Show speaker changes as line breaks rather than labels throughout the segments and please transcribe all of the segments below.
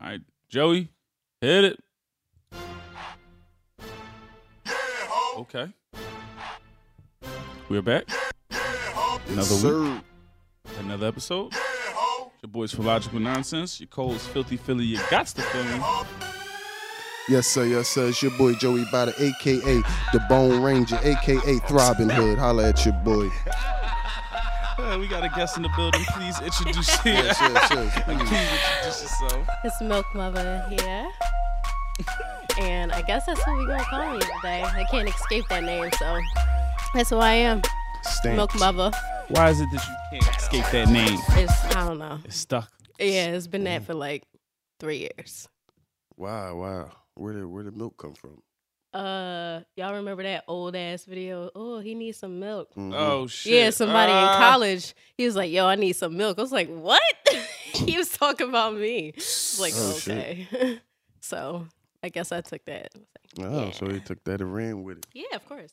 All right, Joey, hit it. Okay. We're back. Another week,
Sir,
another episode. Your boys for logical nonsense. Your Cole's filthy Philly. You got the feeling.
yes sir, yes sir. It's your boy Joey Bada, aka the Bone Ranger, aka Throbbing Hood. Holla at your boy.
Uh, we got a guest in the building. Please introduce yourself.
Yes, yes, yes. Please.
Please introduce yourself.
It's Milk Mother here. and I guess that's what we're going to call me today. I can't escape that name, so that's who I am.
Stand.
Milk Mother.
Why is it that you can't escape that name?
It's, I don't know.
It's stuck.
Yeah, it's been that for like three years.
Wow, wow. Where did where did milk come from?
Uh, y'all remember that old ass video? Oh, he needs some milk.
Mhm.
Oh shit.
Yeah, somebody in
Ah.
college, he was like, "Yo, I need some milk." I was like, "What?" he was talking about me. I was like,
Oh, shit.
okay. so I guess I took that. I was like,
Oh,
yeah.
so he took that and ran with it.
yeah, of course.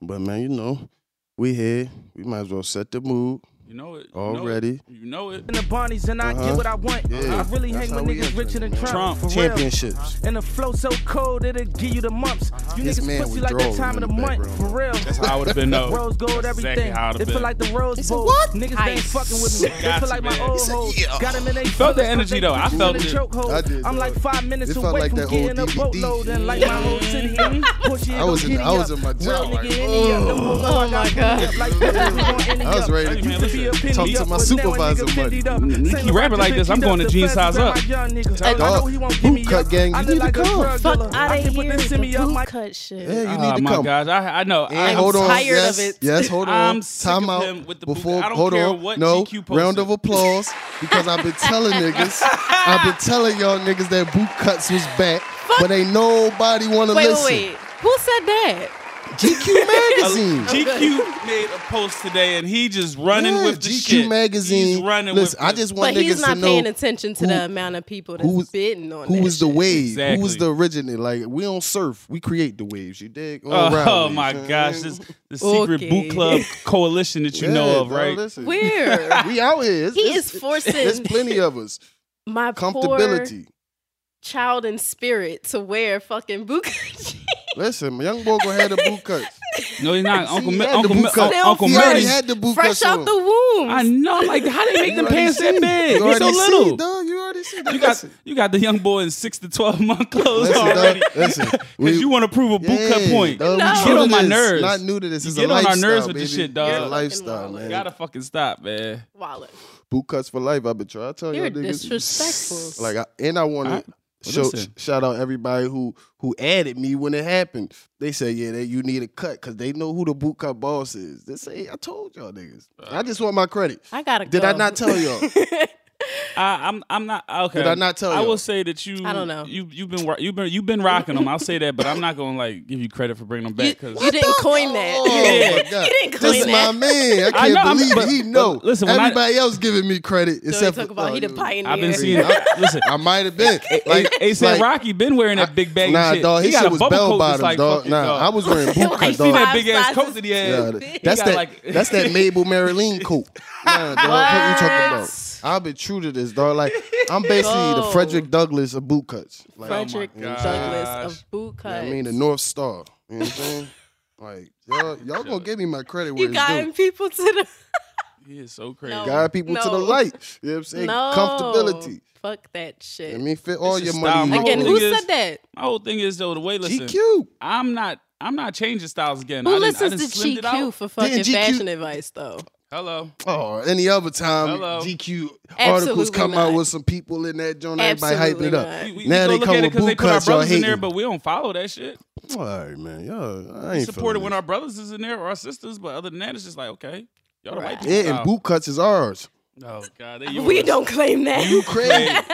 But man, you know, we here. We might as well set the mood
You know it. You know it.
already.
You know it.
in the Barneys and I
Uh-huh.
get what I want.
Yeah,
I really
that's
hang
how
with
we
niggas
is,
richer than
man.
Trump.
Trump,
for real.
Championships.
And the flow so cold it'll give you the mumps. You
This man
niggas pussy
with
like the
drawers
time of
in
the
the
month.
background.
For real.
That's how I would have been though.
Rose gold,
That's exactly
everything.
how it
they
been.
feel like the Rose
said,
Bowl.
"What?"
Niggas
I
they ain't fucking with me.
got
They feel
you,
like my
man.
old
He
said,
hoes.
"Yeah."
Got 'em in they
Felt the
feelings,
energy,
but they
though. I
pussy
felt
in a
it.
chokehold.
I did,
I'm
though.
like five minutes
It felt
away
like
from
that old
getting a
DVD.
boatload and like my whole city. in. Pussy
I was
gonna
in-
get
I
it
was
up.
in my
Real
job,
nigga
like,
in it
"Oh."
up. Them hoes
Oh
hard
my
knocking
God.
it up like pussy gonna end it
I was
up.
ready
Hey,
to get
man,
Used to be a
listen.
penny
Talk to
up,
my
but now a
supervisor, Mm-hmm.
nigga
Mike.
50 up.
Nick,
Say
you
what
rapping
I
like
just
this, I'm
beat
going to
the
Gene
feds
size
and
up.
my young niggas.
Hey,
I know
dog,
he won't give me
bootcut
up.
gang,
I
you
look
need to
like a
come.
drug
Fuck
dealer.
out
I
of
can put
here
this
with
in
the
me up
boot
my
cut shit.
Yeah, you need
oh
to
my
come.
gosh, I, I know.
And
I'm
hold on.
tired of
yes,
it.
Yes, hold on.
I'm sick
Time
of
out.
him with the
Before,
bootleg. I don't
hold
care
on.
what
no,
GQ posted.
round of applause because I've been telling niggas, I've been telling y'all niggas that boot cuts was back, but ain't nobody want to
Wait,
listen.
wait, wait. Who said that?
GQ magazine.
GQ made a post today and he just running
Yeah,
with the
GQ
shit.
magazine.
He's running
listen,
with
I
the-
just want
But he's
niggas
not
to
paying
know
attention to
who-
the amount of people that's
who was-
bidding on
who
that
was the
shit.
wave, who
Exactly.
was the originator. Like we don't surf, we create the waves. You dig? All
Oh,
around waves,
my
you know what I
gosh,
mean?
this the secret
Okay.
boot club coalition that you know
Yeah,
of,
dog,
right?
listen.
Where
we out here. It's,
he
it's-
is
There's
forcing
plenty of us.
my poor
Comfortability.
child in spirit to wear fucking bukachi.
Listen, my young boy gonna have the boot cuts.
No, he's not. Uncle
he
Mi-
had the
Uncle
boot
Mi-
cut.
Still
Uncle
He
Well,
already
Manny,
Mary.
had the boot
Fresh
cuts
out
on.
the womb.
I know, like how they make
You
them
already
pants
see
that
it.
big?
You
He's so
already see
little.
it, dog. You already see.
You got you got the young boy in six to twelve month clothes
Listen,
already.
dog, listen.
Because you want to prove a boot cut
Yeah,
point.
dog, we
No.
new
Get
to
on my
this.
nerves.
Not new to this.
You
It's
get
a
on our
lifestyle,
nerves with
baby.
this shit,
It's a
dog.
lifestyle, man.
Gotta fucking stop, man.
Wallet.
boot cuts for life. I've been trying to tell you,
You're
niggas.
disrespectful.
Like, I, and I want
I-
to show,
listen.
sh- shout out everybody who who added me when it happened. They said, yeah, they, you need a cut because they know who the boot cut boss is. This ain't. I told y'all niggas. I just want my credit.
I gotta go.
Did I not tell y'all?
I, I'm I'm not okay.
Did I not tell
I
you?
will say that you.
I don't know.
You you've been wor- you've been you've been rocking them. I'll say that, but I'm not gonna like give you credit for bringing them
you,
back because
you didn't coin that.
Oh my
Yeah.
god!
You didn't
This
claim
is my
that.
man. I
I
can't
know, I'm-
believe
but-
it. He
but
know.
listen, when I-
everybody else giving me credit
So he
except
talk
for-
about he the
oh,
pioneer.
I've been seeing. I, listen,
I might have been like
Ace
like,
and Rocky been wearing that big bag.
Nah,
shit.
dog,
he
his
got
shit
a
was
bubble
bell
coat that's
bottoms,
like
dog.
fucking,
Nah,
dog.
I was wearing boot
Like,
cut,
You
see
seen
dog.
that
Five
big ass
sizes.
coat that he
Yeah,
had? He
that's
got
that
like-
that's that Mabel Marilyn coat. Nah, dog, what you talking about? I've been true to this, dog. Like I'm basically the
Go.
Frederick Douglass of boot cuts. Like
Frederick
Oh my gosh.
Douglass of boot
you know
cut.
what I mean, the North Star. You know what I'm saying? Like y'all, y'all gonna give me my credit where
you
it's due.
guiding people to the
He is so crazy.
No.
Guide people to the
No.
light. You know what I'm saying?
no
Comfortability.
Fuck that
You
shit.
know what I mean, fit all
This
your
is style.
money.
My whole
in
Again,
your
thing
who
is-
said that?
My whole thing is though the way. Listen,
GQ.
I'm not. I'm not changing styles again.
Who
I didn't, I
listens
done
to
slimmed it
GQ
out.
for fucking
GQ
fashion advice though?
Hello.
Oh, any other time,
Hello.
GQ articles
Absolutely
come out
not.
with some people in that joint. Everybody hyping
Absolutely
it up.
not.
We, we,
Now
we go
they come
look at it because
with
they
boot
put our
cuts, y'all
brothers in there,
hating.
but we don't follow that shit.
All right, man. Y'all, I
We
ain't
support it
feeling
when
this.
our brothers is in there or our sisters, but other than that, it's just like okay, y'all the white
Right.
people.
Yeah, and boot cuts is ours.
Oh god, they
We
yours.
don't claim that.
You crazy?
Hey,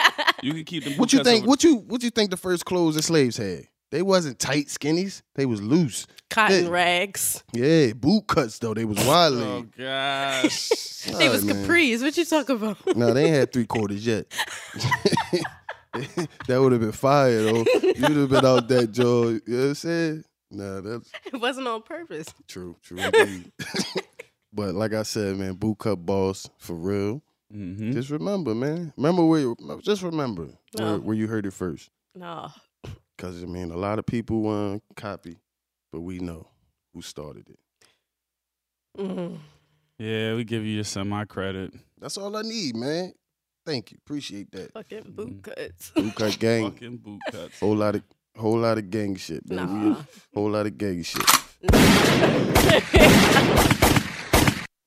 you can keep them.
what you
bootcuts
think?
over-
What you what you think the first clothes the slaves had? They wasn't tight skinnies. They was loose.
Cotton
Yeah.
rags.
Yeah, boot cuts though. They was wide
Oh
leg.
gosh.
They was
man.
capris. What you talking about?
No, they ain't had three quarters yet. that would have been fire though. You'd have been out that Joe. You know what I'm saying? Nah, that's
It wasn't on purpose.
true, true indeed. but like I said, man, boot cut boss for real.
Mm-hmm.
Just remember, man. Remember where. You, just remember
No.
where, where you heard it first.
No.
Because I mean, a lot of people uh, copy, but we know who started it.
Mm.
Yeah, we give you your semi credit.
That's all I need, man. Thank you. Appreciate that.
Fucking boot cuts.
Who cut gang?
Fucking boot cuts.
Whole lot of whole lot of gang shit, man. We-
Nah.
Whole lot of gang shit.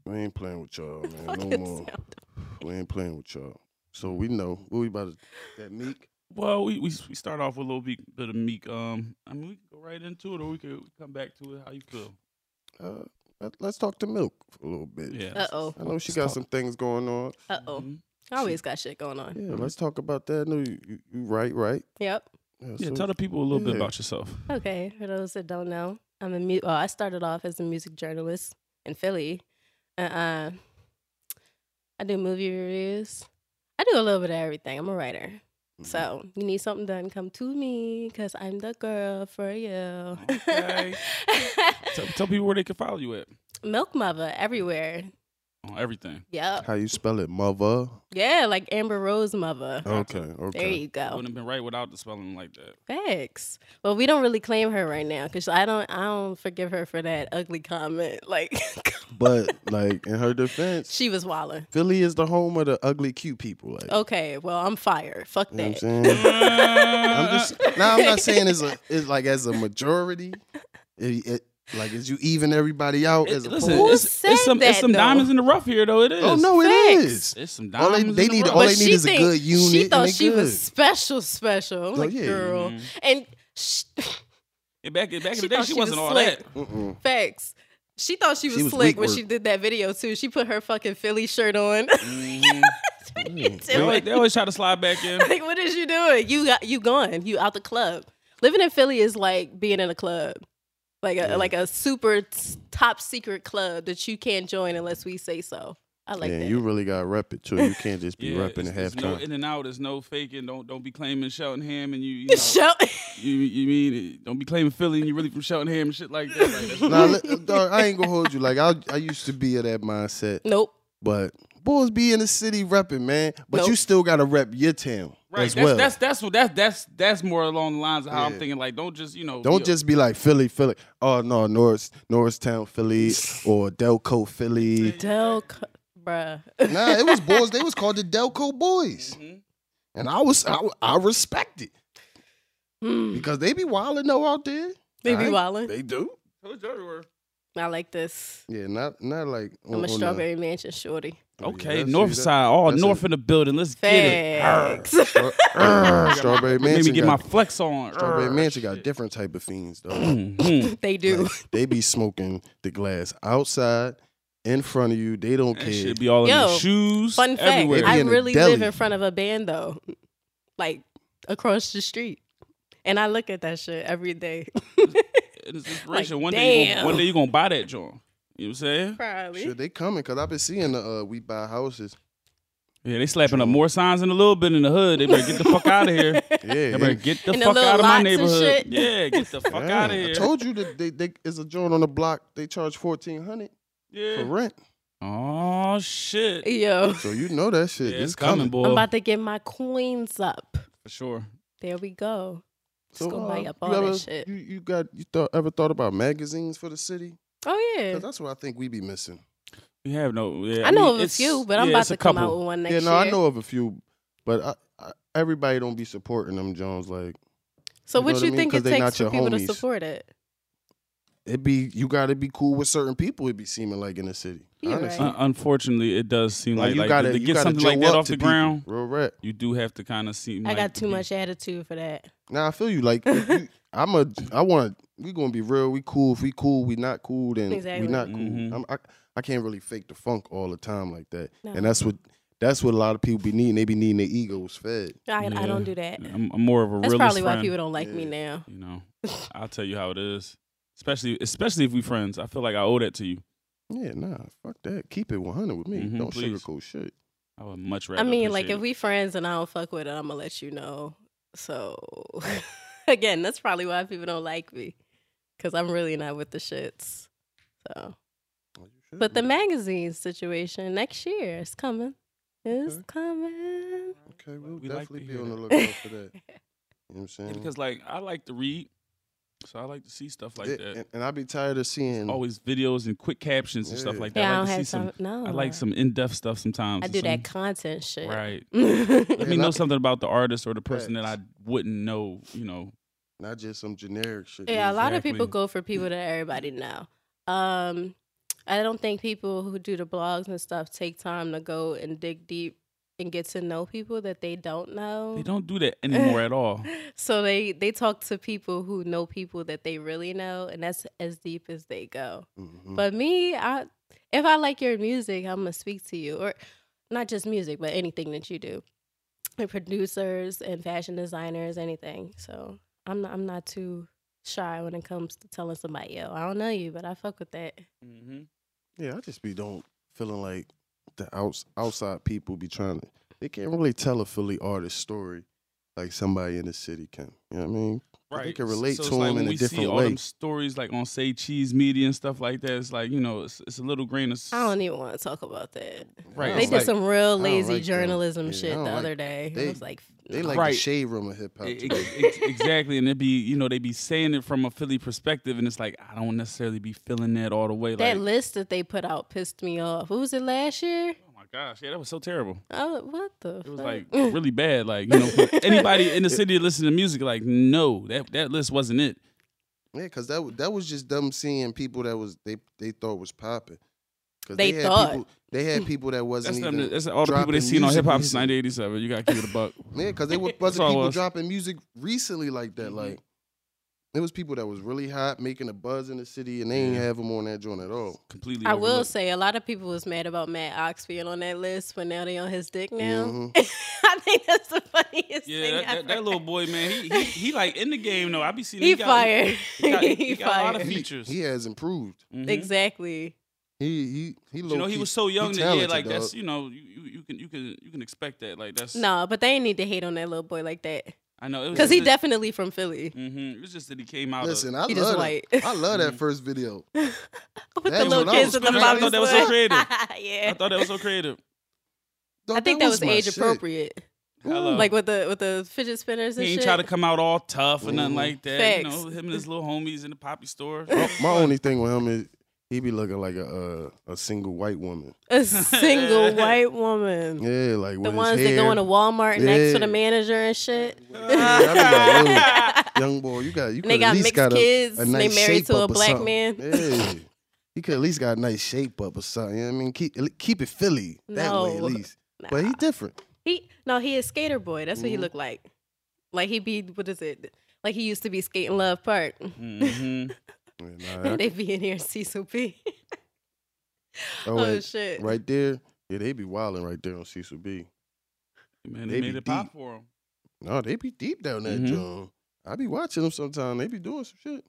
We ain't playing with y'all, man. No
Fucking
more.
sound.
We ain't playing with y'all. So we know what we about to. That Meek.
Well, we, we we start off with a little bit, bit of meek. Um, I mean, we can go right into it, or we could come back to it. How you feel?
Uh, let, us talk to Milk for a little bit.
Yeah.
Uh-oh.
I know she got some things going on.
Uh-oh.
Mhm.
Mm-hmm. I always got shit going on.
Yeah, let's talk about that. No, you, you, you right, right.
Yep.
Yeah,
so-
tell the people a little bit
Yeah.
about yourself.
Okay, for those that don't know, I'm a mu- well, I started off as a music journalist in Philly. And uh, I do movie reviews. I do a little bit of everything. I'm a writer. So you need something done, come to me because I'm the girl for you.
Okay. tell, tell people where they can follow you at
Milk Mother everywhere.
on everything.
Yep.
how you spell it, mother?
Yeah, like Amber Rose Mother.
Okay,
There
Oh, okay.
you go.
Wouldn't have been right without the spelling like that.
Thanks. Well, we don't really claim her right now because I don't. I don't forgive her for that ugly comment. Like
But like in her defense,
she was wilding.
Philly is the home of the ugly cute people. Like,
Okay, well I'm fired. Fuck
you know what
that.
I'm saying. I'm just now. I'm not saying it's a it's like as a majority. It, it, like as you even everybody out as
It-
a
listen,
whole.
Who
it's,
said
it's some, it's
that,
some
though?
diamonds in the rough here, though. It is.
Oh no, it
Facts.
is.
It's some
All they-
diamonds. in
they
the
need
rough.
all
but
they need
she
is a
think-
good unit
She
and
thought
they
she
good.
was special, special. I'm
Oh,
like,
yeah.
girl. And sh-
Yeah, back in back in Mm-hmm. the
She
day,
thought
she
she
wasn't
was
all
slick.
that.
Mm-mm.
facts. She thought she was,
She was
slick
weak
when
work.
she did that video too. She put her fucking Philly shirt on.
Mm-hmm.
It's
They always, they always try to slide back in.
like, what is you doing? You got you gone. You out the club. Living in Philly is like being in a club, like a like a super t- top secret club that you can't join unless we say so. I like
yeah,
that.
you really got to rep it too. You can't just be
Yeah,
repping
it's-
at
it's no
halftime.
in and out. There's no faking. Don't don't be claiming Cheltenham and you. You, know,
Shout-
you, you mean it. don't be claiming Philly and you really from Cheltenham and shit like that. Like, that's-
Nah, li- dog, I ain't gonna hold you. Like I, I used to be of that mindset,
nope.
but boys be in the city repping, man. But you
Nope.
still gotta rep your town
Right,
as
that's,
well.
that's that's what that's that's that's more along the lines of how I'm
Yeah.
thinking. Like, don't just you know,
Don't
be a-
just be like Philly, Philly. Oh no, Norris, Norristown, Philly, or Delco, Philly.
Del, c- bruh.
Nah, it was boys. They was called the Delco Boys,
Mhm.
and I was I, I respect it
Mm,
because they be wilding though out there.
they be
I-
wildin'.
They do.
Told you everywhere.
I like this.
Yeah, not not like on-
I'm
on
a
the-
strawberry mansion shorty.
Oh, Yeah,
Okay,
that's-
north
see, that-
side, all
that's
north
it.
in the building. Let's get it.
Facts.
Uh, uh, strawberry
Let
Mansion.
me get my
got,
flex on.
strawberry
Arr,
Mansion got
shit.
different type of fiends though.
Mhm.
they do.
Like, they be smoking the glass outside in front of you. They don't
That
care.
shit be all in your
Yo,
shoes.
Fun fact:
everywhere.
I
Be in a
really
deli.
live in front of a band though, like across the street, and I look at that shit every day.
And it's inspiration.
Like,
one day, you
damn.
gonna, one day you gonna buy that joint. You know what I'm saying?
Probably.
Shit, they coming because I've been seeing the uh, we buy houses.
Yeah, they slapping up more signs in a little bit in the hood. They better get the fuck out of here.
Yeah,
They better
and-
get the
And the
fuck
little
out of my
lots and
neighborhood.
shit.
Yeah, get the fuck
yeah,
out of here.
I told you that they, they is a joint on the block. They charge fourteen hundred for
yeah.
rent,
Oh shit.
Yo,
so you know that shit.
Yeah,
is
it's coming, boy.
I'm about to get my coins up.
for sure.
There we go. Just
So,
gonna
uh,
buy up all
you ever,
that shit.
You, you got you thought ever thought about magazines for the city?
oh yeah,
Because that's what I think we be missing.
We have no. Yeah,
I know
mean,
of a
it's-
few, but I'm
yeah,
about
it's
to
a
come
couple.
out with one next
yeah, no,
year.
I know of a few, but I, I, everybody don't be supporting them Jones. Like
So
you know
what
what I
you
mean?
think
'Cause
it
they not
takes for
your
people
homies.
to support it?
it be you got to be cool with certain people. It be seeming like in the city.
You're
honestly.
right.
Un- unfortunately, it does seem like,
Like, you
like,
gotta
to
you
get
gotta
something like
Joe
that
up
off
to
the
people.
ground,
Real rap.
you do have to kind of seem.
I
like
got too
be-
much attitude for that.
Now I feel you. Like if you, I'm a. I want. We gonna be real. We cool. If we cool, we not cool. Then
Exactly.
we not cool.
Mhm.
I'm, I I can't really fake the funk all the time like that.
No.
And that's what that's what a lot of people be needing. They be needing their egos fed.
I,
Yeah.
I don't do that.
I'm, I'm more of a
That's
realist
probably
friend.
why people don't like me now.
You know, I'll tell you how it is. Especially, especially if we friends, I feel like I owe that to you.
Yeah, nah, fuck that. Keep it 100 with me.
Mhm,
Don't
please.
sugarcoat shit.
I would much rather.
I mean, like
appreciate
if we friends and I don't fuck with it, I'm gonna let you know. So again, that's probably why people don't like me because I'm really not with the shits.
Oh, Mm.
So, but the magazine situation next year is coming. It's
Okay.
coming.
Okay, we'll
We like to
definitely be
hear
on the
that.
lookout for that. You know what I'm saying?
Because like I like to read, so I like to see stuff like
Yeah,
that.
And, and I be tired of seeing.
Always videos and quick captions and stuff
Yeah.
like that.
Yeah, I
I
don't
like to see
have
some.
some. No,
I like some in-depth stuff sometimes.
I
and
do
some-
that content shit.
Right.
Yeah,
Let me know
like-
something about the artist or the person that I
Facts.
wouldn't know. You know,
not just some generic shit.
Yeah, a lot of people
Exactly.
go for people that everybody know. Um, I don't think people who do the blogs and stuff take time to go and dig deep and get to know people that they don't know.
they don't do that anymore at all.
So they they talk to people who know people that they really know, and that's as deep as they go.
Mhm.
But me, I if I like your music, I'm gonna speak to you, or not just music, but anything that you do, and producers and fashion designers, anything. So I'm not, I'm not too shy when it comes to telling somebody, yo, I don't know you, but I fuck with that.
Mm-hmm.
yeah, I just be don't feeling like the outs, outside people be trying to. They can't really tell a Philly artist story like somebody in the city can. You know what I mean? But they can relate
it's
to 'em in
when
a
we see
different
all
way.
them stories like on say cheese media and stuff like that. It's like you know, it's, it's a little grain of s-
I don't even want to talk about that.
Right,
I
They
don't
did
like-
some real
don't
lazy
like them.
journalism
Yeah, I
shit the
don't like-
other day. I
they-
was like,
They like
Right.
the shade room of hip hop.
E-
to
ex-
me.
ex- exactly, and it be you know they be saying it from a Philly perspective, and it's like I don't necessarily be feeling that all the way.
that
like,
list that they put out pissed me off. What was it last year?
oh my gosh, yeah, that was so terrible.
I was, what the?
It was
fuck?
like really bad. Like you know, for anybody in the city listening to music, like no, that that list wasn't it.
Yeah, because that wa- that was just them seeing people that was they they thought was popping. 'Cause
They thought.
people, they had people that
That's,
wasn't
them,
even
that's all the people they
dropping
seen on
music
hip hop since
recently.
'1987. You got to keep it a buck.
Yeah, because they were
That's
wasn't
all it
people
was.
dropping music recently like that.
Mhm.
Like it was people that was really hot, making a buzz in the city, and they ain't
Yeah.
have them on that joint at all.
Completely.
I will
overlooked.
say a lot of people was mad about Matt Ox being on that list, but now they on his dick now.
Mhm.
I think that's the funniest
Yeah,
thing.
that,
ever.
that, that little boy, man, he, he he like in the game though. I be seeing
He,
got-
fired.
He got,
he
he got a
fired.
lot of
He-
features.
He has improved.
Mhm.
Exactly.
He he he.
You know, he
low-key-
was so young that yeah,
talented,
like
dog.
that's you know, you, you you can you can you can expect that. Like that's
No, but they ain't need to hate on that little boy like that
I know it was
because he
just that-
definitely from Philly.
Mhm. It was just that he came out.
Listen, I love
He just
that-
white.
I love that
Mhm.
first video.
With the
That's
little
what I
kids
was
in the
crazy. I
mommy
thought
that was so
sweat.
creative.
yeah,
of, I thought that was so creative.
Dog,
I think that was,
my
age
shit.
appropriate.
Hello.
Like with the with the fidget spinners
He
and
ain't
shit.
try to come out all tough or nothing
Mhm.
like that. You
Facts.
know, him and his little homies in the poppy store.
My, my only thing with him is he be looking like a uh, a single white woman.
A single white woman.
Yeah, like
The
with
ones
his
that
hair.
go into Walmart next to
Yeah.
the manager and shit.
I be like, young boy, you got you.
And they
could
got
at least
mixed
got a,
kids,
a
and they
nice
married
shape
to a
up or
black
something.
man.
Yeah. He could at least got a nice shape up or something. You know what I mean, keep keep it Philly that way at
No.
least.
Nah.
But he different.
He no, he is skater boy. That's what he
Mhm.
looked like. Like he be what is it? Like he used to be skating Love Park.
hmm
Yeah, nah,
And they be in here Cecil P.
oh,
Oh,
wait,
shit.
right there, yeah, they be wilding right there on Cecil B.
Man,
They
they
be
made it pop
deep.
for him.
No, they be deep down that
Mhm.
joint. I be watching them sometime. They be doing some shit.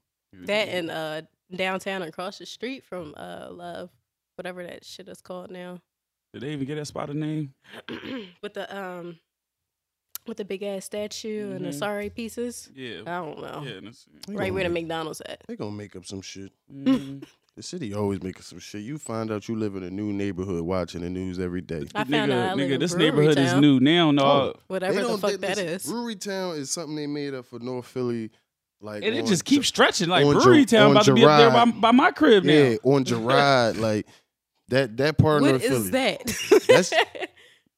That and uh downtown across the street from uh Love, whatever that shit is called now.
Did they even get that spot a name?
with the um with the big ass statue and the
Mhm.
Mm-hmm.
sorry pieces.
Yeah.
I don't know.
yeah. and it's-
They
Right
gonna
where the
make-
McDonald's at.
Mm-hmm. They gonna make up some shit.
Mhm.
The city always making some shit. You find out you live in a new neighborhood, watching the news every day.
I found out I
nigga,
live
nigga
in
this
Brewery
neighborhood is
Town.
new now. No,
Oh.
Whatever
They
the
don't-
fuck
they-
that
listen,
is.
Brewery Town is something they made up for North Philly. Like
and it
on
just keeps stretching. Like
on Jer-
Brewery Town
on
about to be up there by,
Gerard.
by my crib now.
Yeah, on Gerard, like that that part of
What
North Philly.
is that?
That's-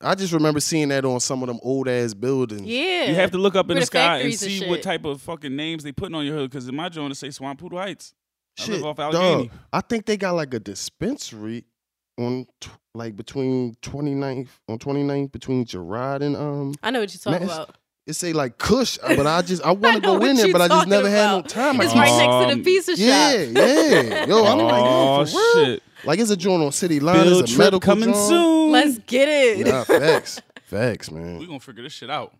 I just remember seeing that on some of them old ass buildings.
yeah.
You have to look up in
Where
the
the
sky and
factories and
see what
shit.
type of fucking names they putting on your hood. Because in my joint, it say Swampoodle Heights. I live
Shit,
off
dog,
Allegheny.
I think they got like a dispensary on tw- like between 29th on 29th between Gerard and um
I know what you're talking
Man, it's-
about.
it say like Kush, uh, but I just I want
I
to
know
go in
what
there,
you
but I just
talking
never had no
about.
time. I
It's
keep-
right next to the
Um,
pizza
yeah,
shop.
yeah, yo, I'm like, yo,
oh
for real?
shit!
Like it's a joint on City Line,
Bill
it's a
trip
medical
coming
joint.
soon.
Let's get it.
Nah, facts, facts,
we
man.
gonna figure this shit out.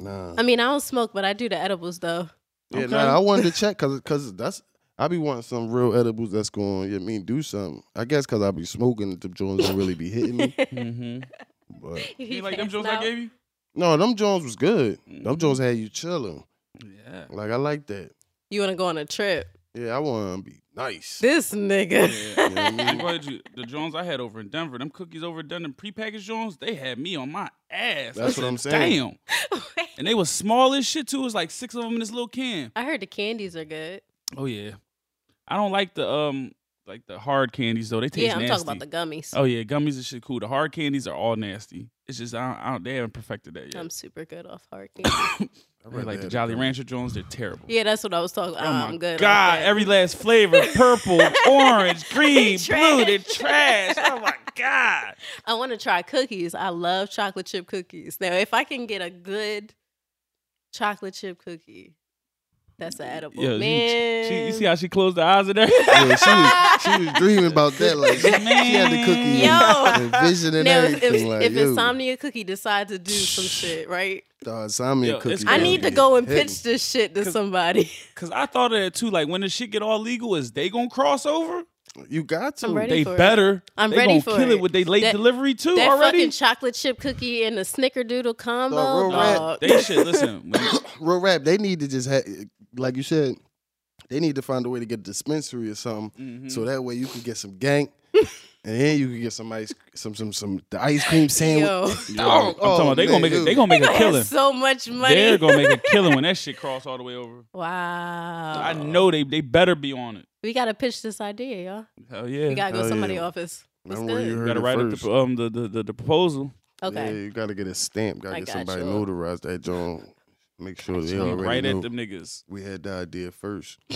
Nah,
I mean, I don't smoke, but I do the edibles though.
Yeah,
Okay.
nah, I wanted to check because cause that's I be wanting some real edibles that's going to me do something. I guess because I be smoking the joints don't really be hitting me.
Mm-hmm.
But
You like them joints I gave you?
no, them joints was good. Them
Mhm.
joints had you chilling.
Yeah.
Like I like that.
You want to go on a trip?
Yeah, I want to be nice.
This nigga.
You know what I mean?
Mind you, the Jones I had over in Denver, them cookies over in Denver, prepackaged Jones, they had me on my ass. I
That's what I'm
said,
saying.
Damn. And they was small as shit too. It was like six of them in this little can.
I heard the candies are good.
Oh yeah. I don't like the um like the hard candies though. They taste
yeah, I'm
nasty.
talking about the gummies.
Oh yeah, gummies and shit cool. The hard candies are all nasty. It's just I don't, I don't they haven't perfected that yet.
I'm super good off hard candy.
I
They're
read
like
that
the
in
Jolly
college.
Rancher Jones, they're terrible.
yeah, that's what I was talking. about.
Oh my
I'm good. off
God,
that.
every last flavor, purple, orange, green, blue, they're trash.
trash.
Oh my God.
I want to try cookies. I love chocolate chip cookies. Now, if I can get a good chocolate chip cookie, that's an edible.
Yo, she-
Man,
she, you see how she closed the eyes of there?
Yeah, she was, she was dreaming about that. Like she, she had the cookie
Man.
and- and vision and
now, if,
everything.
if,
like,
if
yo,
Insomnia Cookie decides to do some shit, right?
the insomnia
Yo, it's
cookie.
crazy.
I
Yeah,
gonna
need to
be
go and
hidden.
pitch this shit to
'Cause-
somebody.
Cause I thought of that too. Like when the shit get all legal, is they gonna cross over?
You got to.
I'm ready.
They
for it.
better.
I'm
they
ready
gonna
for
kill it.
it.
with they late
That-
delivery too
That
already.
fucking chocolate chip cookie and the snickerdoodle combo.
real
Nah,
dog.
they should listen. when-
Real rap. They need to just ha- like you said. They need to find a way to get a dispensary or something,
Mhm.
Mm-hmm.
so that way you can get some gank, and then you can get some ice, some some some the ice cream sandwich.
Yo,
Yo, I'm talking about they
Oh,
gonna make a,
man,
they gonna make a
I have
killing.
so much money.
They're gonna make a killing when that shit cross all the way over.
wow.
I know they they better be on it.
We gotta pitch this idea, y'all.
Hell yeah.
We gotta go
Hell
to
yeah.
somebody's office. What's
Remember where
good?
you
You
heard
gotta
it
write up
first.
the, um, the, the, the, the proposal.
Okay.
Yeah, you gotta get a stamp. Gotta
I
get
got
somebody
you.
notarized that joint. Make sure they
Come
already
right
know.
at them niggas.
We had the idea first.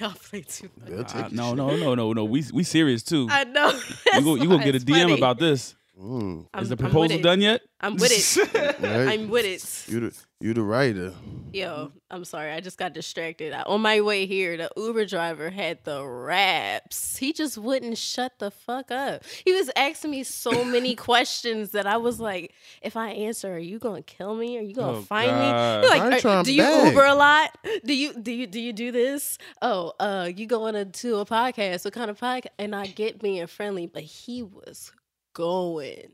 Y'all play too much.
They'll take
Uh,
your
no,
shit.
no, no, no, no. We we serious too.
I know.
You go, you gonna get a DM about this.
Mm,
I'm,
Is the
I'm with
proposal
it.
done yet?
I'm with it.
right?
I'm with it.
You the you the writer.
Yo,
Mm-hmm.
I'm sorry. I just got distracted. I- on my way here, the Uber driver had the raps. He just wouldn't shut the fuck up. He was asking me so many questions that I was like, if I answer, are you gonna kill me? Are you gonna
Oh,
find
God.
me? You're
I ain't
like, are-
trying
do you
back.
Uber a lot? Do you do you do you do this? Oh, uh, you going to do a podcast? What kind of podcast? And I get being friendly, but he was going.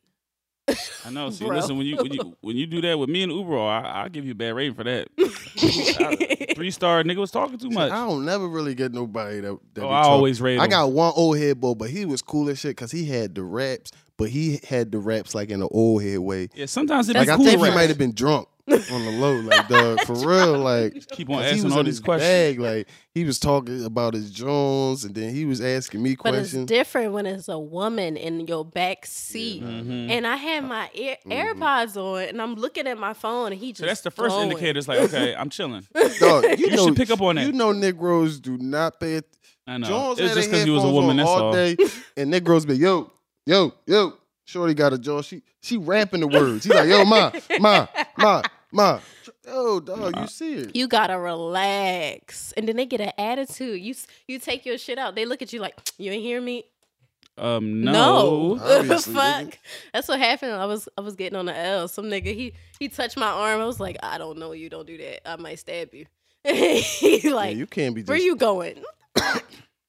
I know. See,
Bro.
listen, when you when you when you do that with me and Uber, I I'll give you a bad rating for that. Three star nigga was talking too much.
I don't never really get nobody that. that
Oh,
be
I
talk-
always rate
I
him.
got one old head boy, but he was cool as shit because he had the raps, but he had the raps like in the old head way.
Yeah, sometimes it be
Like I
cool.
think
raps.
he might have been drunk on the low, like dog for real, like.
keep on
'cause he
asking
was
all
in
these
his
questions.
Bag. Like he was talking about his Jones, and then he was asking me
But it's
questions.
different when it's a woman in your back seat.
Mhm.
And I had my ear-
Mm-hmm.
AirPods on, and I'm looking at my phone, and he just.
So that's the first
going.
indicator. It's like, okay, I'm chilling.
Dog, you,
You
know,
should pick up on that.
You know, Negroes do not pay. It.
I know.
Jones
it's
had
just
because
because you was a woman. That's
all,
all.
day, and Negroes be yo, yo, yo. Shorty got a jaw. She she rapping the words. He's like yo, ma, ma, ma, ma. Yo, dog, you see it?
You gotta relax, and then they get an attitude. You s- you take your shit out. They look at you like you ain't hear me.
Um, no.
Obviously, nigga.
fuck. That's what happened. I was I was getting on the L. Some nigga he he touched my arm. I was like, I don't know you. Don't do that. I might stab you. he
Yeah,
like,
you can't be just.
where you going,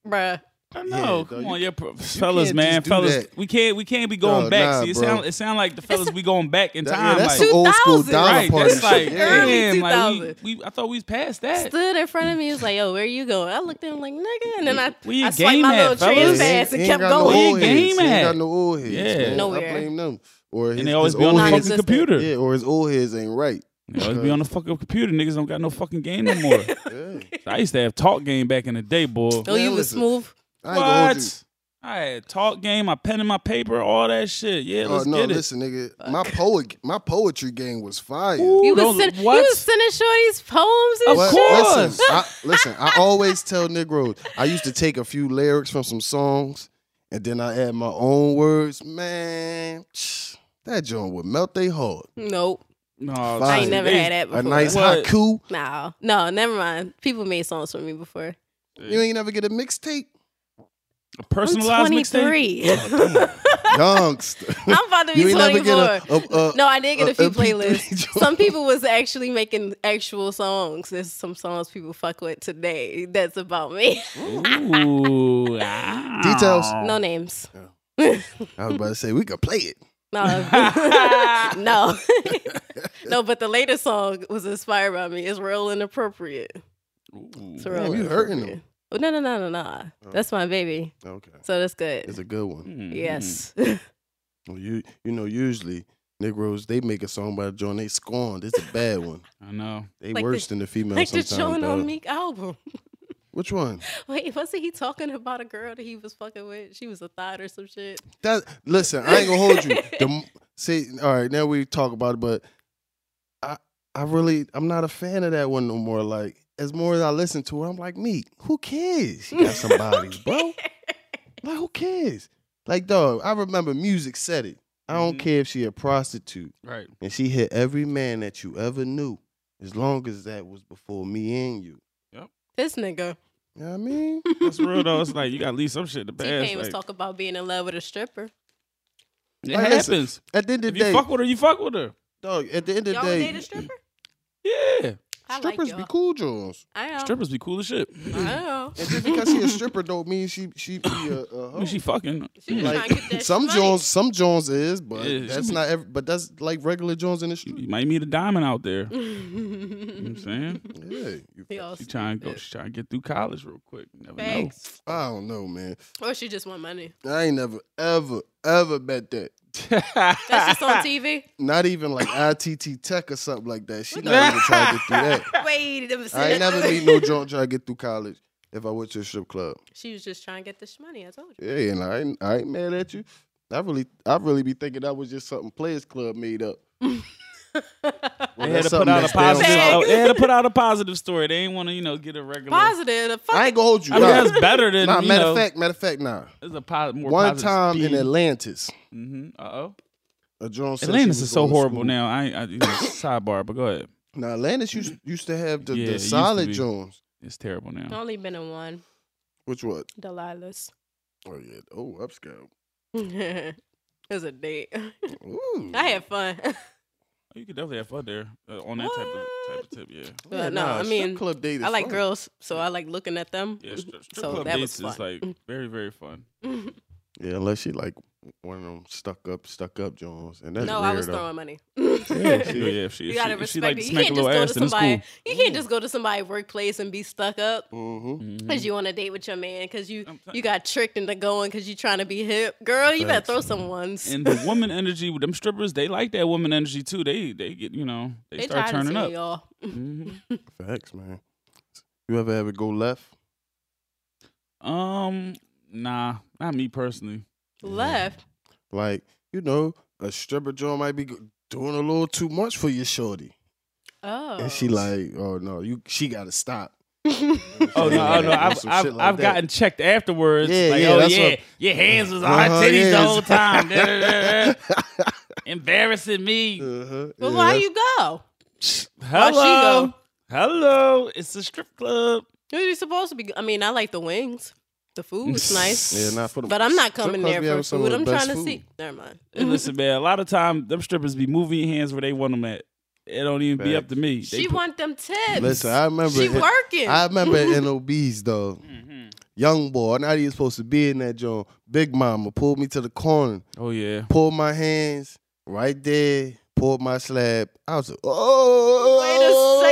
bruh?
I know.
Yeah,
Come
dog,
on,
you-
yeah, pro- fellas,
just
man,
do
fellas,
that.
we can't, we can't be going
Dog,
back.
nah,
See, it
bro.
sound, it sound like the fellas we going back in
That-
time.
yeah, that's
like,
some old school
2000.
dollar
right?
party
That's like,
shit. Yeah.
early
damn, like
2000.
we, we, I thought we was past that.
stood in front of me. He was like, "Yo, where you going?" I looked at him like, "Nigga," and then I
Where you
I swiped
game
my
at,
little
fellas?
trans
He
ass and
He ain't
kept
got no
Where you
going.
old heads.
game
He ain't
at?
got no old heads.
Yeah.
man.
Nowhere.
I blame them. Or his,
And they always
his
be on
old
the
heads-
fucking
Non-existent.
computer.
Yeah, or his old heads ain't right.
They always be on the fucking computer. Niggas don't got no fucking game no more.
Yeah.
I used to have talk game back in the day, boy.
Oh, you
Man,
was
listen.
smooth.
I ain't gonna hold you.
What? I had talk game, my pen and my paper, all that shit. Yeah,
Oh
let's
no,
get it.
listen, nigga. My poet, my poetry game was fire.
Ooh,
You was
don't-
sending, you
what?
was sending shorties poems and
Of
shit.
course.
Listen, I, listen. I always tell Negroes. I used to take a few lyrics from some songs, and then I add my own words. Man, that joint would melt their heart.
Nope,
no,
I
Fine.
ain't
see,
never
they-
had that before.
A nice
What?
haiku.
No, no, never mind. People made songs for me before.
You ain't never get a mixtape,
A
I'm
personalized mixtape.
23.
youngster.
I'm about to be
you ain't
24.
never get a, a, a
no, I did get a,
a-
few
a MP3
playlists.
joint.
Some people was actually making actual songs. There's some songs people fuck with today. That's about me.
Ooh, ah.
Details.
No names.
I was about to say we could play it.
No, no, no. But the latest song was inspired by me. It's real inappropriate.
Ooh.
For real,
Damn, you
real,
hurting
real.
him.
Oh, No, no, no, no, no.
Oh.
That's my baby.
Okay.
So that's good.
It's a good one.
Mm, mm.
Mm-hmm.
yes.
Well, you you know usually Negroes they make a song about John they scorned. It's a bad one.
I know.
They
Like the-
worse than the female
like the
sometimes.
Joan
dog.
on Meek album.
Which one?
Wait, wasn't he talking about a girl that he was fucking with? She was a thought or some shit.
That listen, I ain't gonna hold you. The, m- see, all right, now we talk about it, but I I really I'm not a fan of that one no more. Like as more as I listen to it, I'm like Meek. Who cares? She got some bodies, bro. Like who cares? Like dog, I remember music said it. I don't
Mm-hmm.
Mhm.
care if she a prostitute.
Right.
and she hit every man that you ever knew, as long as that was before me and you.
This nigga.
You know what I mean?
That's real though. It's like you gotta leave some shit to
T
pass.
Pain was
like,
talking about being in love with a stripper.
It
Like, listen,
happens.
At the end of
If
the
you
day,
fuck with her, you fuck with her.
dog. At the end of the
Y'all would date
day,
a stripper?
Yeah.
I like
strippers
y'all.
be cool, Jones.
I know.
Strippers be cool as shit.
Oh. I know.
And just because she a stripper don't mean she she be a, a
I mean,
hoe.
she fucking.
She was trying
like
to get that
some
money.
Jones, some Jones is, but
Yeah, she
that's
be-
not. Every, but that's like regular Jones in the
You
street.
might meet a diamond out there. You know what I'm saying?
Yeah, you-
He all
She trying to go.
stupid.
She trying to get through college real quick. You Never know.
Facts.
I don't know, man.
Or she just want money.
I ain't never ever ever bet that.
That's just on TV.
Not even like ITT Tech or something like that. She not even trying to get through that.
Wait a minute.
I ain't never meet no drunk trying to get through college if I went to a strip club.
She was just trying to get this money. I told you.
Yeah, and I ain't, I ain't mad at you. I really, I really be thinking that was just something Players Club made up.
They
Well,
had
that's
to put
something
out a
that's down
positive.
south.
oh, They had to put out a positive story. They ain't want to, you know, get a regular.
Positive. the fuck-
I ain't gonna hold you.
I mean,
nah.
that's better than.
Nah,
you
matter
know,
of fact, matter of fact, nah.
It's a po- more
One
positive
time in
spin.
Atlantis,
Mm-hmm. Uh oh.
a drone. said she
Atlantis
was
is so
going to
horrible
school.
now. I, ain't- I you know, sidebar, but go ahead.
Now Atlantis used used to have the,
Yeah, it
the
used to
solid
be.
Jones,
It's terrible
I've
now.
only been in one.
which was
Delilah's.
oh yeah, oh upscale.
it was a date.
Ooh.
I had fun.
You could definitely have fun there uh, on that type of type of tip. Yeah.
Yeah,
Well, no,
nah,
I
strip
mean,
club date is
I like
fun.
girls, so I like looking at them.
Yeah. Strip, strip
So
club
that was
dates is like
fun.
very very fun.
Yeah, unless she like one of them stuck up, stuck up Jones, and that's
no,
rare
I was
though.
throwing money.
Yeah,
Yeah, yeah, if she,
You
if
gotta
she, if
respect
she like
it.
to
You
smack a
can't
little
just go
ass,
to
then it's cool.
somebody. You can't just go to somebody's workplace and be stuck up
Mm-hmm.
because you want to date with your man because you
I'm t-
you got tricked into going because you trying to be hip. Girl, you better
Facts.
throw some ones.
And the woman energy with them strippers, they like that woman energy too. They they get you know they,
they
start
tired of
turning
seeing
up.
y'all.
Mhm.
Facts, man. You ever ever go left?
Um, nah, not me personally.
Left.
Like, you know, a stripper joint might be go- doing a little too much for your shorty.
Oh.
And she like, oh no, you she gotta stop.
Oh no, oh no,
Yeah,
I've
some shit
I've,
like
I've
that.
gotten checked afterwards.
Yeah,
like,
yeah,
oh
that's
yeah,
what-
your hands was on her
Uh-huh,
titties the
yes.
whole time. Da, da, da, da. Embarrassing me.
Uh-huh,
But
yeah,
why
that's-
you go? How'd she
Hello, hello. It's a strip club.
Who you supposed to be? I mean, I like the wings. The food's nice.
Yeah, not for the
But I'm not
strip
coming
clubs
there
be
for
having some of
food.
the
I'm
best
trying to
food.
see. Never mind.
And listen, man, a lot of time them strippers be moving hands where they want them at. It don't even be up to me. They
she
put-
want them tips.
Listen, I remember
she
it-
working.
I remember at NOBs though.
Mm-hmm.
Young boy, not even supposed to be in that joint. Big mama pulled me to the corner,
oh yeah.
pulled my hands right there, pulled my slab. I was like, oh,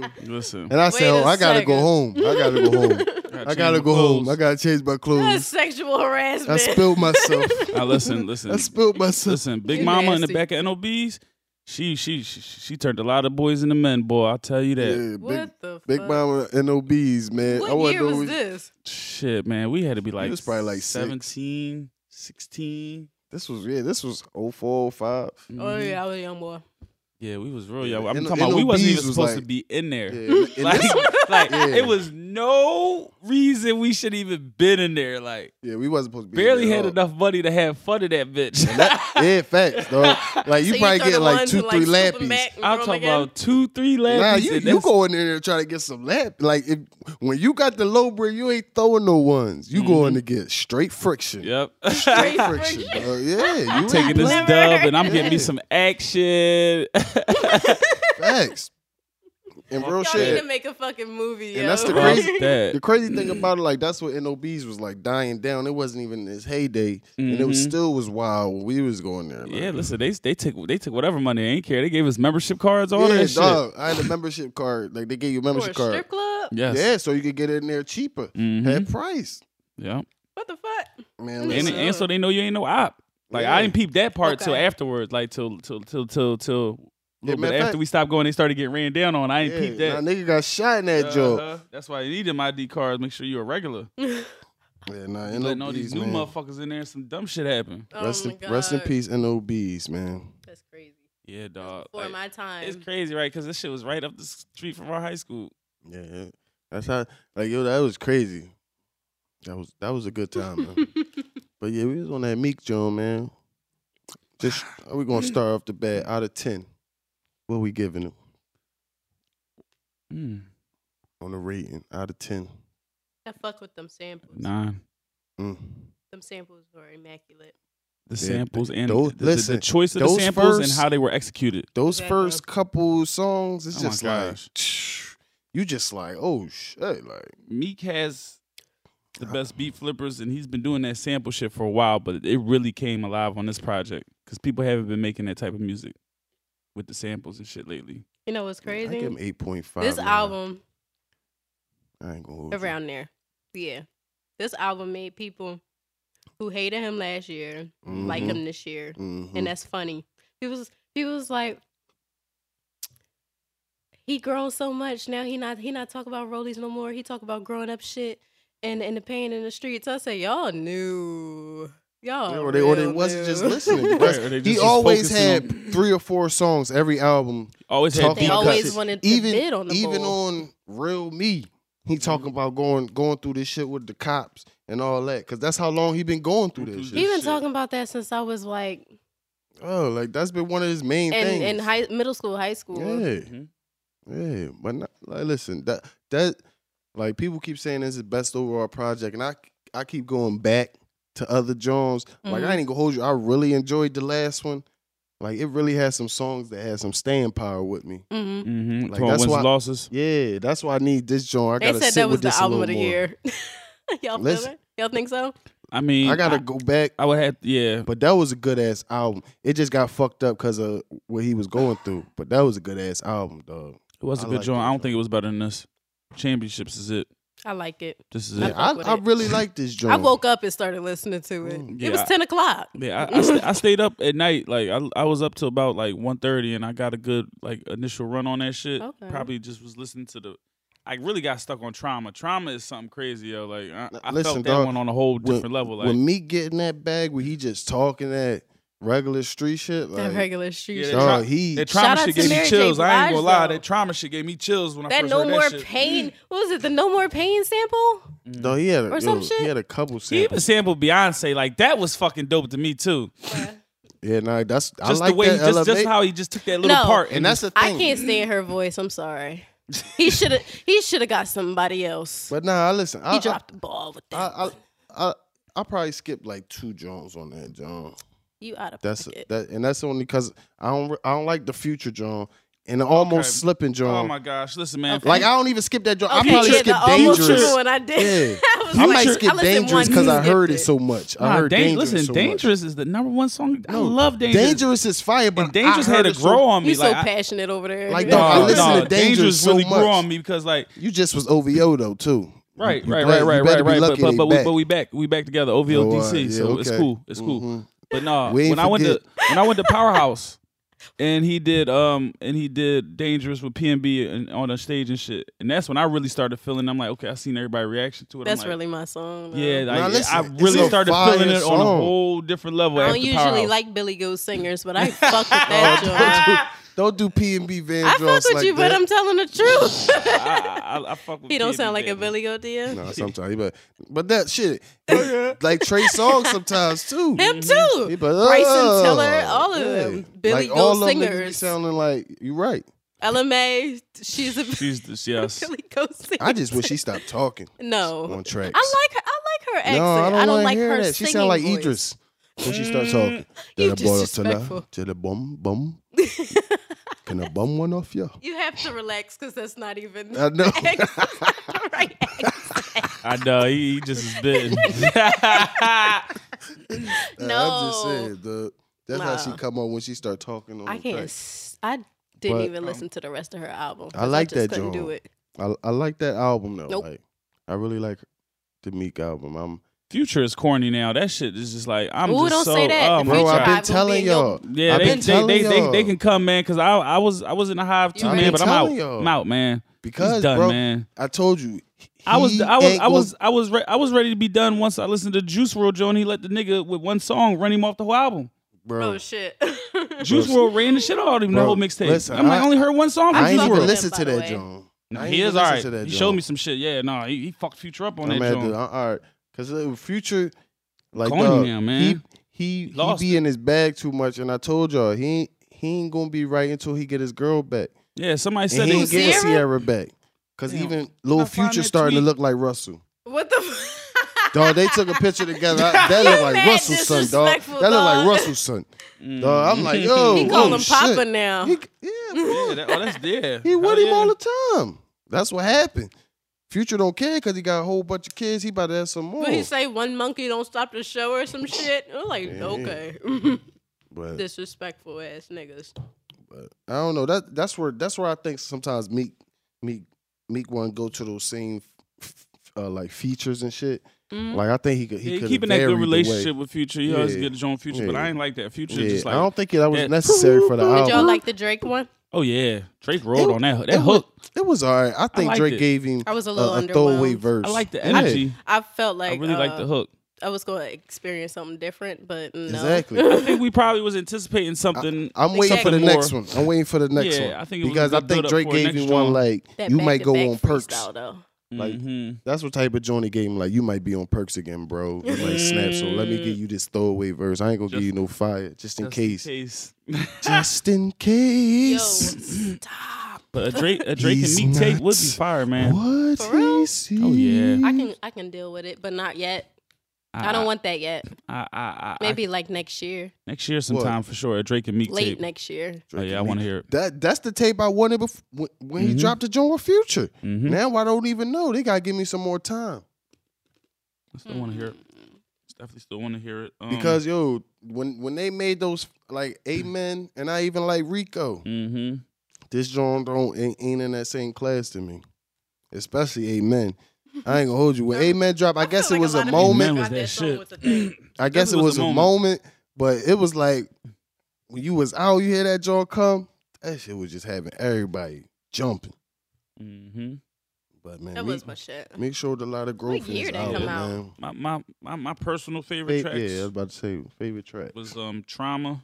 wait a second.
Listen.
And I said,
Wait a
"Oh, I gotta go
second.
home. I gotta go home. I
change
gotta
my
go home.
clothes.
I gotta change my
That's
clothes.
sexual
I
harassment.
spilled myself.
Now listen, listen,
I spilled myself.
listen. Big
You
Mama in
nasty.
the back of NOBs, she she she, she turned a lot of boys into men. Boy, I'll tell you that.
Yeah,
what
big,
the fuck?
big mama NOBs, man. I
What
wasn't
year was
always-
this?
Shit, man, we had to be like
was probably like six.
17, 16.
This was yeah. This was 04, 05.
Oh
Mhm.
Mm-hmm.
yeah, I was a young boy.
yeah, we was real
Yeah,
young.
the
I'm
N-
talking about we wasn't even
NOBs was
supposed to
like-
be in there.
Yeah, and- and
Like,
this-
like
Yeah.
it was no reason we should even been in there. Like,
yeah, we wasn't supposed to be
barely
there at
had
all.
enough money to have fun in that bitch.
Yeah, facts, dog. Like you
So
probably
throw the
get like
ones
two,
who,
three
scoop 'em
lappies.
back and
I'm
throw 'em
talking
again?
about two, three lappies.
Nah, you,
and
you
that's-
go in there and try to get some lap. Like if, when you got the low bread, you ain't throwing no ones. You
Mm-hmm.
going to get straight friction.
Yep.
Straight
Straight
friction, dog. Yeah, you ain't
taking this
Never
dub
heard
and I'm
that.
getting me some action.
Facts. And
Y'all
real
Y'all need
shit.
to make a fucking movie.
And
yo.
that's the
Fuck
crazy-
that.
The crazy
Mm-hmm.
thing about it, like that's what NOBs was like dying down. It wasn't even its heyday, and it was
Mhm.
still was wild when we was going there.
Mm-hmm. Yeah,
like.
listen, they they took they took whatever money they ain't care. They gave us membership cards, all that shit.
dog. I had a membership card. Like they gave you a
For
membership
a
card.
strip club?
Yes.
Yeah, so you could get in there cheaper
Mhm.
at price.
Yeah.
What the fuck?
Man,
Yeah.
And,
listen.
and so they know you ain't no op. Like
Yeah.
I didn't peep that part till
Okay.
afterwards, like till till till till till a
Yeah,
little
matter
bit
of
after
fact-
we stopped going, they started getting ran down on. I ain't
yeah,
peeped that.
nah, nigga got shot in that job.
Uh-huh. That's why I need them ID cards. Make sure you're a regular.
Yeah, nah,
You letting all these
NOBs,
new
man.
motherfuckers in there, and some dumb shit happen.
Oh
Rest,
my
in, rest in
God.
peace, NOBs, man.
That's crazy.
Yeah, dog.
For my time.
it's crazy, right? Because this shit was right up the street from our high school.
Yeah, yeah. that's how. Like yo, that was crazy. That was that was a good time, man. but yeah, we was on that Meek Joan, man. Just are we gonna start off the bat out of ten? What we giving him
Mm,
on the rating out of ten?
I fuck with them samples.
nine.
Mm.
Them samples were immaculate.
The
Yeah,
samples and
those-
the, the-
listen,
the choice of the
those
samples and
first-
how they were executed.
Those
Exactly.
first couple songs, it's
Oh my
just like
gosh.
you just like oh shit, like
Meek has the best beat flippers, and he's been doing that sample shit for a while, but it really came alive on this project because people haven't been making that type of music with the samples and shit lately.
You know what's
I
crazy?
give him eight point five.
This album
I ain't gonna hold you.
around there. Yeah. This album made people who hated him last year like
Mhm.
him this year.
Mhm.
And that's funny. He was he was like he grown so much now he not he not talk about rollies no more. He talk about growing up shit and and the pain in the streets. I say y'all knew. Y'all
Yeah, or they, or they
real
wasn't
knew.
just listening.
Right, or they just
he
was
always
focusing
had
on-
three or four songs every album.
Always had
talking
They
deep
about
always
shit.
cuts.
wanted to
even
bid on the
even
bull.
on real me. He
Mm-hmm.
talking about going going through this shit with the cops and all that because that's how long he been going through this.
He
Shit.
he been
shit.
talking about that since I was like
Oh, like that's been one of his main
in,
things.
in high middle school, high school.
yeah,
Mm-hmm.
Mhm.
yeah. But not, like, listen, that that like people keep saying this is best overall project, and I I keep going back to other Jones. Like
Mhm.
I ain't gonna hold you. I really enjoyed the last one. Like it really had some songs that had some staying power with me.
Mhm.
Mhm.
Like,
Come on,
that's
wins
why-
and losses.
Yeah, that's why I need this joint. I
They
gotta
said
sit
that was
with
the
this a
album
little
of the
more.
year. Y'all feel
Listen.
it? Y'all think so?
I mean,
I gotta go back,
I, I would have. Yeah,
but that was a good ass album. It just got fucked up because of what he was going through. But that was a good ass album, dog.
it was a
I
good
like
joint.
that
I don't
joint.
think it was better than this. Championships is it.
I like it.
This is
Yeah,
it.
I,
fuck with
I
it.
really like this joint.
I woke up and started listening to it.
Mm.
Yeah,
it was
I-
ten o'clock.
Yeah, I, I, st- I stayed up at night. Like I, I was up till about like 1.30 and I got a good like initial run on that shit.
Okay.
Probably just was listening to the. I really got stuck on trauma. Trauma is something crazy, yo. Like I,
Now,
I
listen,
felt that
dog,
one on a whole
when-
different level. Like
when me getting that bag where he just talking that regular street shit,
that
like
regular street
Yeah,
shit.
that
dog, he
that
Shout
trauma
out
shit
to
gave
Mary
me
J.
chills. I ain't gonna
Blige,
lie,
though.
that trauma shit gave me chills when I
That
first
no
heard
more
that shit.
pain. What was it? The no more pain sample?
dog, he had a,
Or some
yo,
shit.
he had a couple
He even
samples.
sampled Beyonce. Like that was fucking dope to me too.
Yeah, nah, that's I
Just
like
the way,
that
he, just, just
elevate.
how he just took that little
No.
part,
and that's the
I
thing.
can't stand her voice. I'm sorry. He should have. He should have got somebody else.
But nah, I listen. I,
he
I-
dropped the ball with that.
I,
one.
I, I, I probably skipped like two Jones on that John.
you out of
That's
pocket.
that, and that's only because I don't, re- I don't like the future John and the almost
Okay.
slipping
Oh
John.
my gosh, listen, man.
Okay.
like I don't even skip that John.
okay,
I probably
yeah,
skip
the
dangerous.
almost true one I did.
Yeah.
I,
I
was like-
might skip
listened
dangerous
once,
because I
he
heard it
skipped
so much. I
Nah,
heard
Dan-
dangerous.
listen,
so much.
dangerous is the number one song. I love dangerous.
Dangerous is fire, but
and dangerous
I heard
had to
it so-
grow on me.
He's so
like, I-
passionate over there.
Like,
No,
dog, I
no,
listen to Dangerous so
really
much.
grew on me because like
You just was OVO though too.
right,
You
right, right,
glad- you
right, right,
better
right.
be
But
lucky
but
they
but
back.
we, but we back we back together. OVO
Oh,
DC,
uh, yeah,
so it's
okay.
cool, it's cool.
Mhm.
But nah,
We ain't
when I went to
forget.
when I went to Powerhouse, and he did um and he did Dangerous with PNB and on the stage and shit, and that's when I really started feeling. I'm like, okay, I seen everybody reaction to it. I'm
That's
like,
really my song. though.
Yeah,
Now
like,
listen,
I
it's
really
a
started
fire
feeling it on a
song.
whole different level.
I
after
don't usually
Powerhouse.
like Billy Goat singers, but I fuck with that joint.
Don't do P and B Van
I fuck
Dross
with
like
you,
that.
but I'm telling the truth.
I, I, I fuck with
he don't
PNB
sound like a
baby.
Billy Goat dear.
Nah, sometimes, but but that shit, like Trey Songz sometimes too.
Him
Mm-hmm.
too.
He be,
Bryson
"Oh,
Tiller, all of
yeah."
them. Billy
like, all
Goat
them niggas be
singers.
sounding like you right.
LMA, she's a
She's this, yes.
Billy Goat singer.
I just wish she stopped talking
no.
on tracks.
I like her. I like her accent.
No, I don't, wanna
like
hear
her
that. She
singing
sound like
voice.
Idris when she starts talking.
you
Then I bought a
disrespectful.
to the bum bum. Can I bum one off you.
You have to relax because that's not even
I know.
That's not the right accent.
I know he, he just is bitten.
I'm just
No.
saying, the, that's how she
Nah.
come on when she start talking on
I
the
can't.
track.
s- I didn't
But, um,
even listen to the rest of her album. 'cause
like
just
that
couldn't do
joint.
it.
I, I like that album though.
Nope.
Like I really like the Meek album. I'm
Future is corny now. That shit is just like I'm
Ooh,
just
don't
so.
say that.
Oh my
bro,
Future
I've
God.
album
been
being
telling
your-
y'all.
Yeah, they,
I've been
they, they,
telling
they,
y'all.
they can come, man. Cause I I was I was in the hive too,
I've
man.
been
But I'm out.
telling y'all.
I'm out, man.
because
He's done,
bro,
man.
I told you.
I was
he
I was
ain't
I
gon-
was I was re- I was ready to be done once I listened to Juice World Joe and he let the nigga with one song run him off the whole album.
bro.
Oh shit!
Juice
Bro,
World ran the shit out of him the
bro,
whole mixtape.
listen,
I'm like,
I-
I only heard one song from
I ain't
Juice
even
World.
listen
by
to
the
that
way.
John. I ain't
He is
even
all
listen
right.
to that
He
joint.
showed me some shit. Yeah, no, he, he fucked Future up on
I'm
that
at the,
joint.
all right, because Future, like
Corny
dog,
now, man.
he he, he
lost
be in his bag too much, and I told y'all he ain't- he ain't gonna be right until he get his girl back,
Yeah, somebody
and
said
he
it
ain't
was
get-
getting
Sierra?
Sierra back, because
Damn.
even
I
little
find
Future
that
starting to
tweet?
look like Russell.
what the? F-
Dog, they took a picture together. I- that look like
mad
Russell's son, dog.
disrespectful,
That look like
dog.
Russell's son. Dog, I'm like, yo,
he call
oh,
him Papa
shit.
now.
He, yeah, bro.
Mm. Yeah, that, oh, that's yeah.
He with
Hell
him
yeah.
all the time. That's what happened. Future don't care because he got a whole bunch of kids. He about to have some more.
Would he say one monkey don't stop the show or some shit? I'm like,
Yeah.
okay,
but,
disrespectful ass niggas.
but I don't know. That that's where that's where I think sometimes Meek Meek Meek one go to those same f- uh, like features and shit.
Mhm.
Like I think he could
Yeah,
he
he
could
keeping that good relationship with Future. He always
Yeah.
get his own Future, but
Yeah.
I ain't like that. Future
Yeah,
just like
I don't think that was
that-
necessary for the
Did
album.
y'all like the Drake one?
oh yeah, Drake rolled
It-
on that
it
that hook.
Was, it was all right. I think
liked
Drake
it.
gave him
I was a
a,
little
a
underwhelmed.
throwaway verse.
I like the
Yeah,
energy.
I felt like
I really like the
uh,
hook.
I was going to experience something different, but no.
Exactly.
I think we probably was anticipating something.
I'm waiting for the
something
next
more.
one. I'm waiting for the next
Yeah,
one.
I think it was a
because I
good
think
build-up
Drake
for
gave
next
him one
joint.
like
That
you might go
back-to-back
on perks.
freestyle, though.
Like-
Mhm.
That's what type of joint he gave him. Like you might be on perks again, bro. You might snap. So let me give you this throwaway verse. I ain't gonna give
Mm. Just-
you no fire, just in
Just
case.
case.
Just in
Yo,
case.
stop.
but a Drake, a Drake
He's
and Meek tape would be
nuts.
fire, man.
What
For real?
he sees.
Oh, yeah.
I can I can deal with it, but not yet. I,
Ah.
don't want that yet.
I, I, I, I-
Maybe like next year,
next year sometime for sure. A Drake and Meek
late
tape.
next year.
oh yeah, I want to hear it.
That that's the tape I wanted before when, when he
Mhm.
dropped the joint with Future.
Mhm.
Now I don't even know. They gotta give me some more time
I
Mm.
still want to hear it. Definitely still want to hear it. Um,
because yo, when when they made those like
Mm.
Amen and I even like Rico,
hmm
this joint don't ain't, ain't in that same class to me. Especially Amen. I ain't gonna hold you. When Amen dropped, I, guess it was a, moment.
people was that shit.
I guess it was, a moment. but it was like when you was out, you hear that joint come. That shit was just having everybody jumping.
hmm
But man,
That
Meek-
was my shit.
Meek showed a lot of growth in
year
his
that
album,
come out?
man.
My, my my my personal
Fa-
favorite
yeah,
tracks
I was about to say favorite track.
was um trauma.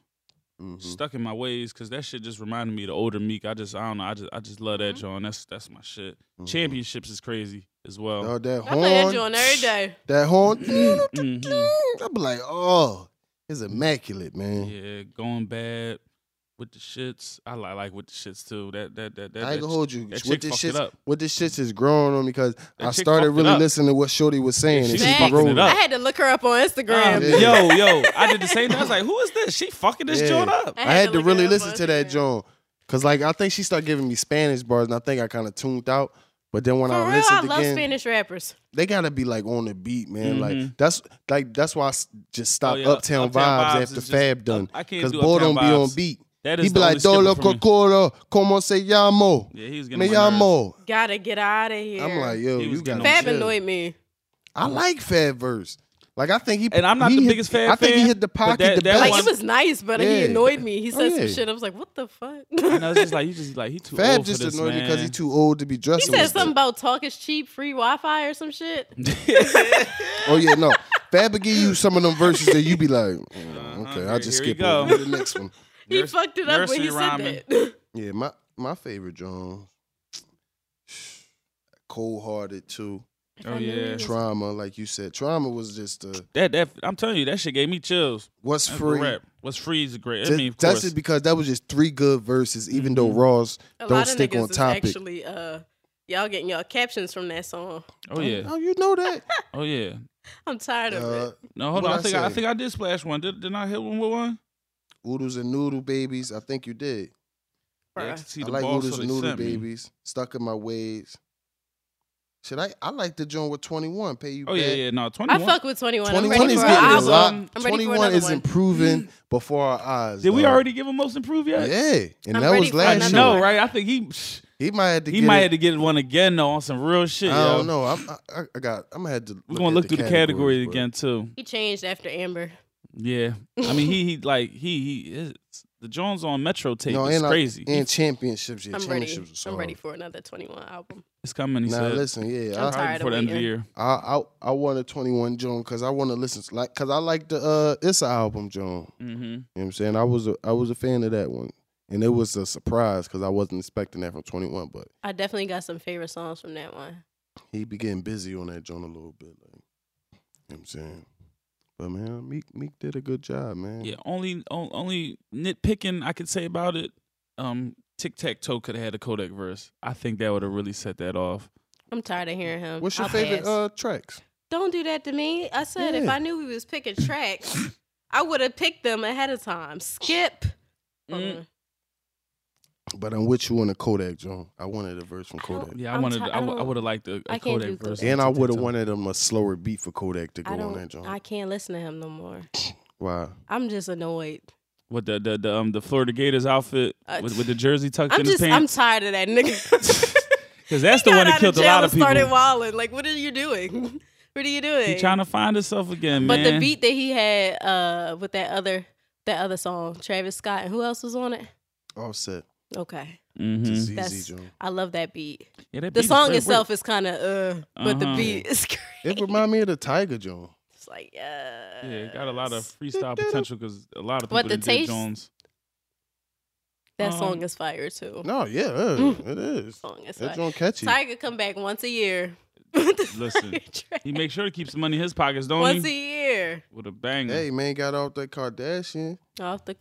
Mhm.
Stuck in my ways because that shit just reminded me of the older Meek. I just I don't know. I just I just love that John. That's that's my shit.
Mhm.
Championships is crazy as well.
Dog, mm-hmm. that
I play that
horn,
joint every day.
that horn,
Mhm.
I'll be like, oh, it's immaculate, man.
Yeah, going bad with the shits. I like like with the shits too. That that that that.
I
that
ain't gonna hold you.
that
What
chick
this
fucked it
shit,
up.
what this shit is growing on me because I
chick
started
fucked it
really
up.
listening to what Shorty was saying.
she
and
was
she
fucking
wrote-
it up.
I had to look her up on Instagram.
Yeah.
Ah, Yo yo, I did the same. thing. I was like, who is this? She fucking this
Yeah.
joint up.
I
I
had,
had to
to
look it
really
up
listen
on
to that
Instagram.
John because, like, I think she started giving me Spanish bars, and I think I kind of tuned out. But then when
For
I
real, I
listened
love
again,
Spanish rappers.
they gotta be like on the beat, man. Like that's like that's why I s- just stop
Mm-hmm. Oh, yeah,
Uptown,
Uptown
Vibes,
Vibes
after
is just-
Fab done.
I can't do
Boy
Uptown
don't be on
Vibes.
beat.
That is
He be
the
like
only skipper
Dolo
for me."
Cocoro, como se llamo?
Yeah, he was getting
Me
on my nerves.
llamo.
Gotta get out of here.
I'm like, yo,
He was
you
getting
got
Fab
chill.
annoyed me.
I like Fab verse. Like I think he
And I'm not
he
the
hit-
biggest Fab
I think he
fan,
hit the
but
pocket
that-
the
that
best.
Like
one-
it was nice, but
Oh, Yeah.
he annoyed me. He
Oh,
said
yeah.
some shit. I was like, what the fuck?
And I was just like, you just like he too
Fab
old
just
for this,
annoyed me
man.
because he's too old to be
He
dressing.
said
with
something about talk is cheap, free Wi-Fi or some shit.
it. Oh yeah, no. Fab will give you some of them verses that you be like, "Mm, okay, I'll
Uh-huh, here-
just
here we
skip
go."
over to the next one.
He
Nurse-
fucked it up when he
nursery
said that.
Yeah, my my favorite Jones. Cold hearted too.
Oh yeah,
Trauma, like you said, trauma was just uh,
that that I'm telling you, that shit gave me chills.
what's
That's
free.
Rap. What's free is great. I
Ju-
mean, of
that's
course. Mm-hmm.
just because that was just three good verses. Even though Ross
A
don't
lot of
stick
niggas
on
is
topic.
actually uh, y'all getting y'all captions from that song.
oh yeah,
Oh, you know that.
oh yeah.
I'm tired of
uh,
it.
No, hold
What
on.
I
I think I, I
say?
think I did splash one. Did, didn't I hit one with one?
Oodles and noodle babies. I think you did.
for
They
us.
actually see
I
the
like
ball, so
Oodles
they
Noodle
sent me.
Babies. Stuck in my ways. Should I? I like to join with Twenty One. Pay you
Oh
back.
yeah, yeah. No, twenty
I
one.
fuck with 21. I'm
21
ready
is
for
getting
an
a
album.
lot.
I'm ready
Twenty
for
One
another
is
one. Mm.
improving before our eyes.
Did we
dog.
already give him most improved yet?
Yeah, and
I'm
that
ready
was
for
last
another
year.
one.
No, right? I think he psh,
He might have to.
he
get
might
it.
have to get one again though on some real shit.
I
yo.
don't know. I'm, I, I got. I'm gonna have to.
We're gonna
at
look through the
categories,
category
but-
again too.
He changed after Amber.
Yeah, I mean he he like he he is, the Jones on Metro tape
No,
is
and I-
crazy. He-
And championships. Yeah,
I'm ready.
championships.
I'm ready for another 21 album.
it's coming. He
Now
said
listen, yeah, I,
probably
I'm tired
before
of
the end of the
waiting.
year.
I I I want a 21 Joan because I want to listen to like because I like the uh Issa album Joan.
Mm-hmm.
You know what I'm saying? I was a, I was a fan of that one, and it was a surprise because I wasn't expecting that from 21. But
I definitely got some favorite songs from that one.
he be getting busy on that Joan a little bit. Like, you know what I'm saying? But man, Meek Meek did a good job, man.
Yeah, only on- only nitpicking I could say about it. Um, Tic Tac Toe could have had a Kodak verse. I think that would have really set that off.
I'm tired of hearing him.
What's your
I'll
favorite
pass.
uh tracks?
Don't do that to me. I said if
Yeah.
I knew we was picking tracks, I would have picked them ahead of time. Skip. Mm-hmm. Hold
Mm.
on.
But I'm with you on the Kodak Joan. I wanted a verse from Kodak.
Yeah, I
Mm-hmm. I'm
wanted.
ti-
I
I don't-
would have liked a, a
I can't do
Kodak verse.
Kodak.
And I would have
won.
wanted him a slower beat for Kodak to go
I
on that
don't.
Joan.
I can't listen to him no more.
wow.
I'm just annoyed.
What the the, the um the Florida Gators outfit
Uh,
with, with the jersey tucked
I'm
in his
just. I'm
pants?
tired of that nigga.
Because that's the
Got
one that
out
killed a
jail
lot
and
of people.
Started wilding. Like, what are you doing? what are you doing?
He trying to find himself again,
but
man.
the beat that he had uh, with that other that other song, Travis Scott, and who else was on it?
Offset.
Okay,
To
Mhm.
ZZ
That's-
Joan.
I love that beat.
Yeah, that beat
The
is
song
great.
itself is kind of uh, but the
Uh-huh.
beat is great.
It remind me of the Tiger Joan.
It's like uh,
Yeah, it got a lot of freestyle potential because a lot of people
But the
done did
taste-
Jones.
that
um,
song is fire too.
No, yeah,
Mm.
it is.
song is
That
fire.
Joan catchy.
Tiger come back once a year.
Listen, He makes sure to keep some money in his pockets, don't
once a
he?
year
With a banger.
Hey man, got off that Kardashian.
off the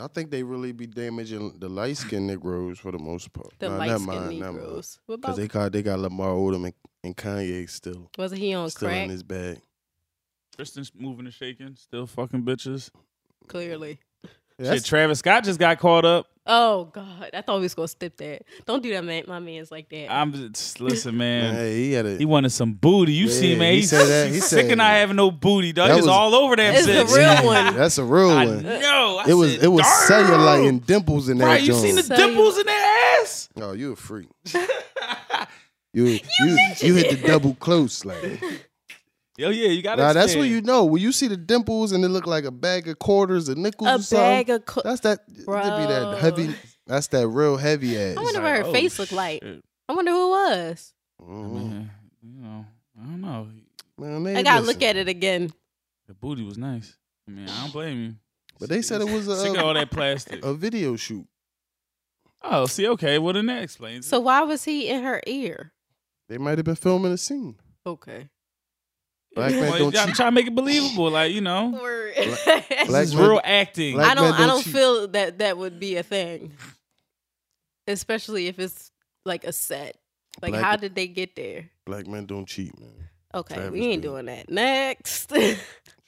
I think they really be damaging the light skinned Negroes for the most part.
the
Nah,
light
never
skinned
mind, never mind.
Negroes. What
Cause
about
they got they got Lamar Odom and, and Kanye still
wasn't he on
still
Oh, crack?
in his bag.
Kristen's moving and shaking, still fucking bitches.
Clearly.
Shit, Travis Scott just got caught up.
Oh God, I thought we was gonna stip that. Don't do that, man. My man's like that.
I'm just listen, man.
Hey, he had a
He wanted some booty. You see,
Yeah,
man.
he
he's
said that. He
sick
said-
of not having no booty, dog.
That
It's
was-
all over that
It's the
bitch.
real
Yeah,
one.
That's a real
I
one.
know. I
It was
said,
it was
"Darn."
cellulite and dimples in that
Right, you
joint.
seen the
So you-
dimples in that ass?
Oh, you a freak. You you, you, hit the double close like
Yo, yeah, you got to
Nah, that's what you know. When you see the dimples and it look like a bag of quarters and nickels
a
or something,
bag of. Co-
that's that it'd be
Bro.
that heavy that's that real heavy ass.
I wonder what
oh,
her face looked like. I wonder who it was.
I
Mhm.
mean, you know, I don't know. Mm-hmm.
Man, they
I gotta look
listen.
at it again.
The booty was nice. I mean, I don't blame you.
But they said it was
Sick of all
a,
that plastic.
a video shoot.
Oh, see, okay. Well, then that explains
So
it.
why was he in her ear?
They might have been filming a scene.
Okay.
Black man
Well,
don't
I'm
cheat.
trying to make it believable, like you know,
Word.
Black
this is
man-
real acting.
black
I don't.
man
I
don't
don't
cheat.
feel that that would be a thing, especially if it's like a set. Like,
Black-
how did they get there?
Black men don't cheat, man.
Okay,
Travis
we ain't
did.
doing that. Next.
Travis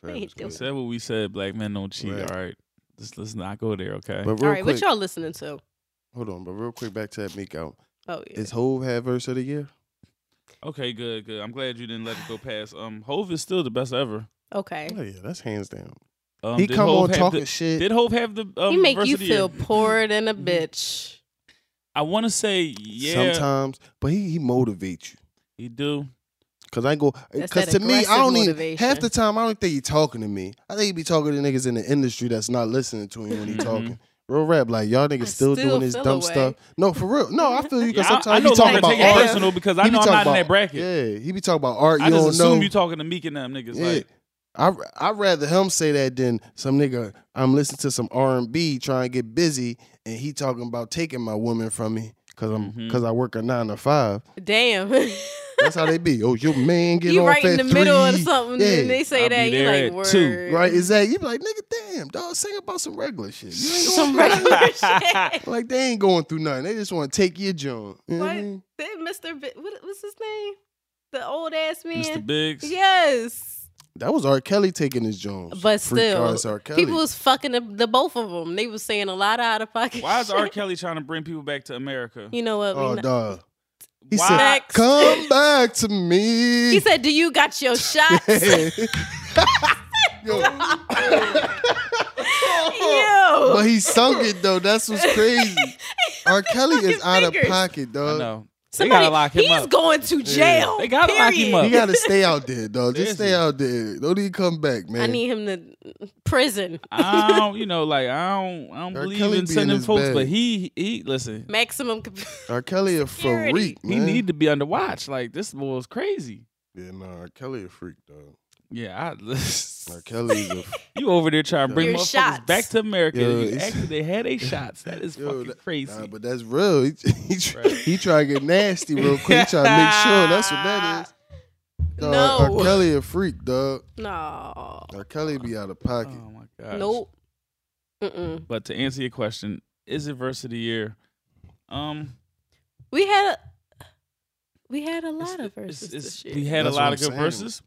doing
Scott.
said what we said. Black men don't cheat.
Right.
All right, let's let's not go there. Okay.
But
All
real
right,
quick,
what y'all listening to?
hold on. But real quick, back to that Meek out.
Oh yeah.
Is Hove had verse of the year?
Okay, good, good. I'm glad you didn't let it go past. Um, Hove is still the best ever.
Okay.
Oh yeah, that's hands down.
Um,
he
did
come
Hov
on
have
talking
the-
shit.
Did Hove have the? Um,
he make
verse
you
of the year?
feel poorer than a
Mm-hmm.
bitch.
I want to say yeah.
Sometimes, but he he motivates you.
He do.
Cause I ain't go. eh,
That's
Cause
that
to me, I
aggressive
don't even
motivation.
half the time. I don't think he talking to me. I think he be talking to niggas in the industry that's not listening to him when he
Mhm.
talking. Real rap, like y'all niggas
I
still,
still
doing this
feel
dumb
away.
stuff. No, for real. No, I feel you. Cause
Yeah, I-
sometimes
I,
he
no
talking
longer
about
take
art.
it personal because I
He be
know I'm
talking
not in that
about-
bracket.
Yeah, he be talking about art. You
I just
don't
assume
know.
you talking to Meek and them niggas.
yeah.
Like,
I I rather him say that than some nigga. I'm listening to some R and B trying to get busy, and he talking about taking my woman from me because I'm
Mhm.
because I work a nine to five.
Damn.
That's how they be. Oh, your man get
you
off
right in
at
the middle of
three.
something
Yeah.
and they say
I'll be
that. You
there
like,
at
word.
two,
Right, exactly. You be like, nigga, damn, dog, sing about some regular shit. You ain't going
Some regular shit.
like they ain't going through nothing. They just want to take your joint. You know what I
What?
mean?
Then Mr. B- what, what's his name? The old ass man.
Mr. Biggs.
Yes.
That was R. Kelly taking his Jones.
But
Free
still,
cars, R. Kelly.
People was fucking the, the both of them. They was saying a lot of out of pocket.
Why is
shit.
R. Kelly trying to bring people back to America?
You know what? we
oh,
not-
dog. He
Why?
said,
Next.
"Come back to me."
He said, "Do you got your shots?" you.
Yo. but he sunk it though. That's what's crazy. R. Kelly is
Fucking
out of
fingers.
pocket,
I
dog.
know.
Somebody,
they gotta lock him
he's
up.
going to jail.
They gotta lock him
period.
up.
You gotta stay out there, dog. Just
Seriously.
stay out there. Don't even come back, man.
I need him to prison
I don't, you know, like I don't, I don't
R.
believe
Kelly
in
be in
sending
his
folks,
bed.
but he, he, listen,
maximum. cap-
R. Kelly a freak,
Security.
man.
he need to be under watch. Like this boy is crazy.
yeah, no, R. Kelly a freak, dog.
Yeah, I,
R. Kelly is a
you over there trying to bring
Your
motherfuckers
shots.
back to America.
Yo,
and you
it's-
actually, they had a shots. That is
Yo,
fucking
that-
crazy.
Nah, but that's real. He, he, tr-
Right.
he try to get nasty real quick. He try to make sure that's what that is. Dog,
No.
R. Kelly a freak, dog.
no.
R. Kelly be out of pocket.
oh my god.
Nope. Mm-mm.
But to answer your question, is it verse of the year? Um,
We had a we had a lot
it's-
of
it's-
verses
it's-
this year.
we had a
That's what
lot
I'm
of good
saying.
verses.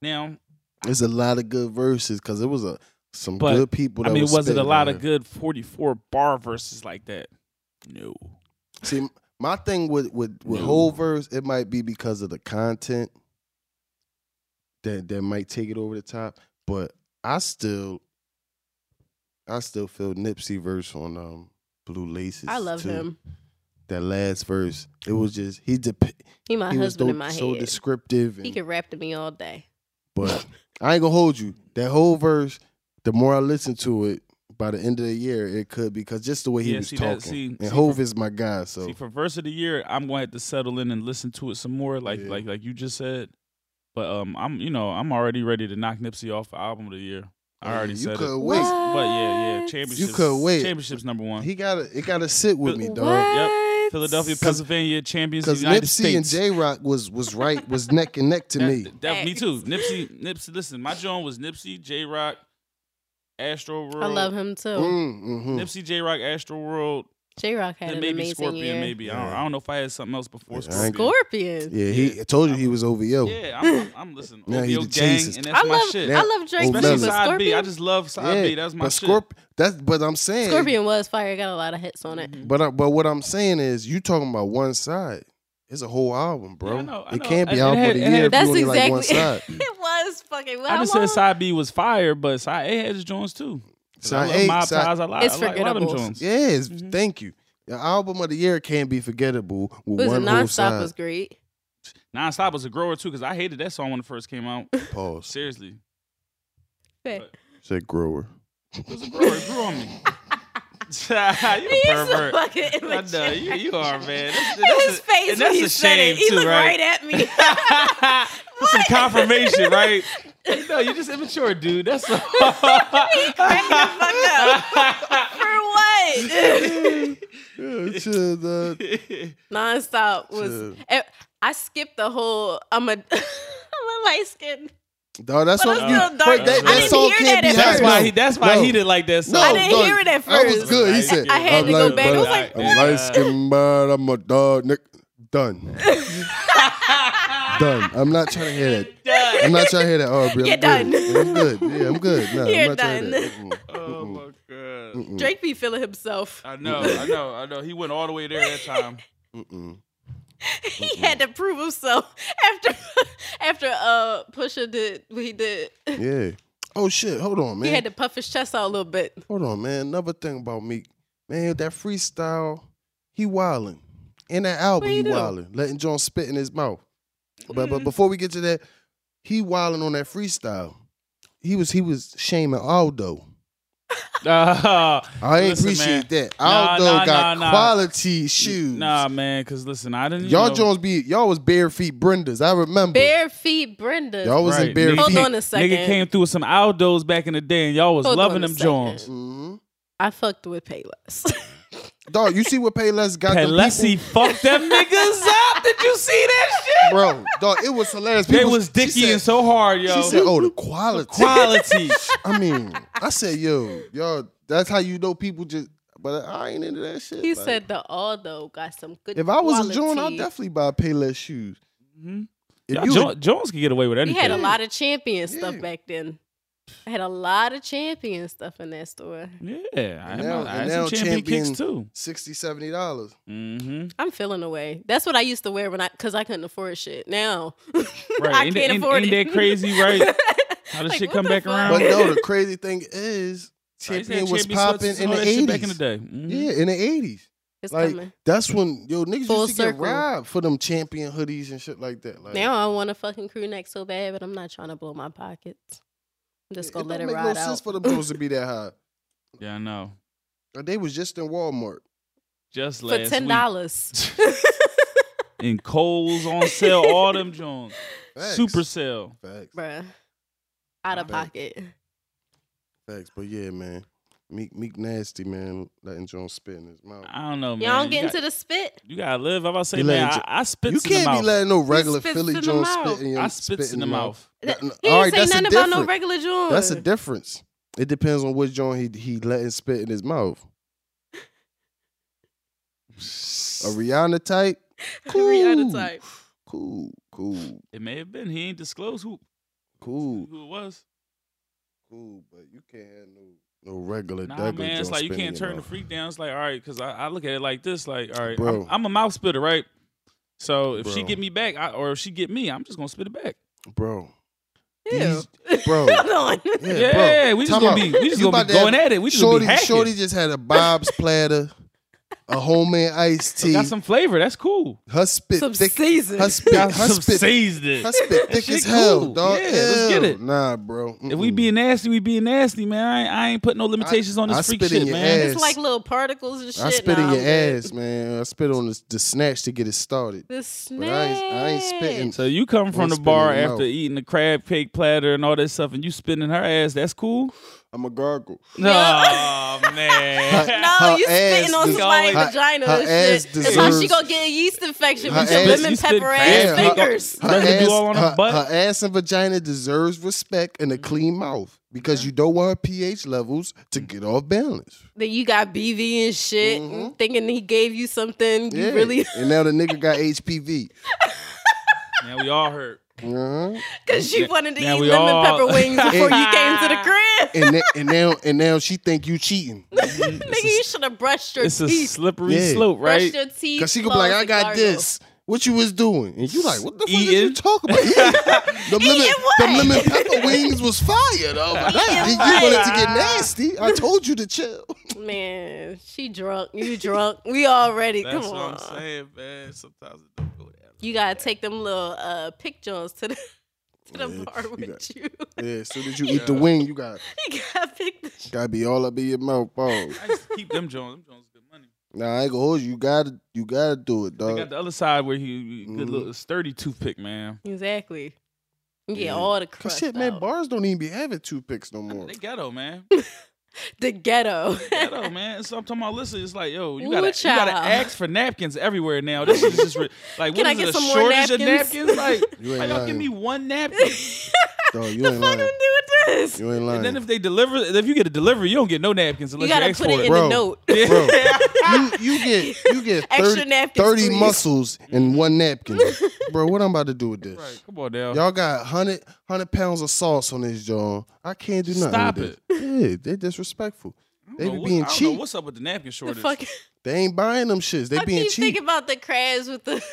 Now,
There's a lot of good verses because it was a some
But,
good people. That
I mean,
was,
was it a
spitting
lot
on
of
it.
good 44 bar verses like that? No.
See, my thing with with with
No.
whole verse, it might be because of the content that that might take it over the top. But I still, I still feel Nipsey verse on um Blue Laces.
I love
too.
him.
That last verse, it was just he dep-
He my
he was
husband
so,
in my
so
head.
descriptive.
He
and-
could rap to me all day.
But I ain't gonna hold you. That whole verse, the more I listen to it, by the end of the year, it could because just the way he
Yeah,
was
see
talking.
that- see-
and
see
Hove
for-
is my guy, so
See, for verse of the year, I'm going to have to settle in and listen to it some more, like
Yeah.
like like you just said. But um, I'm you know I'm already ready to knock Nipsey off for album of the year. I already
you
said
could
it.
wait.
But yeah, yeah, championships.
could wait.
Championships number one.
He gotta it gotta sit with me, dog.
Yep. Philadelphia, Pennsylvania, champions of
Because
the United
Nipsey
States.
and J Rock was was right was neck and neck to
That-
me.
that- that- me too. Nipsey, Nipsey. Listen, my joint was Nipsey, J Rock, Astro World.
I love him too.
Mm, mhm.
Nipsey, J Rock, Astro World,
J Rock had
then
an
maybe
amazing
Scorpion.
year.
Maybe I, don't, I don't know if I had something else before
Yeah, I ain't-
Scorpion.
Scorpion.
Yeah, he I told you he was over yo.
Yeah, I'm, I'm, I'm listening.
Oh. Now
OVO
he the
gang,
Jesus.
and that's
I
my
love
shit.
I love Drake,
Oh,
but
Especially
Melly.
side B. I
Scorpion,
just love side B. That's my
but
shit.
Scorp- that's but I'm saying
Scorpion was fire. Got a lot of hits on it.
But I, but what I'm saying is, you talking about one side. It's a whole album, bro.
Yeah, I know, I
it
know.
can't be
It
album
had-
of the
it had-
year if
That's
you only
exactly
like one side.
it was fucking well.
I just said side B was fire, but side A had his joints too. 'Cause I
Side
love
A,
Mob
side-
Ties. I like,
It's
I like a lot of them
forgettable.
joints.
Yes,
Mhm.
thank you. The album of the year can't be forgettable with
It was
one whole
nonstop
side.
was great.
Nonstop was a grower too, because I hated that song when it first came out.
Pause.
Seriously,
But-
Said grower.
it was a grower. It grew on me. you
He's
a
so
pervert.
fucking
I know
immature.
you, you are man. That's, that's
His
a-
face
and
when
that's
he
a
said
shame
it, he
too,
looked right
right?
at me.
That's some confirmation, right? No, you're just immature, dude. That's all.
Crack the fuck up. For what?
Yeah, chill, dog.
Nonstop was. eh, I skipped the whole. I'm a. I'm a light skin.
Dog, that's
But
what
I'm
you.
still
first,
dark.
that,
I
that
didn't
song
hear
can't
that
be
at
hot.
That's why
No,
he. That's why
no.
he didn't like that song.
I didn't
dog,
hear it at
That was
first.
good. He said,
I had
am
to go
like,
back. I was
but
like,
I'm light skinned, but I'm a dog. Nick. Done. Done. I'm not trying to hear that. I'm not trying to hear that, Aubrey. I'm
You're
good.
done.
I'm good. Yeah, I'm good. No,
You're
I'm not trying to hear that. Mm-mm.
Oh my god.
Mm-mm.
Drake be feeling himself.
I know, I know, I know. He went all the way there that time.
Mm-mm. Mm-hmm.
He had to prove himself after after uh Pusha did what he did.
Yeah. Oh shit. Hold on, man.
He had to puff his chest out a little bit.
Hold on, man. Another thing about Meek, man, that freestyle, he wildin'. In that album,
What he
he
do?
wildin', letting John spit in his mouth. But
Mm.
but before we get to that, he wildin' on that freestyle. He was he was shaming Aldo.
Uh,
I ain't
Listen,
appreciate that.
Nah,
Aldo
nah,
got
nah, nah.
quality shoes.
nah, man, because listen, I didn't.
y'all
know.
Jones be y'all was bare feet Brendas. I remember.
Bare feet, Brenda.
y'all was in
Right,
bare
nigga.
feet.
Hold on a second.
Nigga came through with some Aldos back in the day, and y'all was
Hold
loving
on a
them
second.
Jones.
Mhm.
I fucked with Payless.
Dog, you see what Payless got? them people?
Pelesi fucked them niggas up. Did you see that shit?
bro, dog, it was hilarious.
They
People-
was
she said-
dicky and so hard, yo.
She said, "Oh, the quality."
Quality.
I mean, I said, "Yo, y'all." That's how you know people just. But I ain't into that shit.
He
like,
said the Aldo got some good.
"If I was a Joan, I'd
quality. Mm-hmm.
definitely buy Payless shoes." If
Y'all-
you
Jo- Jones could get away with
We
anything.
had a lot of champion stuff
Yeah.
back then. I had a lot of champion stuff in that store.
Yeah, I had,
now-
my, I had
and
some
now
champion,
champion-
kicks too.
60 dollars.
Mm-hmm.
I'm feeling away. That's what I used to wear when I, cause I couldn't afford shit. Now,
Right,
I
ain't-
can't
ain't-
afford
ain't
it.
that crazy, right? How does
Like,
shit
what
come
the
back
fuck?
around?
But no, the crazy thing is,
Right,
champion
they
was
had Oh, champion
popping
sweats
in
and
the
all that shit
eighties.
back in the day. Mhm.
Yeah, in the eighties.
It's
Like,
coming.
That's when yo niggas
Full
used to
circle.
get robbed for them champion hoodies and shit like that. Like,
Now I want a fucking crew neck so bad, but I'm not trying to blow my pockets. I'm just gonna
it
let
don't
it
make
ride
no
out.
sense for them bills to be that high.
Yeah, I know.
Like, They was just in Walmart.
Just
For
last
ten
week,
dollars.
and Cole's on sale. All them Jones,
Facts.
super sale.
facts,
Bruh. Out of
Right.
pocket.
Oh,
facts. But yeah, man, Meek Meek nasty man, letting Jones spit in his mouth.
I don't know, man.
Y'all don't
you
get
got,
into the spit?
You gotta live. I'm about to say,
You
man,
let it-
I, I spit
You
in the
can't be
mouth.
letting no regular
spits
Philly
in the
Jones
mouth.
spit in your
I spits
spit
in the mouth.
That- no,
He
all
didn't
right,
say
that's a
nothing about no
different-
regular joint.
That's a difference. It depends on which joint he he letting spit in his mouth. A Rihanna type,
Rihanna
Cool.
type.
cool, cool,
It may have been. He ain't disclosed who
cool,
who it was.
cool. But you can't have no no regular.
Nah,
Douglas
man, it's
Jones
like you
spit in
can't
your
turn the
mouth.
freak down. It's like, all right, because I, I look at it like this, like, all right, I'm,
Bro.
I'm a mouth spitter, right? So if she
Bro.
get me back, I, or if she get me, I'm just gonna spit it back.
bro.
Ew.
These- bro.
Hold on.
Yeah,
Yeah,
bro.
we just
Time
gonna
out.
be, we just
You
gonna
about
be
to
going
have-
at it. We just
Shorty,
gonna be
Shorty
hacking.
just had a Bob's platter, a homemade iced tea.
Got some flavor. That's cool.
her spit
Some
thick.
season.
Her spit.
Got
her
some
spit.
seasoning.
Her spit thick
Shit
as hell,
cool.
dog.
Yeah, let's get
Ew.
it.
Nah, bro.
If we
Mm-mm.
being nasty, we being nasty, man. I ain't, I ain't putting no limitations on this
I
freak
spit in
shit,
your
man.
ass.
It's like little particles and shit.
I spit in
Nah,
your
I'm good.
ass, man. I spit on the, the snatch to get it started.
The
But
snatch.
I ain't, I ain't spitting.
So you come from
Won't
the
spit in
bar
your
after
mouth.
eating the crab cake platter and all that stuff, and you spitting her ass. That's cool.
I'm a gargle.
No, man.
No,
Her
you spitting
ass
on
des-
somebody's
her-
vagina
her
and shit.
ass
That's how she
deserves-
gonna get a yeast infection
Her
with your
ass-
lemon
You spit
pepper
crab
ass
cake on-
fingers.
Nothing to do all on her
her,
butt? Mm-hmm.
her ass and vagina deserves respect and a clean mouth because you don't want her pH levels to get off balance.
That you got BV and shit,
Mhm.
thinking he gave you something. You
Yeah.
really,
And now the nigga got HPV.
man, we all hurt.
Uh-huh.
because she
Yeah.
wanted to
Now
eat
we
lemon
all-
pepper wings before you came to the crib.
And, th- and now and now she think you cheating
Nigga, you should have brushed your
It's a
teeth.
slippery
Yeah.
slope, right?
Brushed your teeth.
because she gonna be like,
close
"I
the
got
gargle.
this." What you was doing? And you like, "What the fuck did you
Eating.
talking about?" Yeah. Them, lemon,
what?
them lemon pepper wings was fire though. Like, you
what?
wanted to get nasty. I told you to chill.
Man, she drunk. You drunk. We already.
That's
come
what
on.
I'm saying, man. Sometimes it don't go down.
You gotta take them little uh, pick Johns to the to the
Yeah,
bar
you
with
got-
you.
Yeah, so did you eat the wing? You got
you gotta pick the shit.
gotta be all up in your mouth, balls.
I used to keep them Jones. Them Jones good money.
Nah, I ain't gonna hold you. You gotta you gotta do it,
Uh,
They got
dog.
the other side where he good
mm-hmm.
Mhm.
little sturdy toothpick, man.
Exactly. You get
Yeah.
all the crust
Cause shit, man,
out.
bars don't even be having two picks no more.
They ghetto, man.
the ghetto.
ghetto, man. So I'm talking about. Listen, it's like yo, you
Ooh,
gotta you gotta
child.
ask for napkins everywhere now. This is just re- like
Can
what
I
is
get
it,
some
a
more
shortage of napkins?
napkins?
Like,
You
like
ain't
y'all give me
lying,
one napkin,
dog. You
the
ain't
fuck
lying.
I'm doing this?
You ain't
and then if
lying,
they deliver, if you get a delivery, you don't get no napkins
You
unless you,
gotta
ask
put
for
it in the
Bro.
note.
bro. You you get you get
Extra
30,
napkins,
30
please.
muscles and one napkin, bro. What I'm about to do with this?
Right, come on, Dale.
Y'all got 100, 100 pounds of sauce on this, y'all. I can't do nothing.
Stop
with this. Yeah, they disrespectful. They
Well,
be
what-
being
I don't know
cheap.
what's up with the napkin
The
shortage?
fuck.
They ain't buying them shits. They
I
being
keep
cheap.
thinking about the crabs with the with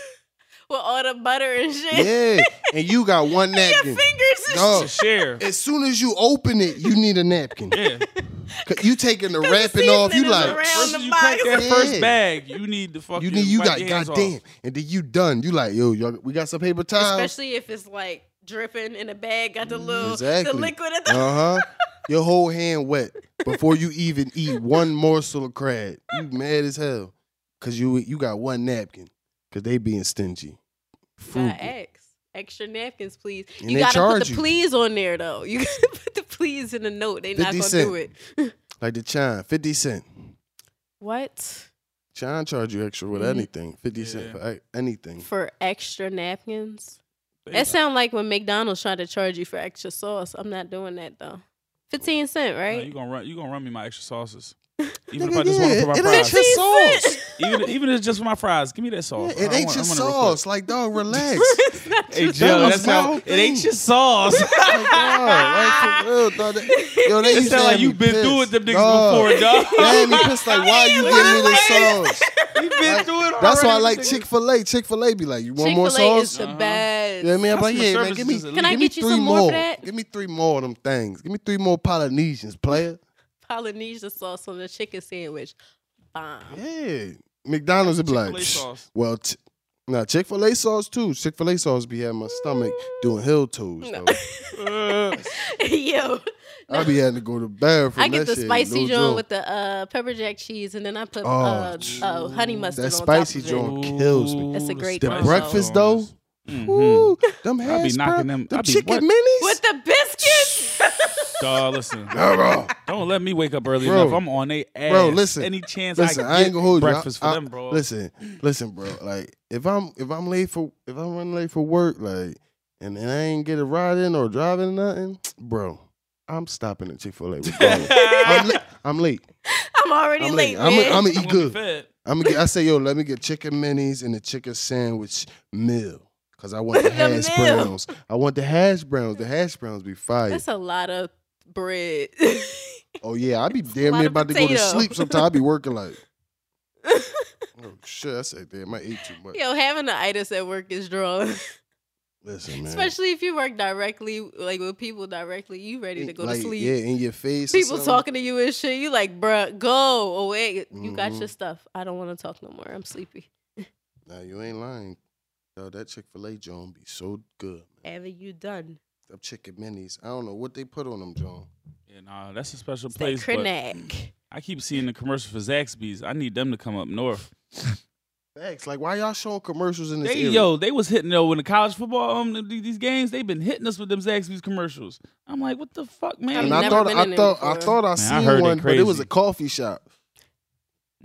all the butter and shit.
Yeah, and you got one
Your
napkin.
fingers and
Dog,
To share.
as soon as you open it, you need a napkin.
Yeah.
C- You taking the
the
wrapping off.
seasoning
You
is
like,
around.
First
the
you crack that
box. Yeah.
first bag, you need to fucking
you need. You
wipe
got
your hands off.
goddamn, and then you done. You like, yo, y'all, we got some paper towels.
Especially if it's like dripping in a bag, got the little
Mm, exactly.
the liquid at the
Uh huh. Your whole hand wet before you even eat one morsel of crab. You mad as hell because you you got one napkin because they being stingy.
Gotta
Frugal.
ask. Extra napkins, please.
And
you
they
gotta put
charge
the
you.
please on there though. You gotta put the please in the note. They not
50
gonna
cent.
do it.
Like the chime, fifty cent.
What?
Chime charge you extra with
Mhm.
anything. Fifty cent
Yeah.
for a- anything.
For extra napkins?
They-
That sound like when McDonald's trying to charge you for extra sauce. I'm not doing that though. Fifteen cent,
No,
right?
you gonna run? You gonna run me my extra sauces? Even if
Nigga,
I just
yeah,
want it
it
for my
ain't
fries.
your sauce.
Even, even if it's just for my fries, give me that
Yeah,
sauce.
it
I
ain't
want-
your
I want it real quick.
sauce. Like, dog, relax.
Hey,
That
Jill,
was
that's
my
how
whole
it ain't
thing.
your sauce.
Like, dog, like, for real, dog. That- Yo, they
It
used to
sound
have
like
me
you've been
pissed.
through it, them
Dog.
niggas before, dog.
They had me pissed like, why you giving me this sauce?
You've been through it
That's why I
already,
like
nigga.
Chick Fil A. Chick Fil A be like, you want
Chick-fil-A
more
is
sauce?
the
Uh-huh.
best.
Yeah, man. I'm like,
Customer
yeah, man.
service
Give
is
me,
elite.
Can I
give me
get you
three
some more
more.
for that?
Give me three more of them things. Give me three more Polynesians, player.
Polynesian sauce on the chicken sandwich. Bomb.
Yeah, McDonald's would be like,
Chick-fil-A
"Psh,
sauce.
well, t- now Chick Fil A sauce too. Chick Fil A sauce be having my stomach doing hill toes.
No.
though.
Uh,
Yo,
I be having to go to the bathroom.
I get
That
the
shit
spicy
no
joint
joke.
with the uh, pepper jack cheese, and then I put
Oh,
uh,
j-
uh, honey mustard
that
on
spicy
top of it.
joint. kills me.
That's a great
The
combo.
breakfast though,
Mhm.
woo, them
I be
hash
knocking
brown-
them-
them,
I be
chicken
what?
minis.
With the biscuits.
Dog, listen.
Bro,
Don't let me wake up early
Bro.
enough. I'm on a ass.
Bro, listen.
Any chance
listen,
I,
I, ain't gonna hold you. I-
breakfast for
I-
them, bro.
Listen, listen, bro. Like if I'm if I'm late for if I'm running late for work, like and, and I ain't get a ride in or driving or nothing, bro. I'm stopping at Chick Fil A. I'm late. I'm late.
I'm already
I'm late.
late.
I'm
man.
gonna
I'm
eat
gonna be
good.
fed.
I'm gonna get, I say, yo, let me get chicken minis and a chicken sandwich meal. Cause I want the
The
hash
meal.
browns. I want the hash browns. The hash browns be fire.
That's a lot of bread.
Oh yeah, I be
a
damn
lot
near
of
about to go to
potato.
sleep sometimes. I be working like Oh shit, I say damn, I ate too much.
Yo, having an itis at work is drawn.
Listen, man.
Especially if you work directly, like with people directly, you ready to go
Like,
to sleep.
Yeah, in your face. or
People
something.
talking to you and shit. You like, bruh, go away. You got
Mhm.
your stuff. I don't want to talk no more. I'm sleepy.
Nah, you ain't lying. Yo, that Chick Fil A John be so good. Man.
Have you done?
Them chicken minis. I don't know what they put on them, John.
Yeah, nah, that's a special
It's
place.
that
but
Krenak.
I keep seeing the commercial for Zaxby's. I need them to come up north.
Facts. Like, why y'all showing commercials in this
They
area?
yo, they was hitting though in the college football um th- these games. They've been hitting us with them Zaxby's commercials. I'm like, what the fuck, man?
I've
and I
never
thought,
been in
I
there
thought, I
before.
thought I
Man, I
seen
heard it
one, but it was
crazy.
a coffee shop.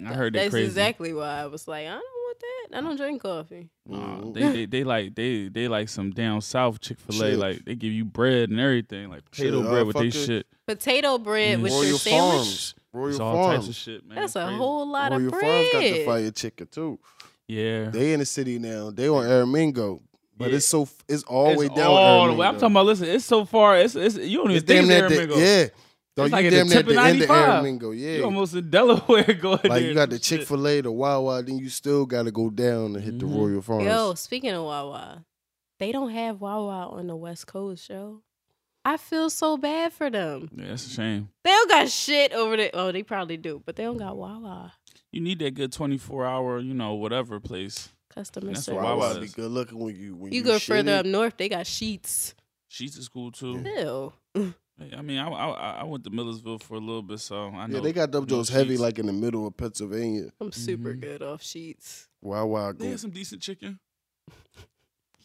I heard
That's
that crazy.
exactly why I was like, I don't want that. I don't drink coffee.
Nah,
Mhm.
they, they they like they they like some down south Chick Fil A.
Shit.
Like they give you bread and everything, like
Shit,
potato
uh,
bread with they
fucking-
shit. Mm.
Potato bread with
Mm. Royal
your sandwich.
Farms. Royal
It's all types of
Farms.
shit, man.
That's
It's
a
crazy.
whole lot
Royal
of bread.
Farms got the fire chicken too.
yeah.
They in the city now. They on Aramingo, but
Yeah.
it's so it's all the way
It's
down.
all the way. I'm
Aramingo.
talking about. Listen, it's so far. It's it's you don't even
It's
think
damn
it's
near the
Aramingo.
yeah.
It's
Dog, you
like at the
damn
tip
near at the
of
end of
95.
Aramingo. Yeah,
You almost in Delaware going
Like
there
you got
and
the
shit.
Chick Fil A, the Wawa, then you still got to go down and hit the
Mhm.
Royal Farms.
Yo, speaking of Wawa, they don't have Wawa on the West Coast, yo. I feel so bad for them.
Yeah, that's a shame.
They don't got shit over there. Oh, they probably do, but they don't got Wawa
You need that good 24 hour, you know, whatever place.
customer
That's
service.
Wawa
Wawa be
is-
good looking when you when
You, go
shit
further
it.
up north, they got sheets.
She's at school too.
Ew.
I mean, I, I I went to Millersville for a little bit, so I know.
Yeah, they got them
No
Jones heavy
cheese.
like in the middle of Pennsylvania.
I'm super
Mm-hmm.
Mhm.
good off sheets.
Wawa
They
go.
had some decent chicken.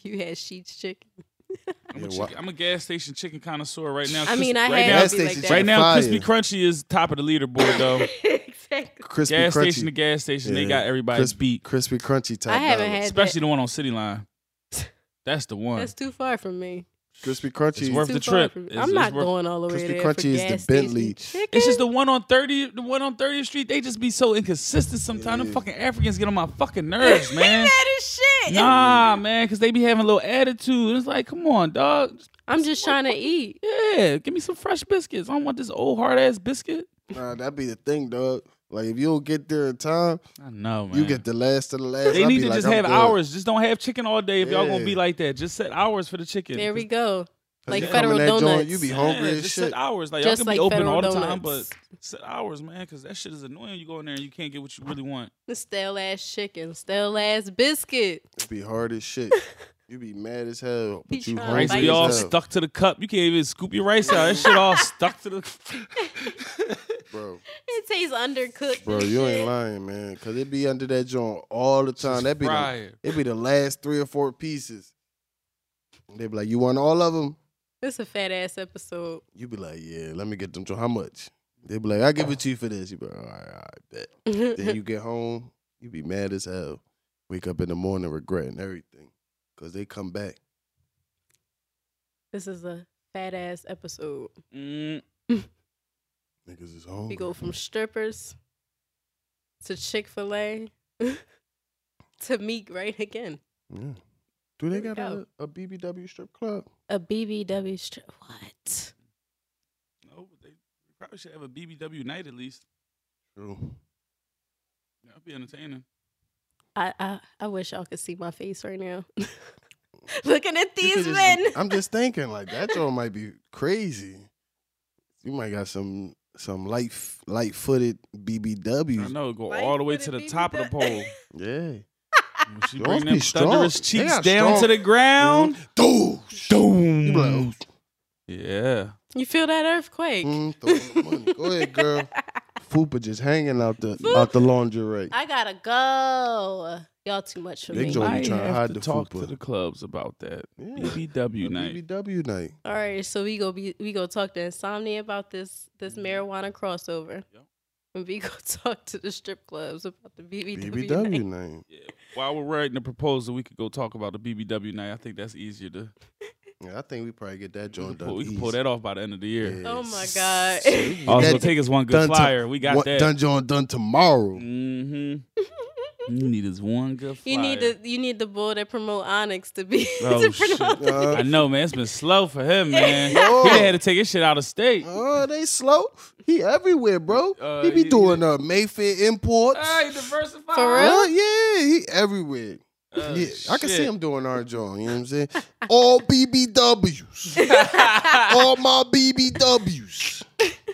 You had sheets chicken.
I'm,
Yeah,
a,
wha-
chicken, I'm a gas station chicken connoisseur right now.
I mean, I
right
had
now,
gas
to be like
station
that.
right now,
Fire.
crispy crunchy is top of the leaderboard though.
exactly.
Crispy
gas
crunchy.
station to gas station, they
Yeah.
got everybody
Crispy-
beat,
Crispy crunchy type.
I haven't
dollars.
had
especially the one on City Line. That's the one.
That's too far from me.
crispy crunchy.
It's worth
Too
the
far
trip.
from me.
It's-
I'm
it's
not
worth-
going all the way
Crispy
there
Crunchy is the
for gas station
Bentley.
chicken.
It's just the one on 30, the one on 30th Street. They just be so inconsistent sometimes. Them
Yeah.
fucking Africans get on my fucking nerves, man.
That is shit.
Nah, man, because they be having a little attitude. It's like, come on, dog.
I'm just trying to eat.
Yeah, give me some fresh biscuits. I don't want this old hard ass biscuit.
Nah, that be the thing, dog. Like if you don't get there in time,
I know, man.
you get the last of the last.
they
I
need
be
to
like,
just
I'm
have
good.
hours. Just don't have chicken all day if y'all gonna
Yeah.
be like that. Just set hours for the chicken.
There we
Just-
go. Like
You come
federal
in that joint,
donuts.
you be
Yeah,
hungry as
just
shit.
set hours. Like
Just
y'all can
like
be open
Federal
all the time, but
Donuts.
set hours, man, because that shit is annoying. You go in there and you can't get what you really want.
The stale ass chicken, stale ass biscuit.
It be hard as shit. You be mad as hell,
Be
but you
trying to
hungry
Rice
bite
be
you.
all
as hell,
stuck to the cup. You can't even scoop your rice out. That shit all stuck to the.
bro.
It tastes undercooked.
Bro,
and
you
shit.
ain't lying, man. Cause it be under that joint all the time. That be the,
fried.
it be the last three or four pieces. They be like, you want all of them?
It's a fat ass episode.
You be like, yeah. Let me get them. joint. How much? They be like, I give it to you for this. You be like, all right, all right, bet. then you get home, you be mad as hell. Wake up in the morning regretting everything, cause they come back.
this is a fat ass episode.
Mm.
Niggas is home.
We go from strippers to Chick Fil A to Meek right again.
Yeah. Do they
There we
got a, a BBW strip club?
A BBW strip. What?
No, Oh, but they probably should have a BBW night at least.
True.
That'd be entertaining.
I I, I wish y'all could see my face right now. Looking at
You could
these
just-
men.
I'm just thinking like that joint might be crazy. You might got some some light light footed
I
BBWs.
know, go
Why
all the
you
way
put
to
a
the top of the
BBW?
pole.
Yeah.
When she
Y'all
bring
be
them
strong.
thunderous
They
cheeks
got
down to
strong-
the ground.
Dude.
Doom.
Mm-hmm. You be like, Mm-hmm.
Yeah.
You feel that earthquake?
Mm, throwing the money. Go ahead, girl. Fupa just hanging out the out the lingerie.
I gotta go. Y'all too much for
They
me.
join-
I
trying to
have
hide
to,
the
talk
fupa.
to the clubs about that.
Yeah.
BBW
A
night.
BBW night.
All right, so we go be we go talk to Insomnia about this this marijuana crossover.
Yep.
And we go talk to the strip clubs about the BBW.
BBW
night.
night.
Yeah. While we're writing the proposal, we could go talk about the BBW night. I think that's easier to.
Yeah, I think we probably get that
We
joint
can,
done.
pull, we can pull that off by the end of the year.
Yeah.
Oh my god.
Also,
That-
take us one
done
good
to-
flyer. we got
What
that. Mm.
dungeon done tomorrow?
Mm-hmm. you need is one good flyer.
you need the you need the bull that promote Onyx to be
Oh,
to
shit.
promote the-
Uh,
I know, man. It's been slow for him, man.
Oh.
He done had to take his shit out of state.
Oh, they slow. He everywhere, bro.
Uh,
he be
he- Ah,
doing uh, Mayfair imports.
Hey, diversify.
For real?
Huh? yeah, he everywhere.
Oh,
yeah, I can see
shit.
him doing our joint. You know what I'm saying? All BBWs. All my BBWs.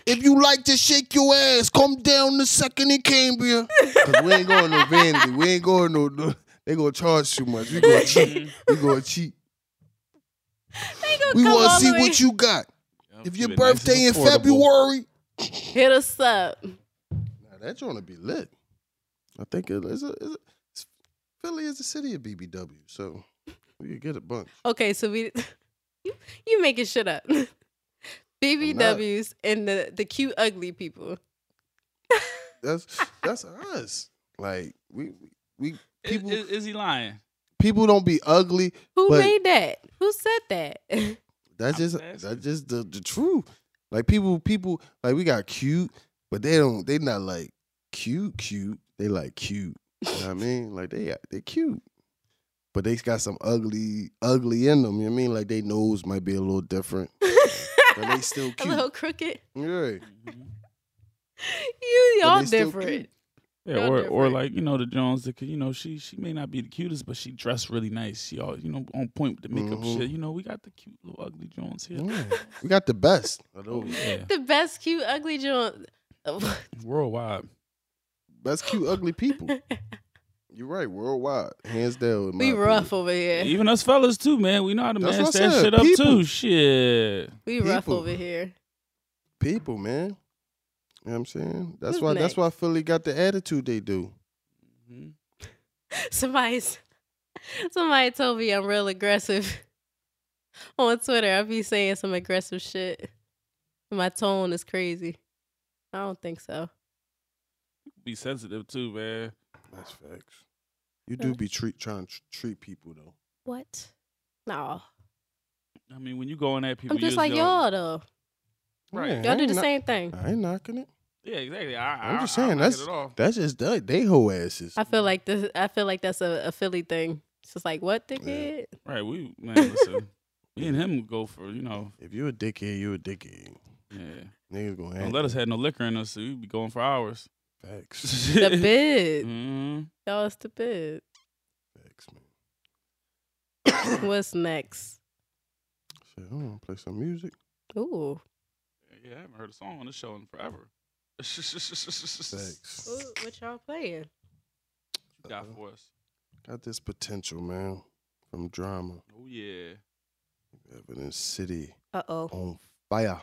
If you like to shake your ass, come down the second in Cambria. Cause we ain't going no vanity. We ain't going no. no they gonna charge too much. We gonna cheat.
Mm-hmm.
We gonna cheat.
They gonna
We
come
wanna
all
see
the way.
what you got.
Yep,
If
keep
your
it nice and
birthday in
affordable.
February,
hit us up.
Now that joint will be lit. I think it is. A, it's a, it's, Philly is the city of BBW, so we could get a bunch.
Okay, so we you, you making shit up. BBWs and the the cute ugly people.
That's that's us. Like we we
Is-
people
Is, is he lying?
people don't be ugly.
Who
But-
made that? Who said that?
That's
I'm
just
asking.
that's just the the truth. Like people people like we got cute, but they don't. They not like cute cute. They like cute. You know what I mean, like they they cute. But they got some ugly, ugly in them. You know what I mean? Like they nose might be a little different, but they still
A
cute.
little crooked.
Yeah.
Mm-hmm.
You
But
y'all
they still
different.
cute.
Yeah,
Y'all
or or
different.
like you know the Jones that could, you know she she may not be the cutest, but she dressed really nice. She all you know on point with the makeup
Mhm.
shit. You know we got the cute little ugly Jones here.
Yeah. We got the best.
Oh, yeah,
The best cute ugly joint.
worldwide.
Best cute, ugly people. You're right, worldwide. Hands down. in my
we rough
opinion.
over here.
Even us fellas too, man. We know how to
That's
mash
what I
that
said,
shit up
people.
too. Shit.
we rough
people.
over here.
People, man. You know what I'm saying? That's
Who's
why that's
next?
why Philly got the attitude they do.
Mm-hmm.
Somebody's somebody told me I'm real aggressive on Twitter. I be saying some aggressive shit. My tone is crazy. I don't think so.
Be sensitive too, man.
That's facts. You do be treat trying to tr- treat people though.
What? No.
I mean, when you going at people,
I'm just
you
like
go-
y'all though.
Right.
Yeah, I
Y'all do
ain't
the
knock-
same thing.
I ain't knocking it.
Yeah, exactly. I,
I'm
I,
just
I,
saying,
I knock
that's-
it off.
That's just they, they whole asses.
I feel like this I feel like that's a, a Philly thing. It's just like what the kid?
right. We man, listen. me and him go for you know.
if you a dickhead, you a dickhead.
Yeah.
Niggas gonna
Don't
act
let us had no liquor in us, so we'd be going for hours.
facts.
The
Mm.
bid.
Mhm.
Y'all is the bid.
Facts, man.
What's next?
Shit, I wanna play some music.
Ooh.
Yeah, I haven't heard a song on this show in forever.
Facts.
Ooh, what y'all playing?
You got for us.
Got this potential, man. From drama.
Oh yeah.
Evidence City
Uh oh.
on fire.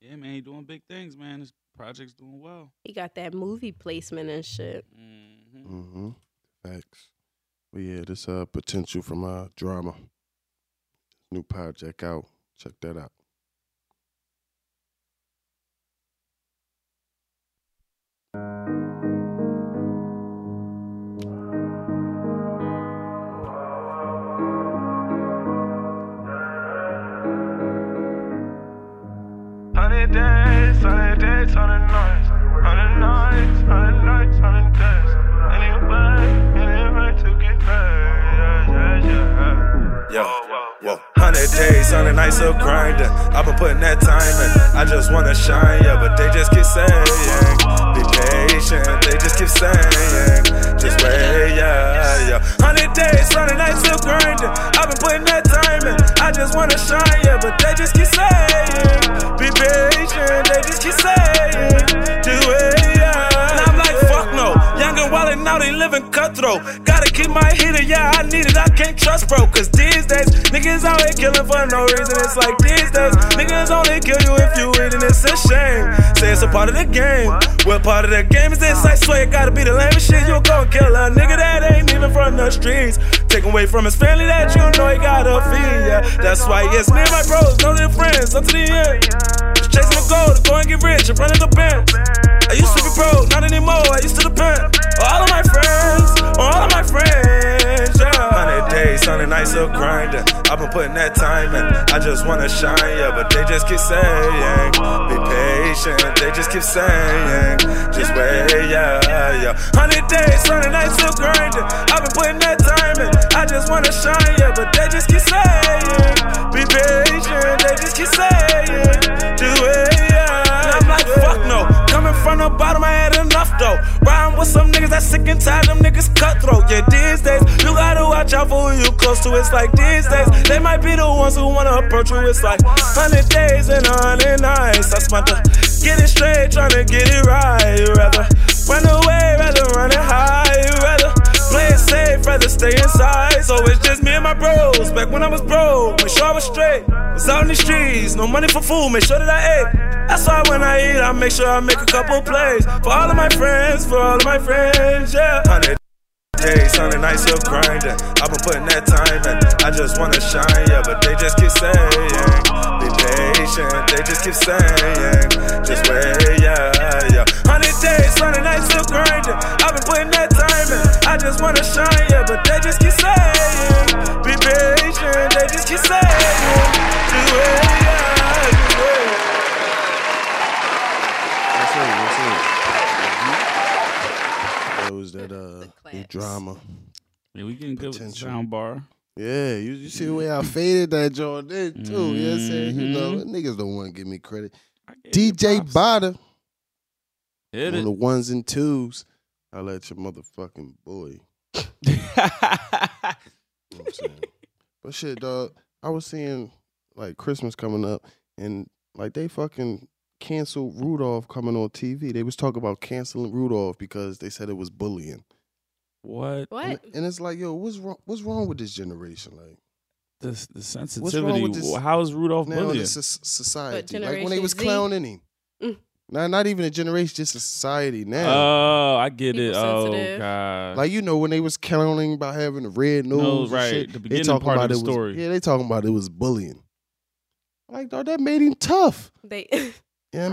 Yeah, man, he doing big things, man. His project's doing well.
He got that movie placement and shit.
Mm-hmm.
Mm-hmm. Facts. But yeah, this uh potential from uh drama. New project out. Check that out.
Hundred days, hundred days.
Whoa. Hundred days, hundred nights of grinding. I've been putting that time in. I just wanna shine, yeah, but they just keep saying, be patient. They just keep saying, just wait, yeah, yeah. Hundred days, hundred nights of grinding. I've been putting that time in. I just wanna shine, yeah, but they just keep saying, be patient. They just keep saying, just wait, yeah. And I'm like, fuck no. Young and wild and now they living cutthroat. Gotta keep my heater, yeah, I need it. I can't trust bro. Cause these days, niggas out here killing for no reason. It's like these days, niggas only kill you if you eat, and it's a shame. Say it's a part of the game. What part of the game is this? I swear it gotta be the lamest shit. You'll go and kill a nigga that ain't even from the streets. Taken away from his family that you know he gotta feed, yeah. That's why it's me and my bros, know their friends, up to the end. Chasing the goal to go and get rich and running the bank. I used to be broke, not anymore. I used to depend on all of my friends, on all of my friends. Yeah. Hundred days, hundred nights of grinding. I've been putting that time in. I just wanna shine, yeah, but they just keep saying, be patient. They just keep saying, just wait, yeah, yeah. Hundred days, hundred nights of grinding. I've been putting that time in. I just wanna shine, yeah, but they just keep saying, be patient. They just keep saying, just wait, yeah. And I'm like, fuck no. Coming from the bottom, I had enough though. Riding with some niggas that sick and tired, them niggas cutthroat. Yeah, these days, you gotta watch out for who you close to. It's like these days, they might be the ones who wanna approach you. It's like 100 days and 100 nights. I spent the get it straight, trying to get it right. You rather run away, rather run it high. You rather play it safe, rather stay inside. So it's just me and my bros. Back when I was broke, make sure I was straight. Was out in the streets, no money for food, make sure that I ate. That's why when I eat, I make sure I make a couple plays. For all of my friends, for all of my friends, yeah. 100 days, 100 nights of grinding. I've been putting that time in. I just wanna shine, yeah, but they just keep saying, be patient. They just keep saying, just wait, yeah, yeah. 100 days, 100 nights of grinding. I've been putting that time in. I just wanna shine, yeah, but they just keep saying, be patient. They just keep saying, just wait, yeah, just wait.
That's it. That's
Mm-hmm.
it. That was that uh new
claps.
drama.
Yeah, we getting good with the
Potential.
sound bar.
Yeah, you, you see the way I faded that joint there too. You know what I'm saying? You know, niggas don't want to give me credit.
I gave you
DJ
props.
Bada
Hit
on
it.
the ones and twos. I let your motherfucking boy. You know what I'm saying? but shit, dog. I was seeing like Christmas coming up, and like they fucking canceled Rudolph coming on TV. They was talking about canceling Rudolph because they said it was bullying.
what
What?
And, and it's like, yo, what's wrong? What's wrong with this generation? Like
the, the
with
sensitivity?
this-
How is Rudolph
now in
bullying?
this soc- society, like when they
Generation
was
Z?
clowning him.
Mm.
Now, not even a generation, just a society now.
Oh, I get
People
it. Oh
sensitive.
god.
Like you know when they was clowning about having a red nose,
No,
and
right,
shit,
the
they
beginning
talking
part of
about
the
it was,
story.
Yeah, they talking about it was bullying. Like, dog, that made him tough.
They
You know what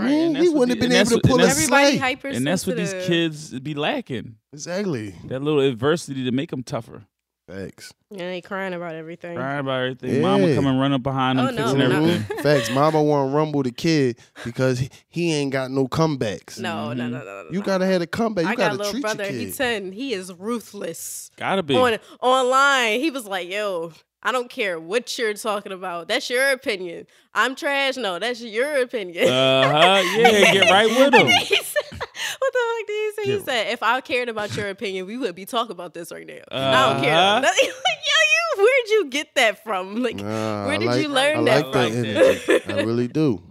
Right,
I
and
mean? He
that's what
wouldn't have
the-
been
and
able to
that's what-
pull
and
a
that's-
everybody
slate.
hyper
and that's what these kids be lacking.
Exactly.
That little adversity to make them tougher.
Facts.
Yeah, they crying about everything.
Crying about everything. Mom
Yeah.
would come and run up behind them,
Oh, no,
fixing
no.
everything.
Mhm. Facts. Mama want to rumble the kid because he, he ain't got no comebacks.
No, no, no, no, no. no.
You gotta have a comeback. You
I got
gotta
a little
treat
brother.
your kid.
He's ten. He is ruthless.
Gotta be.
On online, he was like, "Yo, I don't care what you're talking about. That's your opinion. I'm trash. No, that's your opinion."
Uh huh. Yeah, get right with them.
He said- what the fuck did he say? He said, if I cared about your opinion, we would be talking about this right now. I don't care.
Uh-huh.
Like, yo, you, where'd you get that from? Like,
Nah,
Where
I
did
like-
you learn
I
that
like that
from?
energy. I really do.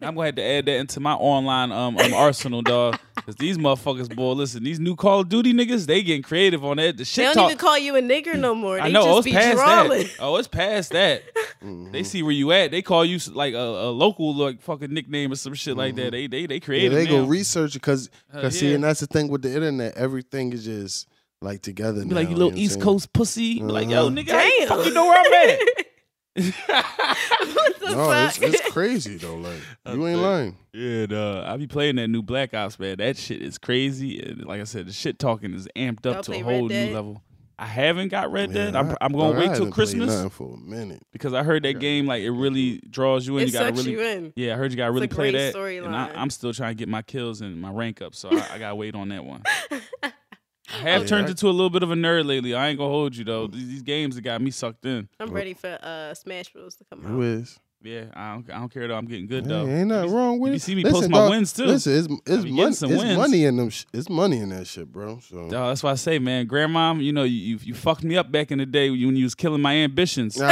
I'm gonna have to add that into my online um, um arsenal, dog. Cause these motherfuckers, boy, listen, these new Call of Duty niggas, they getting creative on that. The
they
shit
don't
talk.
even call you a nigger no more. They
I know. Oh,
just
it's
be
past
drawling.
that. Oh, it's past that.
Mm-hmm.
They see where you at. They call you like a, a local like fucking nickname or some shit like that. They they they
Mm-hmm. Yeah,
creative.
they go
now.
research because
Hell
cause see,
yeah.
and that's the thing with the internet. Everything is just like together
Be
now.
like you
know
little
what I'm
East
saying?
Coast pussy. Be Like yo,
Uh-huh.
nigga, how the
Damn.
fuck you know where I'm at?
What the
No, it's,
fuck?
it's crazy though. Like you ain't lying.
Yeah, duh. I be playing that new Black Ops, man. That shit is crazy. And like I said, the shit talking is amped up
Y'all
to
play
a
Red
whole
Dead?
new level. I haven't got Red
Yeah,
Dead. I'm,
I-
I'm gonna
I
wait till
haven't played
Christmas
nothing for a minute.
because I heard that game like it really draws you in.
it
you gotta
sucks
really,
you in.
yeah. I heard you gotta really
a
play
great
that. And I,
storyline.
I'm still trying to get my kills and my rank up, so I, I gotta wait on that one. I have
Yeah,
turned
I-
into a little bit of a nerd lately. I ain't gonna hold you though. These, these games that got me sucked in.
I'm ready for uh, Smash Bros to come
Who
out.
is?
Yeah, I don't, I don't care though. I'm getting good
Yeah,
though.
ain't nothing
You-
wrong with
you
it.
see me post my
dog,
wins, too.
Listen, it's it's,
be getting
mon- it's
some wins.
money in them. Sh- it's money in that shit, bro. So
Dawg, that's why I say, man, grandma, you know, you, you you fucked me up back in the day when you, when you was killing my ambitions.
Nah,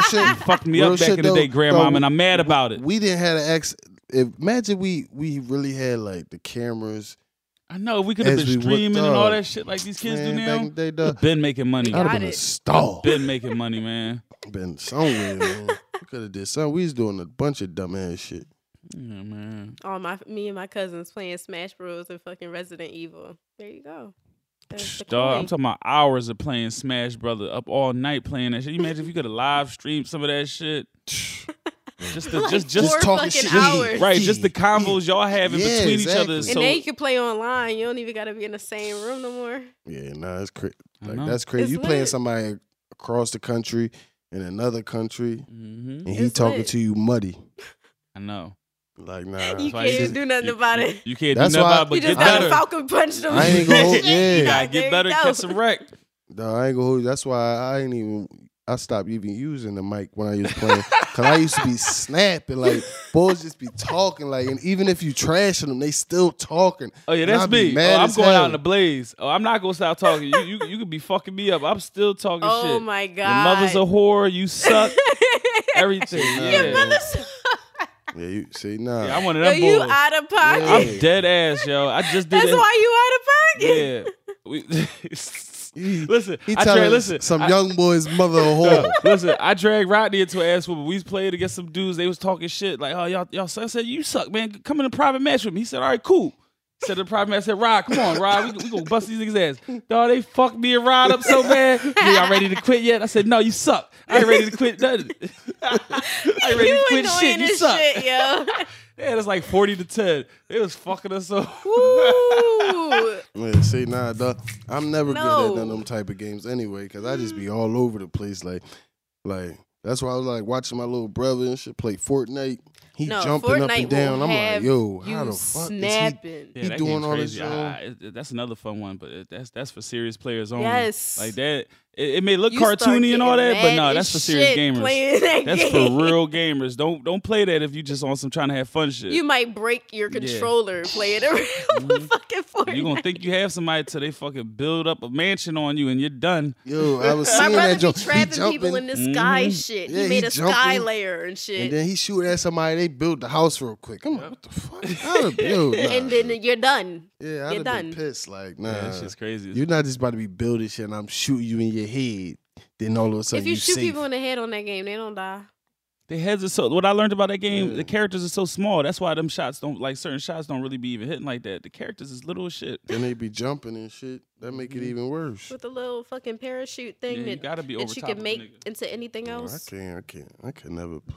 shit.
You fucked me
real
up back
shit
in the
though,
day, grandma,
dog,
and I'm mad about it.
we didn't have an ex. If, imagine we we really had like the cameras.
I know we could have
As
been
we would-
streaming and all
dog.
that shit like these kids
man,
do
back in
now.
the day, dog.
Been making money.
I'd have
Got
been a
it.
star.
Been making money, man.
Been somewhere. man. we could have did something. We was doing a bunch of dumb ass shit.
Yeah, man.
All my me and my cousins playing Smash Bros and fucking Resident Evil. There you go. There's the
Dog, I'm
coin.
talking about hours of playing Smash Brother up all night playing that shit. You imagine if you could have live streamed some of that shit. just the,
Like
just just
four
talking
fucking
shit.
hours.
right, just the combos y'all have in
Yeah,
between each
exactly.
other.
And
And
So
now you can play online. You don't even got to be in the same room no more.
Yeah, nah, it's crazy.
I
Like
know.
that's crazy.
It's
you playing
lit.
somebody across the country in another country,
Mhm.
and he
It's
talking
lit.
to you muddy.
I know.
Like nah,
you
why
can't
you just-
do nothing
you-
about it.
You can't
That's
do nothing
why-
about it, but
You just
get
got a
better.
falcon punch them.
I ain't gonna.
You
yeah,
gotta
There you
get better,
go.
catch some wreck.
No, I ain't gonna hold you. That's why I ain't even. I stopped even using the mic when I was playing, cause I used to be snapping like boys just be talking like, and even if you trashing them, they still talking.
Oh yeah,
And I
that's
be
me. Oh,
mad
I'm
as
going
hell.
out in a blaze. Oh, I'm not gonna stop talking. You you you could be fucking me up. I'm still talking shit.
Oh my god.
Your mother's a whore. You suck. Everything. Yeah.
Your mother's. Yeah, you see nah.
Yeah, I'm one of
Yo,
them
you
boys.
out of pocket.
Yeah.
I'm dead ass, yo. I just did
That's
it.
why you out of pocket.
Yeah. We,
He-
listen,
he
I
telling
tra- listen.
some
I-
young boy's mother a
Yo,
whore.
listen, I dragged Rodney into an ass whooping. We was playing against some dudes. They was talking shit like, "Oh, y'all, y'all." I said, "You suck, man. Come in a private match with me." He said, "All right, cool." He said to the private match, I "Said Rod, come on, Rod. We, we gonna bust these niggas ass." Dog, they fucked me and Rod up so bad. Yeah, y'all ready to quit yet? I said, "No, you suck. I ain't ready to quit nothing. I ain't ready
You
to quit
annoying
shit. You
as
suck."
shit, yo.
Yeah, it's like forty to ten. They was fucking us up.
Woo.
Yeah, see nah, dog. I'm never good
No.
at none of them type of games anyway, cause I just be all over the place. Like, like that's why I was like watching my little brother and shit play Fortnite. He
No,
jumping up
Fortnite
and
will
down. I'm like,
have
yo,
you
how the fuck is he?
snapping.
Yeah,
He
that
doing
game's
all this
crazy.
shit
I- I- it- that's another fun one, but it, that's that's for serious players only.
Yes.
like that. It, it may look
You start
cartoony and all
getting
that, but
mad
no,
as
that's for serious
shit
gamers.
playing that
That's for
game.
real gamers. Don't don't play that if you just on some trying to have fun shit.
You might break your controller playing around with fucking Fortnite.
Mm-hmm. You gonna think you have somebody till they fucking build up a mansion on you and you're done.
Yo, I was
My
seeing that
brother be
jump. He
trapping people
jumping,
in the sky shit.
Mm-hmm. Yeah,
he made
he
a sky
jumping.
layer and shit.
and then he shoot at somebody. They built the house real quick. I'm like, what the fuck? I'd have, yo, nah.
and then you're done.
yeah, I'd
you're
have
done.
been pissed. Like, nah,
Yeah, that shit's crazy.
you're not just about to be building shit, and I'm shooting you in your head. Then all of a sudden,
if you, shoot
safe.
people in the head on that game, they don't die.
the heads are so. What I learned about that game, the characters are so small. That's why them shots don't like certain shots don't really be even hitting like that. The characters is little as shit.
then they be jumping and shit. That make it even worse.
With Mm-hmm. the little fucking parachute thing
Yeah, you
that,
gotta be over
that you
top of
can
a
make
nigga.
into anything
No, I
else.
can't. I can't. I can never. pl-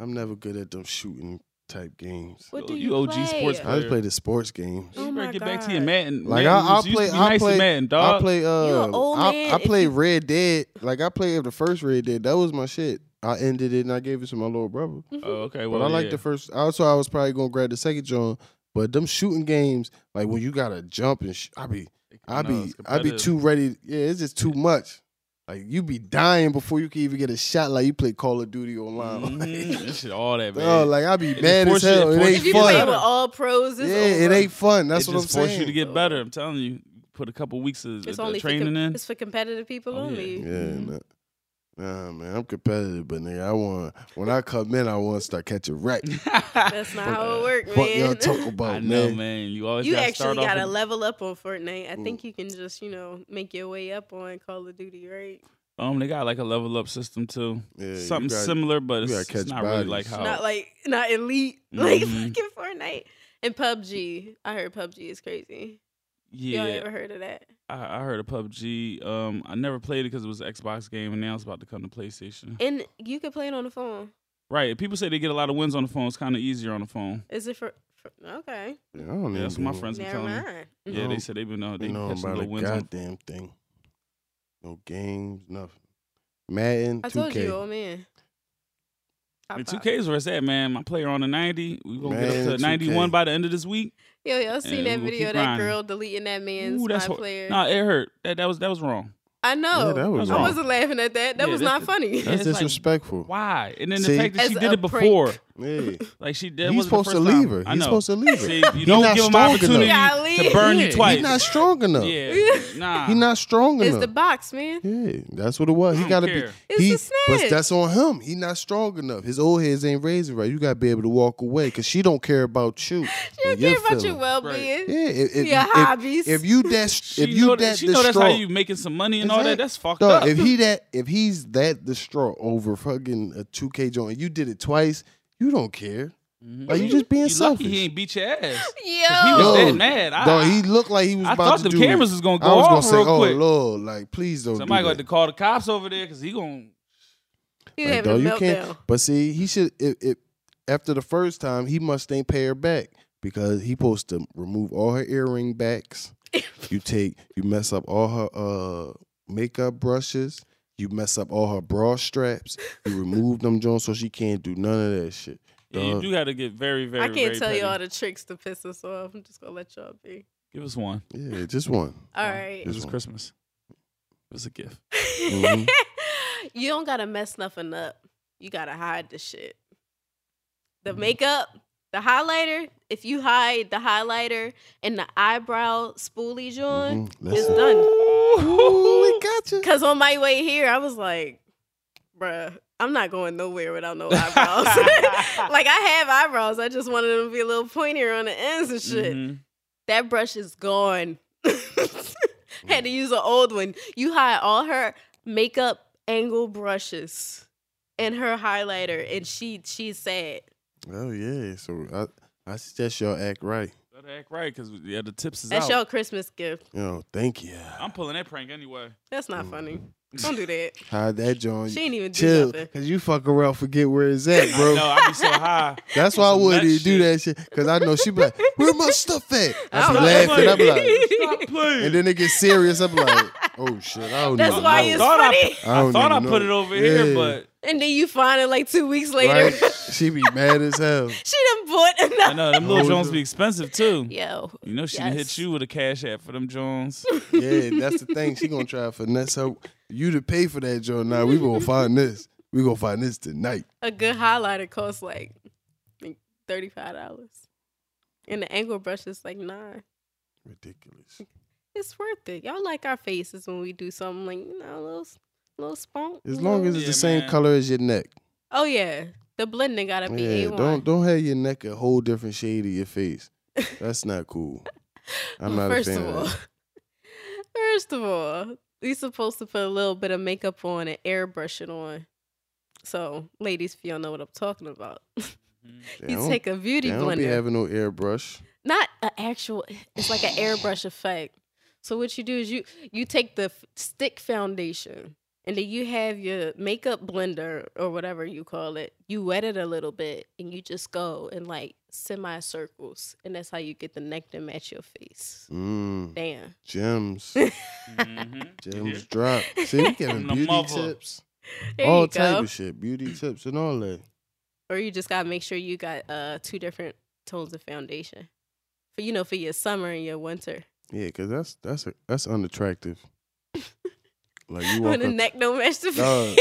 I'm never good at them shooting type games.
What
Yo,
do
you
you
OG
play?
sports
I just
player.
play the sports games.
you
Oh
better
my
get back to your
God.
Madden.
Like
Madden.
I, I'll
You used
play,
to be
I'll
nice to
play,
Madden,
I'll
dog.
play. Uh,
an old man
I, I
if
played
you-
Red Dead. Like I played the first Red Dead. That was my shit. I ended it and I gave it to my little brother.
Oh, okay.
But
Well,
I like
yeah.
the first. Also, I was probably gonna grab the second John. But them shooting games, like when you gotta jump and sh- I be, I
No,
be,
it's
I be
competitive.
too ready. Yeah, it's just too much. Like you be dying before you can even get a shot. Like you play Call of Duty online.
Mhm. That shit, all that, man.
uh, Oh, like I be
It
mad as
force you- it
hell. It
force
ain't
If you
fun.
play with
fun.
all pros,
Yeah,
it's
it
over.
ain't fun. That's
it
what I'm
just force
saying.
you to get better. I'm telling you, put a couple weeks of
It's
of
only for
training
com-
in.
It's for competitive people
Oh, yeah.
only.
yeah, nah. nah, man, I'm competitive, but nigga, I want when I come in, I want to start catching wreck.
That's not how it works,
Fuck y'all
man.
talk about,
uh, I
man.
know, man. You always
you
gotta
actually
start off.
gotta
with-
level up on Fortnite. I think you can just you know make your way up on Call of Duty, right?
um, they got like a level up system too.
Yeah, you
Something
got-
similar, but
you
it's,
gotta
it's
catch
not really
bodies.
like how.
Not like not elite like
Mhm.
fucking Fortnite and PUBG. I heard PUBG is crazy.
yeah,
Y'all ever heard of that?
I, I heard of PUBG. Um, I never played it because it was an Xbox game, and now it's about to come to PlayStation.
And you can play it on the phone.
right? People say they get a lot of wins on the phone. It's kind of easier on the phone.
Is it for? for okay,
Yeah, I don't
Yeah,
even
that's what my
know-
friends were
never
telling me.
mind. Mm-hmm.
Yeah, they
No.
said they've been uh, they
know
catching
about
little
a
wins. On,
goddamn thing. No games, nothing. Madden,
I
2K.
told you, old man. Top
The two
five.
Ks where it's at, man. My player on the ninety. We gonna
Man,
get up
the
to ninety
2K.
one by the end of this week.
Yo, y'all seen
And
that
we'll
video?
keep
That
grinding.
girl deleting that man's
Ooh,
my
that's hor-
player.
nah. It hurt. That that was that was wrong.
I know.
Yeah, that was
I
wrong.
wasn't laughing at that. That
Yeah,
was
that-
not funny.
that-
That's
It's like-
disrespectful.
Why? And then
See?
the fact that she
As
did
a
it before,
prank.
Yeah.
like she did. wasn't
He's
the
supposed to
first time.
leave her.
I
He's
know.
supposed to leave her.
See, you
He's
don't
not
give him
strong
opportunity
enough.
to
Golly.
burn
Yeah,
you twice.
He's not strong enough.
yeah, nah.
He's not strong
It's
enough.
the box, man.
yeah, that's what it was.
I
He
don't
got to be.
care.
It's
he-
a snitch.
but that's on him. He not strong enough. His old heads ain't raising right. You got to be able to walk away because she don't care about you.
You
and
care
your
about your
feelings.
well being.
Yeah, if, if,
Your
if-
hobbies.
If you that,
She
if you
know
that,
she know that's how
distraught-
you making some money and all that.
Exact-
That's fucked
Dog,
up.
If he that, if he's that distraught over fucking a two K joint, you did it twice. You don't care. Like you just being
you
selfish.
Mm-hmm. lucky he ain't beat your ass. He
Yo.
was
Yo,
that mad. I,
Dog, he looked like he was
Ah, I
about
thought
to
them
do it.
cameras was gonna go
I was
off
gonna
real
say,
quick.
oh lord, like please don't.
somebody
do
got
that.
to call the cops over there because he gonna.
He
Like,
having a
dog, you
meltdown.
But see, he should. If, if after the first time, he must ain't pay her back because he supposed to remove all her earring backs. you take, you mess up all her uh makeup brushes. You mess up all her bra straps. You remove them joints so she can't do none of that shit.
Yeah, you
Dog.
do have to get very, very.
I can't
very
tell you
petty.
all the tricks to piss us off. I'm just gonna let y'all be.
Give us one.
Yeah, just one.
All
Wow.
right.
This is
one.
Christmas. It was a gift. Mm-hmm.
Mhm.
you don't gotta mess nothing up. You gotta hide the shit. The
Mm-hmm.
makeup, the highlighter. If you hide the highlighter and the eyebrow spoolie
Mm-hmm.
joint,
Mhm.
it's
Listen.
done.
Ooh, we got you.
Cause on my way here, I was like, bruh, I'm not going nowhere without no eyebrows. like I have eyebrows. I just wanted them to be a little pointier on the ends and shit.
Mhm.
That brush is gone. Had
Mm.
to use an old one. You hide all her makeup angle brushes and her highlighter, and she she's sad.
Oh yeah. So I, I suggest y'all act right.
Better act right because yeah, the tips is
That's
out.
your Christmas gift.
You know, thank you.
I'm pulling that prank anyway.
That's
Mm.
not funny. Don't do that.
Hide that joint.
She ain't even do
Chill,
nothing.
cause you fuck around, forget where it's at, bro.
No, I be so high.
That's why I
Some
wouldn't
nut
even do that shit. Cause I know she be like, where my stuff at? I
I'm
be
not
laughing. I be like,
Stop playing.
and then they get serious. I'm like, oh shit, I don't
That's
even
why
know.
it's
Thought I-
funny.
I, don't
Thought I
even
put it
know.
over here,
Yeah.
but
And then you find it like two weeks later.
Right? She be mad as hell.
she done bought
I
enough.
know them little
Oh,
Jones
yeah.
be expensive too.
Yo,
You know she done hit
Yes.
you with a cash app for them Jones.
Yeah, that's the thing. She gonna try to finesse her. You to pay for that joint now. We gonna find this. We gonna find this tonight.
a good highlighter costs like, like thirty five dollars, and the angle brush is like nine.
Ridiculous.
It's worth it. Y'all like our faces when we do something like you know a little s- little spunk.
As
you
long
know?
as it's
Yeah,
the same
man.
color as your neck.
oh yeah, the blending gotta be
Yeah,
a one.
don't don't have your neck a whole different shade of your face. That's not cool. I'm
Well,
not
first
a fan
of
of
all.
that.
First of all, we supposed to put a little bit of makeup on and airbrush it on. So, ladies, if y'all know what I'm talking about,
They
you
don't-
take a beauty
they don't be
blender.
having no airbrush.
not an actual it's like an airbrush effect so what you do is you you take the f- stick foundation and then you have your makeup blender or whatever you call it you wet it a little bit and you just go in like semicircles and that's how you get the neck to match your face
Mm,
damn
gems,
Mm-hmm.
gems drop. See, we giving
the
beauty
mother.
tips,
there
all
you
type
go
of shit, beauty tips and all that.
or you just gotta make sure you got uh two different tones of foundation for you know for your summer and your winter
Yeah, cause that's that's a, that's unattractive. Like you walk
when the
up,
neck don't match the
Dog.
face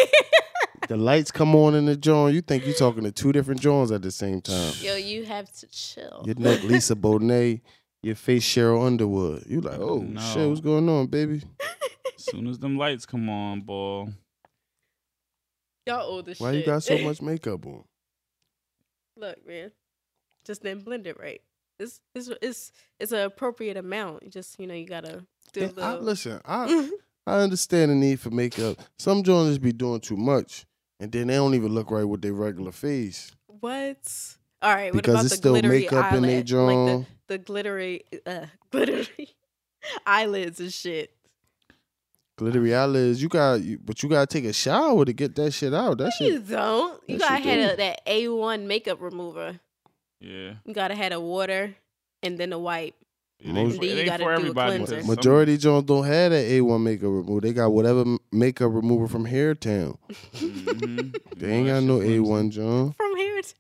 the lights come on in the joint. You think you talking to two different joints at the same time.
yo you have to chill
Your neck, Lisa Bonet. Your face, Cheryl Underwood. You like, oh
No.
shit, what's going on, baby?
Soon as them lights come on, boy.
Y'all old as
Why you
shit.
got so much makeup on?
Look, man, just didn't blend it right. It's it's it's it's an appropriate amount. You Just you know you gotta do a
Yeah, I,
little.
listen, I I understand the need for makeup. Some joints be doing too much, and then they don't even look right with their regular face.
what? All right. What
Because
about
it's
the
still
glittery
makeup in they
eyelid?
drawn.
Like the, the glittery uh, glittery eyelids and shit.
Glittery eyelids, you got, you, but you gotta take a shower to get that shit out. That
You
shit,
don't. You
that
gotta
shit
have
do.
a, that A one makeup remover.
Yeah.
You gotta have a water and then a wipe.
It ain't,
Most-
for- it
Then you
ain't
gotta
for
do a
everybody.
cleanser.
but some-
Majority Jones don't have that A1 makeup remover. They got whatever m- makeup remover from Hairtown.
Mhm.
They ain't
That
got
shit
no
flimsy.
A1 John.
From here, to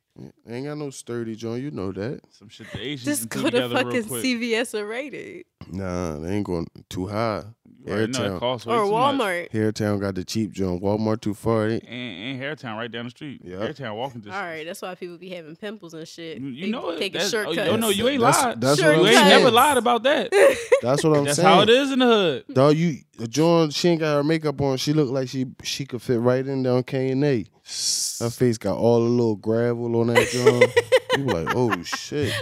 They ain't got no sturdy John. You know that.
Some shit the Asians
just
do
go to
together real
fucking
quick.
CVS or Rated
Nah, they ain't going too high.
You already know
Airtown.
it costs way
or
too much.
Walmart.
Hairtown got the cheap John. Walmart too far. Ain't.
And, and Hairtown right down the street.
Yeah.
Hairtown walking
All
distance.
right, that's why people be having pimples and shit.
You- you
They
know it.
taking
That's- oh, you
shortcuts.
don't know you ain't
That's-
lied.
that's
Sure
what I'm
You ain't
Shortcuts.
never
saying.
lied about that.
That's what I'm
That's
saying.
how it is in the hood.
Dog, you John, she ain't got her makeup on. She look like she she could fit right in there on K and A. Her face got all the little gravel on that John. you be like, oh shit.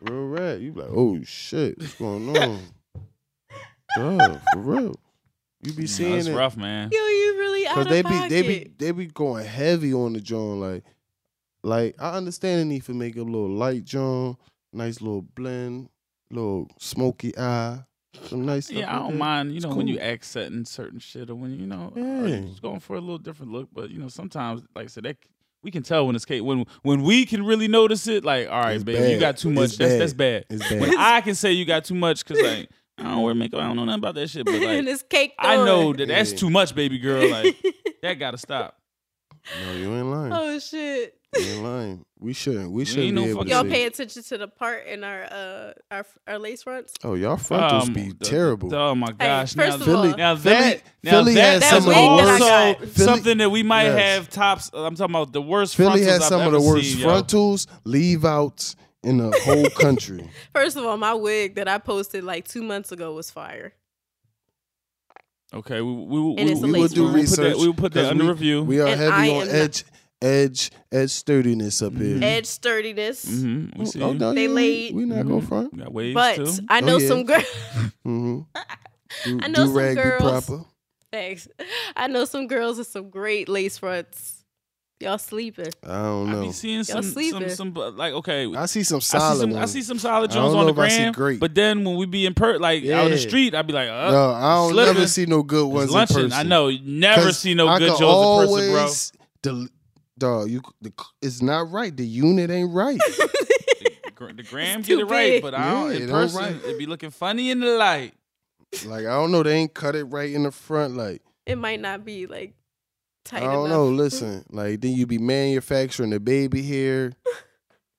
Real rat. You be like, oh shit, what's going on? Dog, for real. You be
Nah,
seeing
it's
it.
rough, man.
Yo, you really out
Cause
of
they be
pocket.
they be they be going heavy on the John. Like like I understand the need for make a little light John, nice little blend, little smoky eye, some nice stuff.
Yeah, I
in
don't
there.
mind. You know, when you
cool.
accenting certain shit, or when you know,
Yeah.
uh, you're just going for a little different look. But you know, sometimes, like I said, that we can tell when it's Kate. When when we can really notice it, like, all right,
It's
babe, you
bad.
got too
It's
much. that's
bad.
that's bad.
It's bad.
When I can say you got too much, because like I don't wear makeup, I don't know nothing about that shit. But
and
like,
it's caked
I
on.
know that that's
Yeah.
too much, baby girl. Like that gotta stop.
No, you ain't lying.
oh shit.
You ain't lying. We shouldn't. We shouldn't
ain't no
be able
fucking-
to
Y'all
see.
pay attention to the part in our uh our our lace fronts.
oh, y'all frontals
Um,
be
the-
terrible.
the- oh my gosh!
first
now,
of all-
Philly,
now
that,
that, now
Philly
that
has
that
some of
was
the
wig that
worst.
I
also
got.
Philly-
something that we might
Yes.
have tops. I'm talking about the worst.
Philly
frontals
has
I've
some of
ever
the worst
seen, yo.
frontals, leave-outs in the whole country.
First of all, my wig that I posted like two months ago was fire.
Okay, we we, we,
And it's a
we,
we will
lace
do
front.
We'll put that-
research.
we'll put that
'cause
under
we-
review.
We are
And I
heavy on
am not-
edge, edge, edge sturdiness up here.
Edge sturdiness.
Mhm, Mm-hmm. we see.
Oh,
you. Mm-hmm.
no,
They
you ain't-
laid.
We not go front.
We got waves
But
too.
I
Oh,
know
yeah.
some girls.
Mm-hmm. Do,
I know
do
some
rag
girls-
be proper.
Thanks. I know some girls with some great lace fronts. Y'all sleeping.
I don't
I
know.
be seeing some some,
sleeping.
some but, like okay.
I see some
I
solid
see some, I
ones.
see some solid
I
Jones
don't
on
know
the
if I see
gram,
great.
but then when we be in per like out in
Yeah.
the street, I'd be like, uh,
no, I don't
slipping.
never see no good
it's
ones
luncheon.
in person.
I know, you never
'Cause
see no
I
good
could
Joes in person, bro.
always del- dog, you, c- the, c- it's not right. The unit ain't right.
The gra- The gram
It's
get
too
it right,
big.
but I don't.
Yeah, it
in
don't
person,
right.
it be looking funny in the light.
like I don't know, they ain't cut it right in the front. Like
It might not be like tight
I don't
enough.
know. Listen, like then you be manufacturing the baby hair.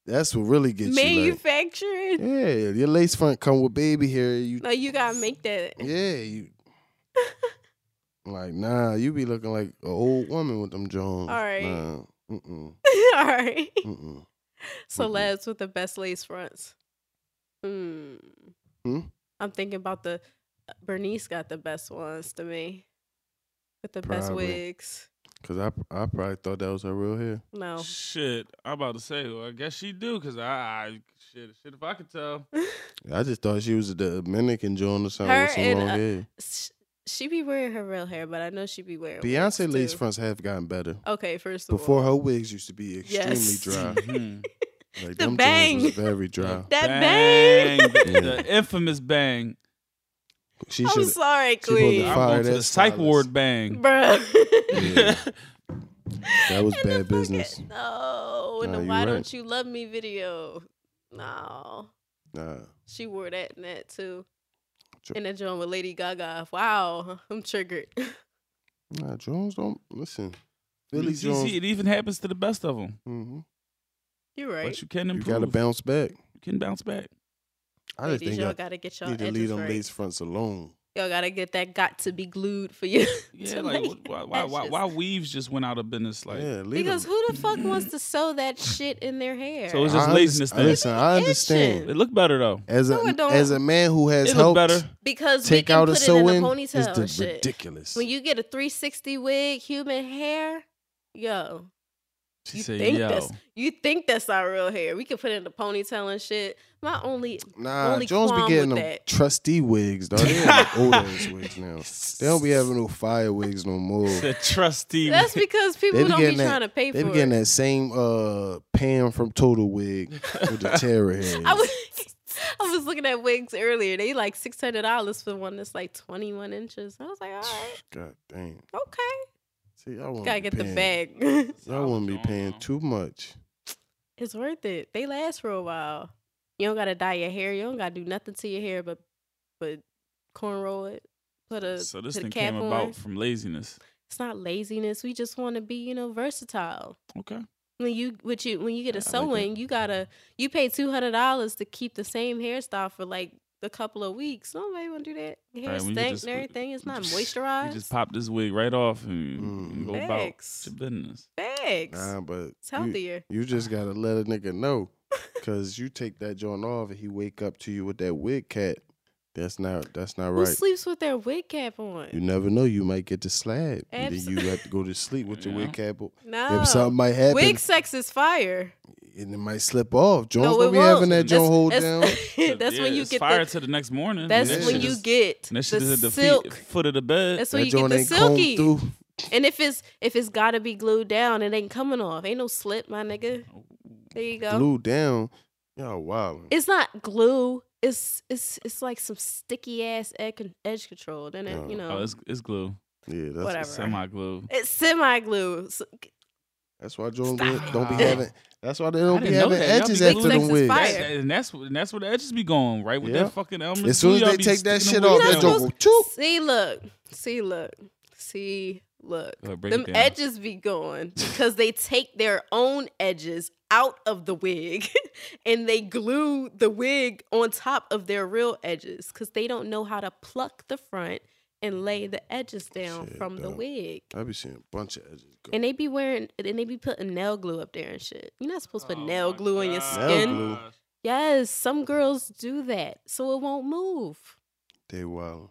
That's what really gets you. Like,
Manufacturing.
yeah, your lace front come with baby hair. You
No, you gotta make that.
Yeah, you. like, nah, you be looking like an old woman with them Jones.
All right.
Nah, mm-mm,
All right.
mm-mm.
So
Mhm.
lads with the best lace fronts. Hmm.
Hmm?
I'm thinking about the uh, Bernice got the best ones to me. With the best
Probably.
wigs.
Cause I, I probably thought that was her real hair.
No.
Shit, I'm about to say. Well, I guess she do, cause I, I shit, shit. If I could tell,
I just thought she was a Dominican Joan or something
Her
with some
and,
long
uh,
hair.
Sh- She be wearing her real hair, but I know she be wearing
Beyonce
wigs,
lace
too.
fronts have gotten better.
Okay, first of
Before
all.
her wigs used to be extremely
Yes.
dry.
Mhm.
Like
The
them
bang.
Jones was very dry.
That bang.
the,
Yeah.
the infamous bang.
She
I'm
should.
sorry,
she pulled the
Queen.
I'm
Fire
going to
that
the psych
stylist.
ward bang.
Bruh.
Yeah, that was
And the
bad
fucking-
business.
No, in
Nah,
the
you
Why
right.
Don't You Love Me video. No.
Nah,
She wore that and that too.
Sure.
And that joint with Lady Gaga. Wow, I'm triggered.
nah, Jones don't listen. Billy
You
Jones.
see, it even happens to the best of them.
mhm.
You're right.
But you can
You
improve.
gotta bounce back.
You can bounce back.
I just
Ladies,
think
y'all
y'all
gotta get y'all
need to
edges
leave them
right.
lace fronts alone.
Y'all gotta get that got to be glued for you.
Yeah,
to
like
make
wh- why, why, why,
edges.
why weaves just went out of business? Like,
yeah, leave
because
them.
who the fuck wants to sew that shit in their hair?
So it's just
I
laziness
underst-
then.
Listen, I
Itching.
understand.
it looked better though.
As a
No, it don't.
as a man who has
It looked
helped
better.
because we
take
can
out a
put it in a
sew-in is
ponytail and
the
shit.
ridiculous.
When you get a 360 wig, human hair, yo,
She
you
said,
think
"Yo,
that's you think that's our real hair? We can put it in the ponytail and shit. My only
Nah,
only
Jones be
qualm
getting
with
them
that.
trustee wigs, dog. They have old ass wigs now. They don't be having no fire wigs no more.
the trusty."
that's because people
be
don't be
getting that-
trying to pay
They
for
be
it.
getting that same uh Pam from Total wig with the terror hair.
I was I was looking at wigs earlier. They like six hundred dollars for one that's like twenty one inches. I was like, all right,
God damn.
okay,
See, I
gotta
want
get the bag.
Y'all wouldn't be paying too much.
it's worth it. They last for a while. You don't gotta dye your hair. You don't gotta do nothing to your hair, but but cornrow it. Put a
So this
put a
thing
cap
came
on.
about from laziness.
It's not laziness. We just want to be you know versatile.
Okay.
When you when you when you get a
I like that.
sewing, you gotta you pay two hundred dollars to keep the same hairstyle for like a couple of weeks. Nobody wanna do that. Your hair
Right, when you
stinks
just-
and everything. It's not
You just
moisturized.
pop this wig right off and you
Mm.
go about
Facts.
your business.
Facts.
Nah, but
it's
you-
healthier.
You just gotta let a nigga know, cause you take that joint off and he wake up to you with that wig cap. That's not that's not
Who
right.
sleeps with their wig cap on?
You never know. You might get the slab, and
Abs-
then you have to go to sleep with your wig cap. on.
no.
If something might happen,
Wig sex is fire.
and it might slip off. Jones
no, it
don't be
won't.
having that joint
That's-
hold down.
that's, that's
Yeah,
when you
it's
get
fire
the.
to the next morning.
That's
That
Yeah.
when
shit
you
is-
get
that
the
shit is at the
silk.
feet, foot of the bed.
That's when
that
you get
joint
the
ain't combed
silky.
through.
And if it's if it's gotta be glued down, it ain't coming off. Ain't no slip, my nigga. There you go.
Glued down. Y'all wild.
It's not glue. It's it's it's like some sticky ass edge, con- edge control. Then it, you
Oh.
know
oh, it's, it's glue.
Yeah, that's
whatever.
Semi glue.
It's semi glue. So,
that's why Jones
Stop.
don't be having. That's why they don't be
didn't know
having
that. Y'all
edges
be
after
glued-
them
Sex is
wigs.
fire.
That's, and that's and that's where the edges be going, right? With
Yeah.
that fucking element.
As soon as they take that shit off,
You're
that
not
joint will choop.
see, look, see, look, see, look.
Go ahead, break it
Them
down.
edges be gone because they take their own edges out of the wig and they glue the wig on top of their real edges because they don't know how to pluck the front and lay the edges down
Shit,
from the
dog.
wig.
I be seeing a bunch of edges go.
And they be wearing and they be putting nail glue up there and shit. You're not supposed to put
Oh
nail
my
glue on your
God.
Nail
skin.
glue.
Yes, some girls do that, so it won't move.
They wild.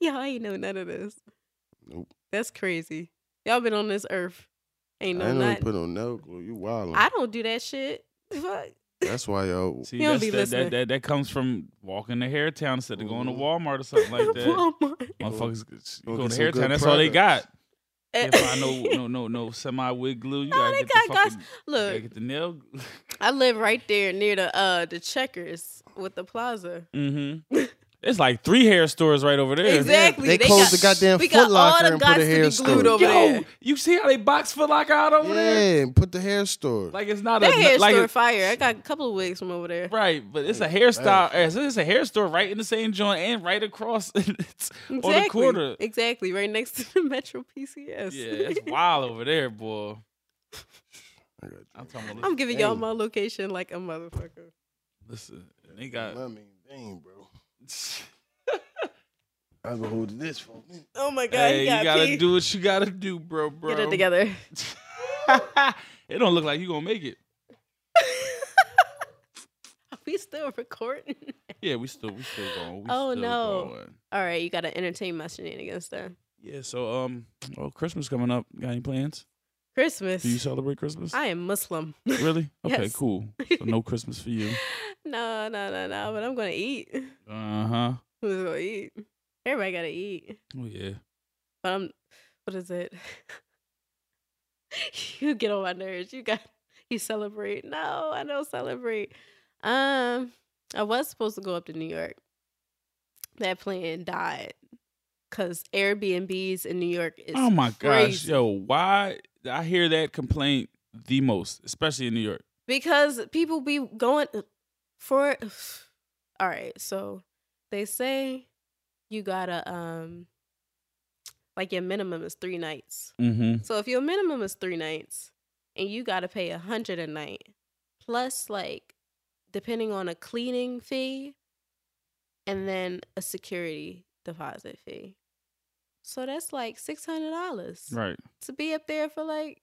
Y'all ain't know none of this.
Nope.
That's crazy. Y'all been on this earth. Ain't
I
no
ain't
not.
even put on nail glue. You wild.
I don't do that shit. Fuck.
That's why y'all.
See,
You don't
that's,
be
that,
listening.
that, that, that comes from walking to Hairtown instead of going to Walmart or something like that.
Walmart.
Motherfuckers,
Go
you go to
get some
Hairtown,
good
that's all they got.
products.
If I know no no no semi wig glue, you
No,
gotta
Eh. Oh, they
get the
got guys-
fucking, you gotta
Look,
get the nail.
I live right there near the uh the checkers with the plaza.
mm-hmm. It's like three hair stores right over there.
Exactly.
They closed
got-
the goddamn
we
Foot
got all
Locker
the
and put a
guys to
hair
be glued
store.
over
Yo,
there.
you see how they box for like out over there?
Yeah, and put the hair store.
Like it's not
That
a
hair
like
store
a-
fire. I got a couple of wigs from over there.
right, but it's a hairstyle. It's a hair store right in the same joint and right across it's
Exactly.
on the quarter.
Exactly. Right next to the Metro PCS.
Yeah, it's wild over there, boy.
I got you.
I'm talking about.
I'm giving y'all
Hey.
my location like a motherfucker.
Listen, they got.
I mean, dang, bro. I've been holding this for a minute.
Oh my god,
Hey,
he
you
got
gotta
pee.
do what you gotta do, bro, bro.
Get it together.
it don't look like you gonna make it.
Are we still recording?
Yeah, we still, we still going. We
Oh,
still
no.
going.
All right, you gotta entertain my shenanigans then.
Yeah. So, um, oh, Christmas coming up. Got any plans?
Christmas.
Do you celebrate Christmas?
I am Muslim.
really? Okay,
Yes.
cool. So no Christmas for you.
No, no, no, no. But I'm gonna eat. I'm
Uh huh.
just gonna eat. Everybody gotta eat.
Oh yeah.
But I'm. What is it? you get on my nerves. You got. You celebrate. No, I don't celebrate. Um, I was supposed to go up to New York. That plan died because Airbnbs in New York is
oh my gosh,
crazy.
yo, why? I hear that complaint the most, especially in New York.
because people be going uh, for all right so they say you gotta um like your minimum is three nights
Mm-hmm.
so if your minimum is three nights and you gotta pay a hundred a night plus like depending on a cleaning fee and then a security deposit fee so that's like six hundred dollars
Right.
to be up there for like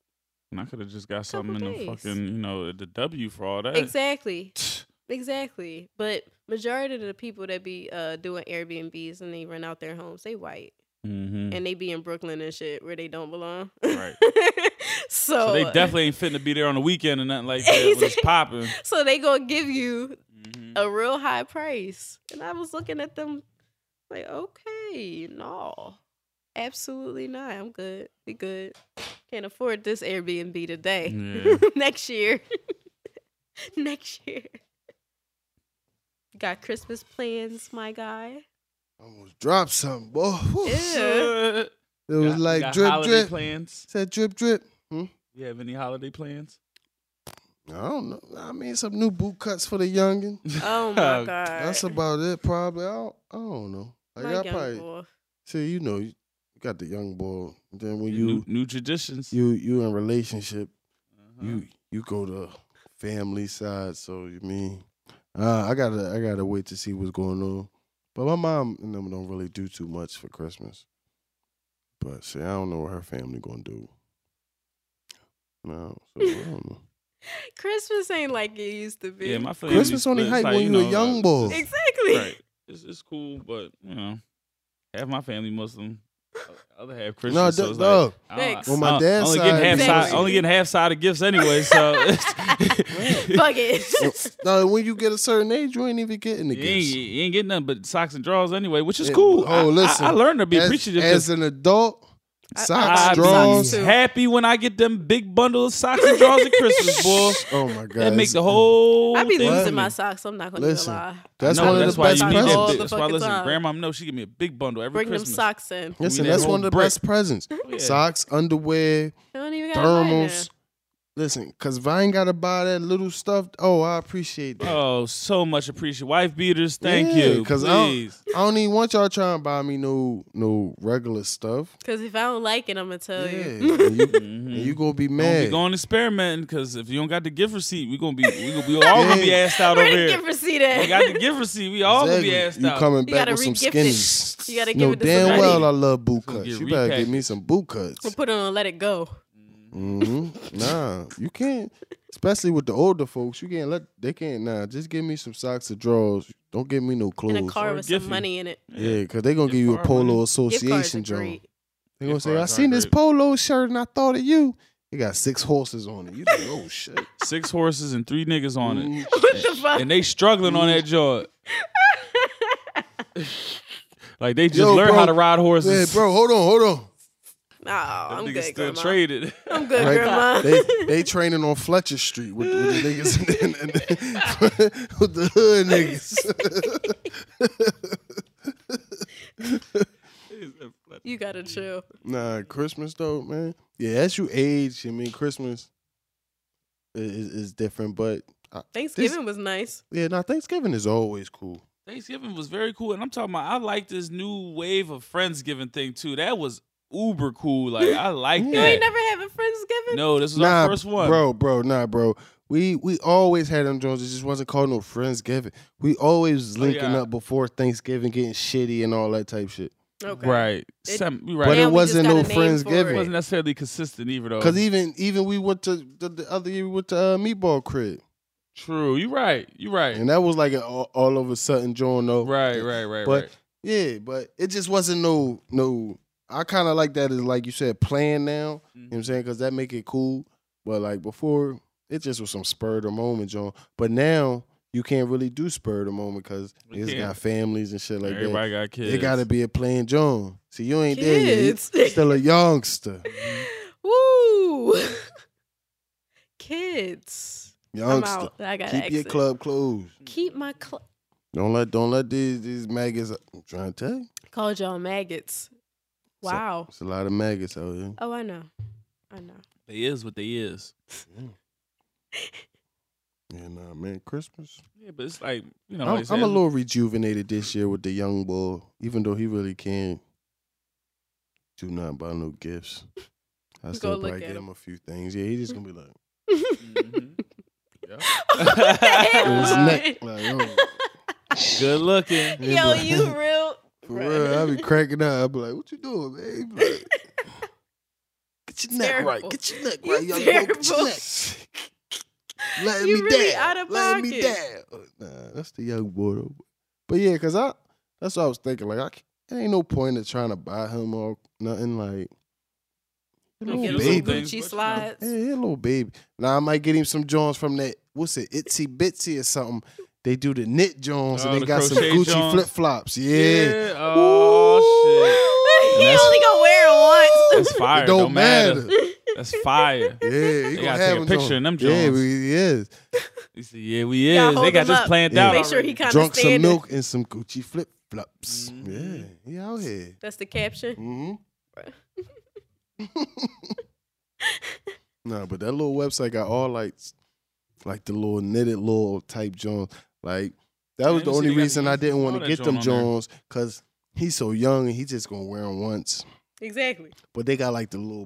And I could have just got something in
Couple
the
days.
fucking, you know, the W for all that.
exactly
Tch,
Exactly. But majority of the people that be uh doing Airbnbs and they rent out their homes, they white.
Mhm.
And they be in Brooklyn and shit where they don't belong.
Right.
so, uh,
So they definitely ain't fitting to be there on the weekend or nothing like that. when it's popping.
So they gonna give you
Mhm.
a real high price. And I was looking at them like, okay, no. Absolutely not. I'm good. We good. Can't afford this Airbnb today.
Yeah.
Next year. Next year. Got Christmas plans, my guy.
Almost dropped something, boy. Whew.
Yeah.
It was
Got-
like
got
drip,
holiday
drip.
plans.
Said drip, drip.
You have any holiday plans?
I don't know. I mean, some new boot cuts for the youngin.
Oh my god.
Uh, That's about it, probably. I don't, I don't know. Like,
my
I
young
probably
boy.
see. You know, you got the young boy. Then when you
New, new traditions. Uh-huh.
you you in relationship, you you go to family side. So you mean uh, I gotta I gotta wait to see what's going on. But my mom and them don't really do too much for Christmas. But see, I don't know what her family gonna do. No, so I don't know.
Christmas ain't like it used to be.
Yeah, my family.
Christmas only hype when you a young boy.
exactly.
Right. It's, it's cool, but you know, half my family Muslim, other half Christian.
No,
so
d-
it's
dog.
like, I don't-
Thanks.
On my
I don't-
dad's
only getting
side,
half
Thanks.
side, only getting half side of gifts anyway. So it's-
Fuck it.
no, when you get a certain age, you ain't even getting the
you, ain't,
gifts.
you ain't getting nothing but socks and drawers anyway, which is
Yeah,
cool.
oh,
I- I-
listen,
I, learned to be
as,
appreciative. 'cause
as an adult,
I-
socks,
I be
drawers.
too.
happy when I get them big bundle of socks and drawers at Christmas, boy.
Oh my god,
That make the whole.
I be
thing-
losing
Listen.
my socks. I'm not gonna
Listen.
even lie.
That's
No,
one of
that's
the
why
best
you need that
All
big-
the
That's
presents.
why
fucking
listen,
time.
grandma know she give me a big bundle every
Bring
Christmas.
them socks in.
Listen,
need
that's
that
one of the
whole Oh,
best presents.
Yeah.
Socks, underwear,
I don't even gotta buy
thermals. Listen, cause if I ain't gotta buy that little stuff, oh, I appreciate that.
Oh, so much appreciate. Wife beaters, thank
Yeah,
you.
'cause
Cause
uh, I don't-
please.
I don't even want y'all trying to buy me no no regular stuff.
Because if I don't like it, I'm gonna
Yeah,
tell you.
and you,
Mhm.
and you gonna be
Don't
mad.
be going experimenting because if you don't got the gift receipt, we gonna be we gonna be all gonna be
Yeah.
asked out
Where
over
the
here.
gift receipt
We
at?
got the gift receipt. We all gonna be
Exactly.
asked
you
out.
coming
You
back
gotta
with some
re-gift it.
skinnies.
You gotta give
no
it to
damn
somebody.
well I love boot
Gonna
cuts.
get
You better get me
repackaged.
some boot cuts.
We'll put it on Let It Go.
hmm Nah, you can't. Especially with the older folks, you can't let they can't. Nah, just give me some socks or drawers. Don't give me no clothes.
In a car
or
with some
Giphy.
money in it.
Yeah, because they gonna
Gift
give you a
card
polo
money.
Gift cards are
association joint.
great.
They gonna
Gift
say, "I
cards are
seen this
great.
polo shirt and I thought of you." It got six horses on it. You like, oh shit.
Six horses and three niggas on it,
Mm,
What the fuck?
and they struggling on that job. like they just
Yo,
learned
bro.
how to ride
Yeah,
horses.
bro, hold on, hold on.
No, I'm
niggas
good,
still
grandma.
traded.
I'm good,
Right?
grandma.
They they training on Fletcher Street with, with the niggas and, and, and- with the hood niggas.
you gotta chill.
Nah, Christmas though, man. Yeah, as you age, I mean, Christmas i- is, is different. But uh,
Thanksgiving was nice.
yeah, now Thanksgiving is always cool.
Thanksgiving was very cool, and I'm talking about I like this new wave of friendsgiving thing too. That was uber cool. Like I like
You
that.
You ain't never having Friendsgiving?
no, this was
nah,
our first one.
bro, bro, nah, bro. We we always had them Jones. It just wasn't called no Friendsgiving. We always linking
Oh, yeah.
up before Thanksgiving, getting shitty and all that type shit.
Okay.
Right.
It-
Some- you right.
But
Now
it
we just
wasn't
got
no
a name for it.
it wasn't
Friendsgiving.
necessarily consistent either though.
Cause even even we went to the, the other year we went to uh, Meatball Crib,
True. You right. You right.
and that was like a, all, all of a sudden joint though.
Right, right, right,
But
right.
yeah, but it just wasn't no no. I kind of like that as like you said, playing now. You know
Mm-hmm.
what I'm saying? Because that make it cool. But like before, it just was some spur of the moment, John. But now you can't really do spur of the moment because
We
niggas
can't.
got families and shit like
Everybody got
that.
kids.
It gotta be a playing John. See, you ain't
Kids.
there yet. You still a youngster.
Woo! Kids. I'm
Youngster.
out. I gotta
Keep your
exit.
club closed.
Keep my club.
Don't let don't let these these maggots. I'm trying to tell you,
Called y'all maggots. Wow.
it's a lot of maggots out here.
Oh, I know. I know.
They is what they is.
Yeah, nah, Mm. uh, man. Christmas.
Yeah, but it's like you know.
I'm,
like I said,
I'm a little rejuvenated this year with the young boy, even though he really can't do not buy no gifts. I still
gonna look
probably get
at
him.
him.
a few things. Yeah, he just gonna be like
Mhm.
on his
Alright.
neck, like, oh,
Good looking.
Yo, you real.
for real. I be cracking up. I be like, "What you doing, man?" He be like, get your neck
Terrible.
right. Get your neck
You
right, young boy. Get your
terrible.
neck. Letting
You
me
really
down.
out of
Letting me
pocket.
down. Uh, Nah, that's the young boy though. But yeah, cause I that's what I was thinking. Like I can't- it ain't no point in trying to buy him or nothing like
Get
Little
him some
baby.
Gucci
things, but, you know.
slides.
Yeah, he a little baby. Now I might get him some Johns from that. What's it? Itsy Bitsy or something. They do the knit Johns
Oh,
and they
the
got some
crochet
Gucci
Johns.
flip flops. Yeah.
Yeah. Oh
he
that's-
only gonna wear it
shit.
once.
That's fire.
It don't matter.
That's fire.
Yeah,
gotta
he gonna
take
have
a
him
picture
Johns.
in them
Yeah,
Johns.
we, he is.
You see, yeah, we
Y'all
is.
hold
They got
him
this
up.
planned
Yeah.
out.
Make sure
already.
he kind of
Drunk some
standing.
milk and some Gucci flip flops.
Mm-hmm.
Yeah, he out here.
That's the caption.
Mm-hmm. nah, but that little website got all like s- like the little knitted little type Jones. Like that was
I didn't
the
see
only
they got-
reason I didn't want
saw
to
that
get them
joint on there.
Jones because he's so young and he just gonna wear them once.
Exactly.
But they got like the little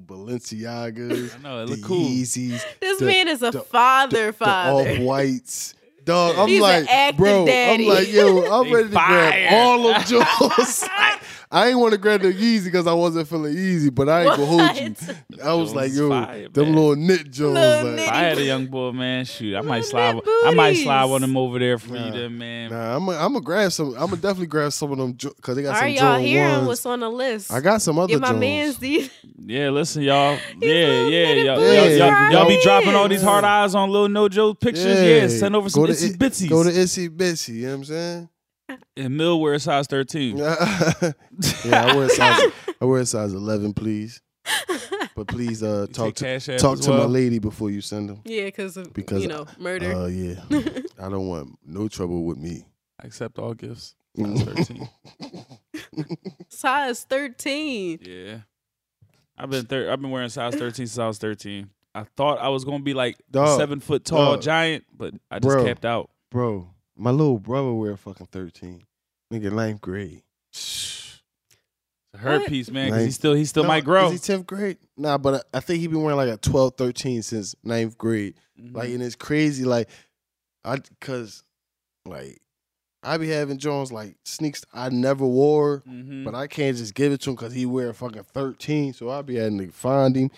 I
Balenciagas,
know it
the
look cool.
Yeezys,
This
The-
man is a
the-
father,
the
father.
off whites. Dog, I'm
He's an
like,
active
bro,
daddy.
I'm like, yo, I'm
They
ready to
fired.
grab all of Jones. I, I ain't want to grab the Yeezy because I wasn't feeling easy, but I ain't gonna hold you. I was
Jones
like,
is
yo,
fire,
them
man.
little knit Jones.
Little
like,
If I had a young boy, man, shoot, I might
Look at
slide.
that
I might slide
booties.
one of them over there for
Nah.
you, then, man.
Nah, I'm gonna I'm gonna grab some. I'm gonna definitely grab some of them because they got
Are
some
y'all
Jordan
hearing
ones.
what's on the list?
I got some other
Get my
Jones.
man's these.
Yeah, listen, y'all. Yeah,
little
yeah,
knitted
y'all,
booties,
y'all, y'all,
right?
y'all be dropping all these
Yeah.
hard eyes on little Nojo pictures. Yeah, send over some
Go to
itsy
it-
bitsies.
Go to itsy bitsy. You know what I'm saying?
and Mill wear size thirteen.
yeah, I wear a size. I wear a size 11, please. But please, uh, talk
Take
to
Cash App
talk
as
to my
well.
lady before you send them.
Yeah, cause of,
Because,
you know murder.
Oh yeah, I don't want no trouble with me.
I accept all gifts. Size thirteen.
yeah,
Size thirteen.
yeah, I've been thir- I've been wearing size thirteen since I was thirteen. I thought I was gonna be like a
Dog.
seven foot tall
Dog.
giant, but I just
Bro.
capped out.
bro, my little brother wear fucking thirteen. Nigga, ninth grade.
It's a hurt
What?
piece, man, because he
Nice.
still he still
No,
might grow.
Is he tenth grade? Nah, but I I think he been wearing like a 12, 13 since ninth grade.
Mhm.
Like, and it's crazy. Like, I cause like I be having Jones like sneaks I never wore,
Mhm.
Mm-hmm. but I can't just give it to him because he wear fucking thirteen. So I be having to find him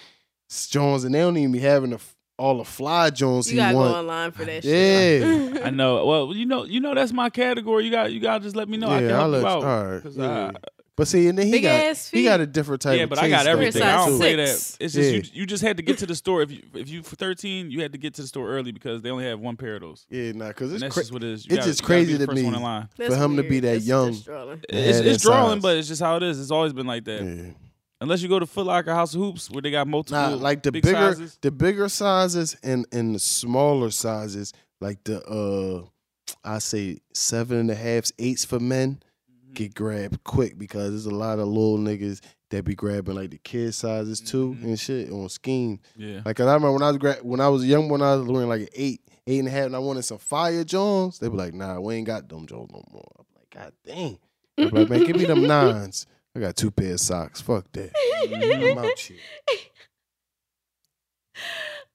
It's Jones, and they don't even be having the, f- all the fly Jones
You
he
gotta go
want.
online for that shit.
Yeah.
I know. Well, you know, you know that's my category. You got, you got to just let me know. I can help
I'll let
you
you-
out.
all right.
'Cause
Yeah.
I-
but see, and then he
Big
got
ass feet.
he got a different type
yeah,
of
but I got
taste though,
everything. I
size
don't
too.
play that.
six.
It's just you,
Yeah.
you just had to get to the store. If you if you for thirteen, you had to get to the store early because they only have one pair of those.
Yeah, nah, cause
And
it's
that's
cra-
just what it is.
it's
You gotta-
just
you gotta be
crazy
the
to
first one
me.
in line.
for him to be that
That's
young.
distrolling.
Yeah,
It's,
that's
it's drawing,
size.
but it's just how it is. It's always been like that.
yeah.
Unless you go to Foot Locker, House of Hoops, where they got multiple.
Nah, like the
big
bigger
sizes.
the bigger sizes and and the smaller sizes, like the uh I say seven and a halfs, eights for men,
Mm-hmm.
get grabbed quick because there's a lot of little niggas that be grabbing like the kid sizes too
Mm-hmm.
and shit on scheme.
Yeah.
Like 'cause I remember when I was gra- when I was young when I was wearing like an eight, eight and a half, and I wanted some fire Jones, they be like, nah, we ain't got them Jones no more. I'm like, God dang. They be like, man, give me them nines. I got two pair of socks. Fuck that. I'm out here.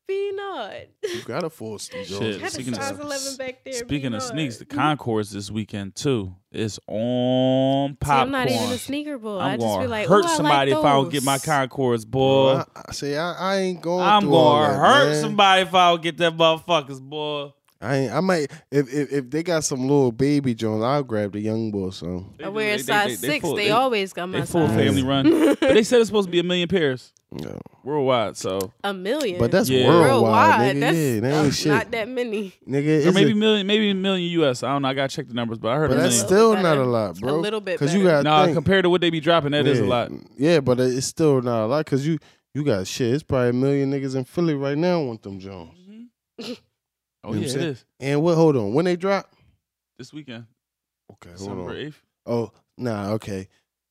Be not.
You gotta force these
Shit.
Jones.
Have a
Had a
Speaking of-
size eleven back there.
Speaking
be
of
not.
sneaks, the Concourse this weekend too. It's on popcorn.
See, I'm not even a sneaker boy. i
I'm
just
gonna
be like,
hurt
"Ooh, I
somebody
like
if I don't get my
those."
Concourse, boy.
Well, I, I- see, I, I ain't going.
I'm
through all
gonna
that,
hurt
man.
somebody if I don't get that motherfuckers, boy.
I ain't, I might if, if if they got some little baby Jones, I'll grab the young boy some.
I wear a size six. They, always got my
they full
size.
family run, but they said it's supposed to be a million pairs
No.
worldwide. So
A million.
But that's
Yeah.
worldwide,
worldwide.
nigga.
That's
yeah, that ain't shit,
not that many.
nigga. It's
or maybe
a,
million, maybe a million U.S. I don't know. I gotta check the numbers, but I heard
but
a
that's
million.
still
Better.
not a lot, bro.
A little bit
you got
better.
Nah, compared to what they be dropping, that
yeah,
is a lot.
Mm-hmm.
Yeah, but it- it's still not a lot because you you got shit. It's probably a million niggas in Philly right now want them Jones.
Oh
You know what I'm
yeah, it
saying?
is
And what? Hold on, when they drop?
this weekend,
Okay, hold
December
on.
eighth.
Oh, nah, okay.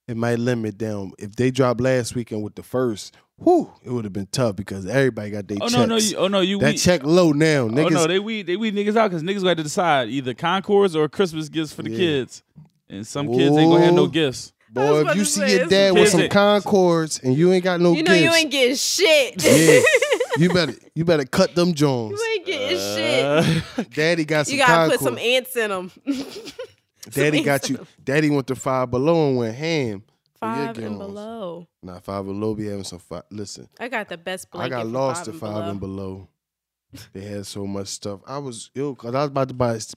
It might limit them. If they dropped last weekend with the first, whew, it would have been tough because everybody got their
Oh
checks.
no, no, you, oh no, you.
that
we-
check low now, niggas.
Oh no, they weed they weed niggas out because niggas gonna have to decide either Concourse or Christmas gifts for the
Yeah.
kids, and some kids ain't gonna have no
Ooh.
gifts.
I was
Boy, if
about
you
to
see
say,
your
it's
dad
some
with some
kids.
Concords and you ain't got no
You know you
gifts,
ain't getting shit.
yeah, you better you better cut them Jones.
you ain't getting
Uh,
shit.
Daddy got some
You gotta put some
Concords.
ants in them.
Daddy got you. Daddy went to five below and went ham. for your
Five and
Jones.
below.
Nah, five below be having some. Five. Listen,
I got the best
I
blanket.
got
for
lost
five
at five and
below.
below. They had so much stuff. I was ill because I was about to buy s-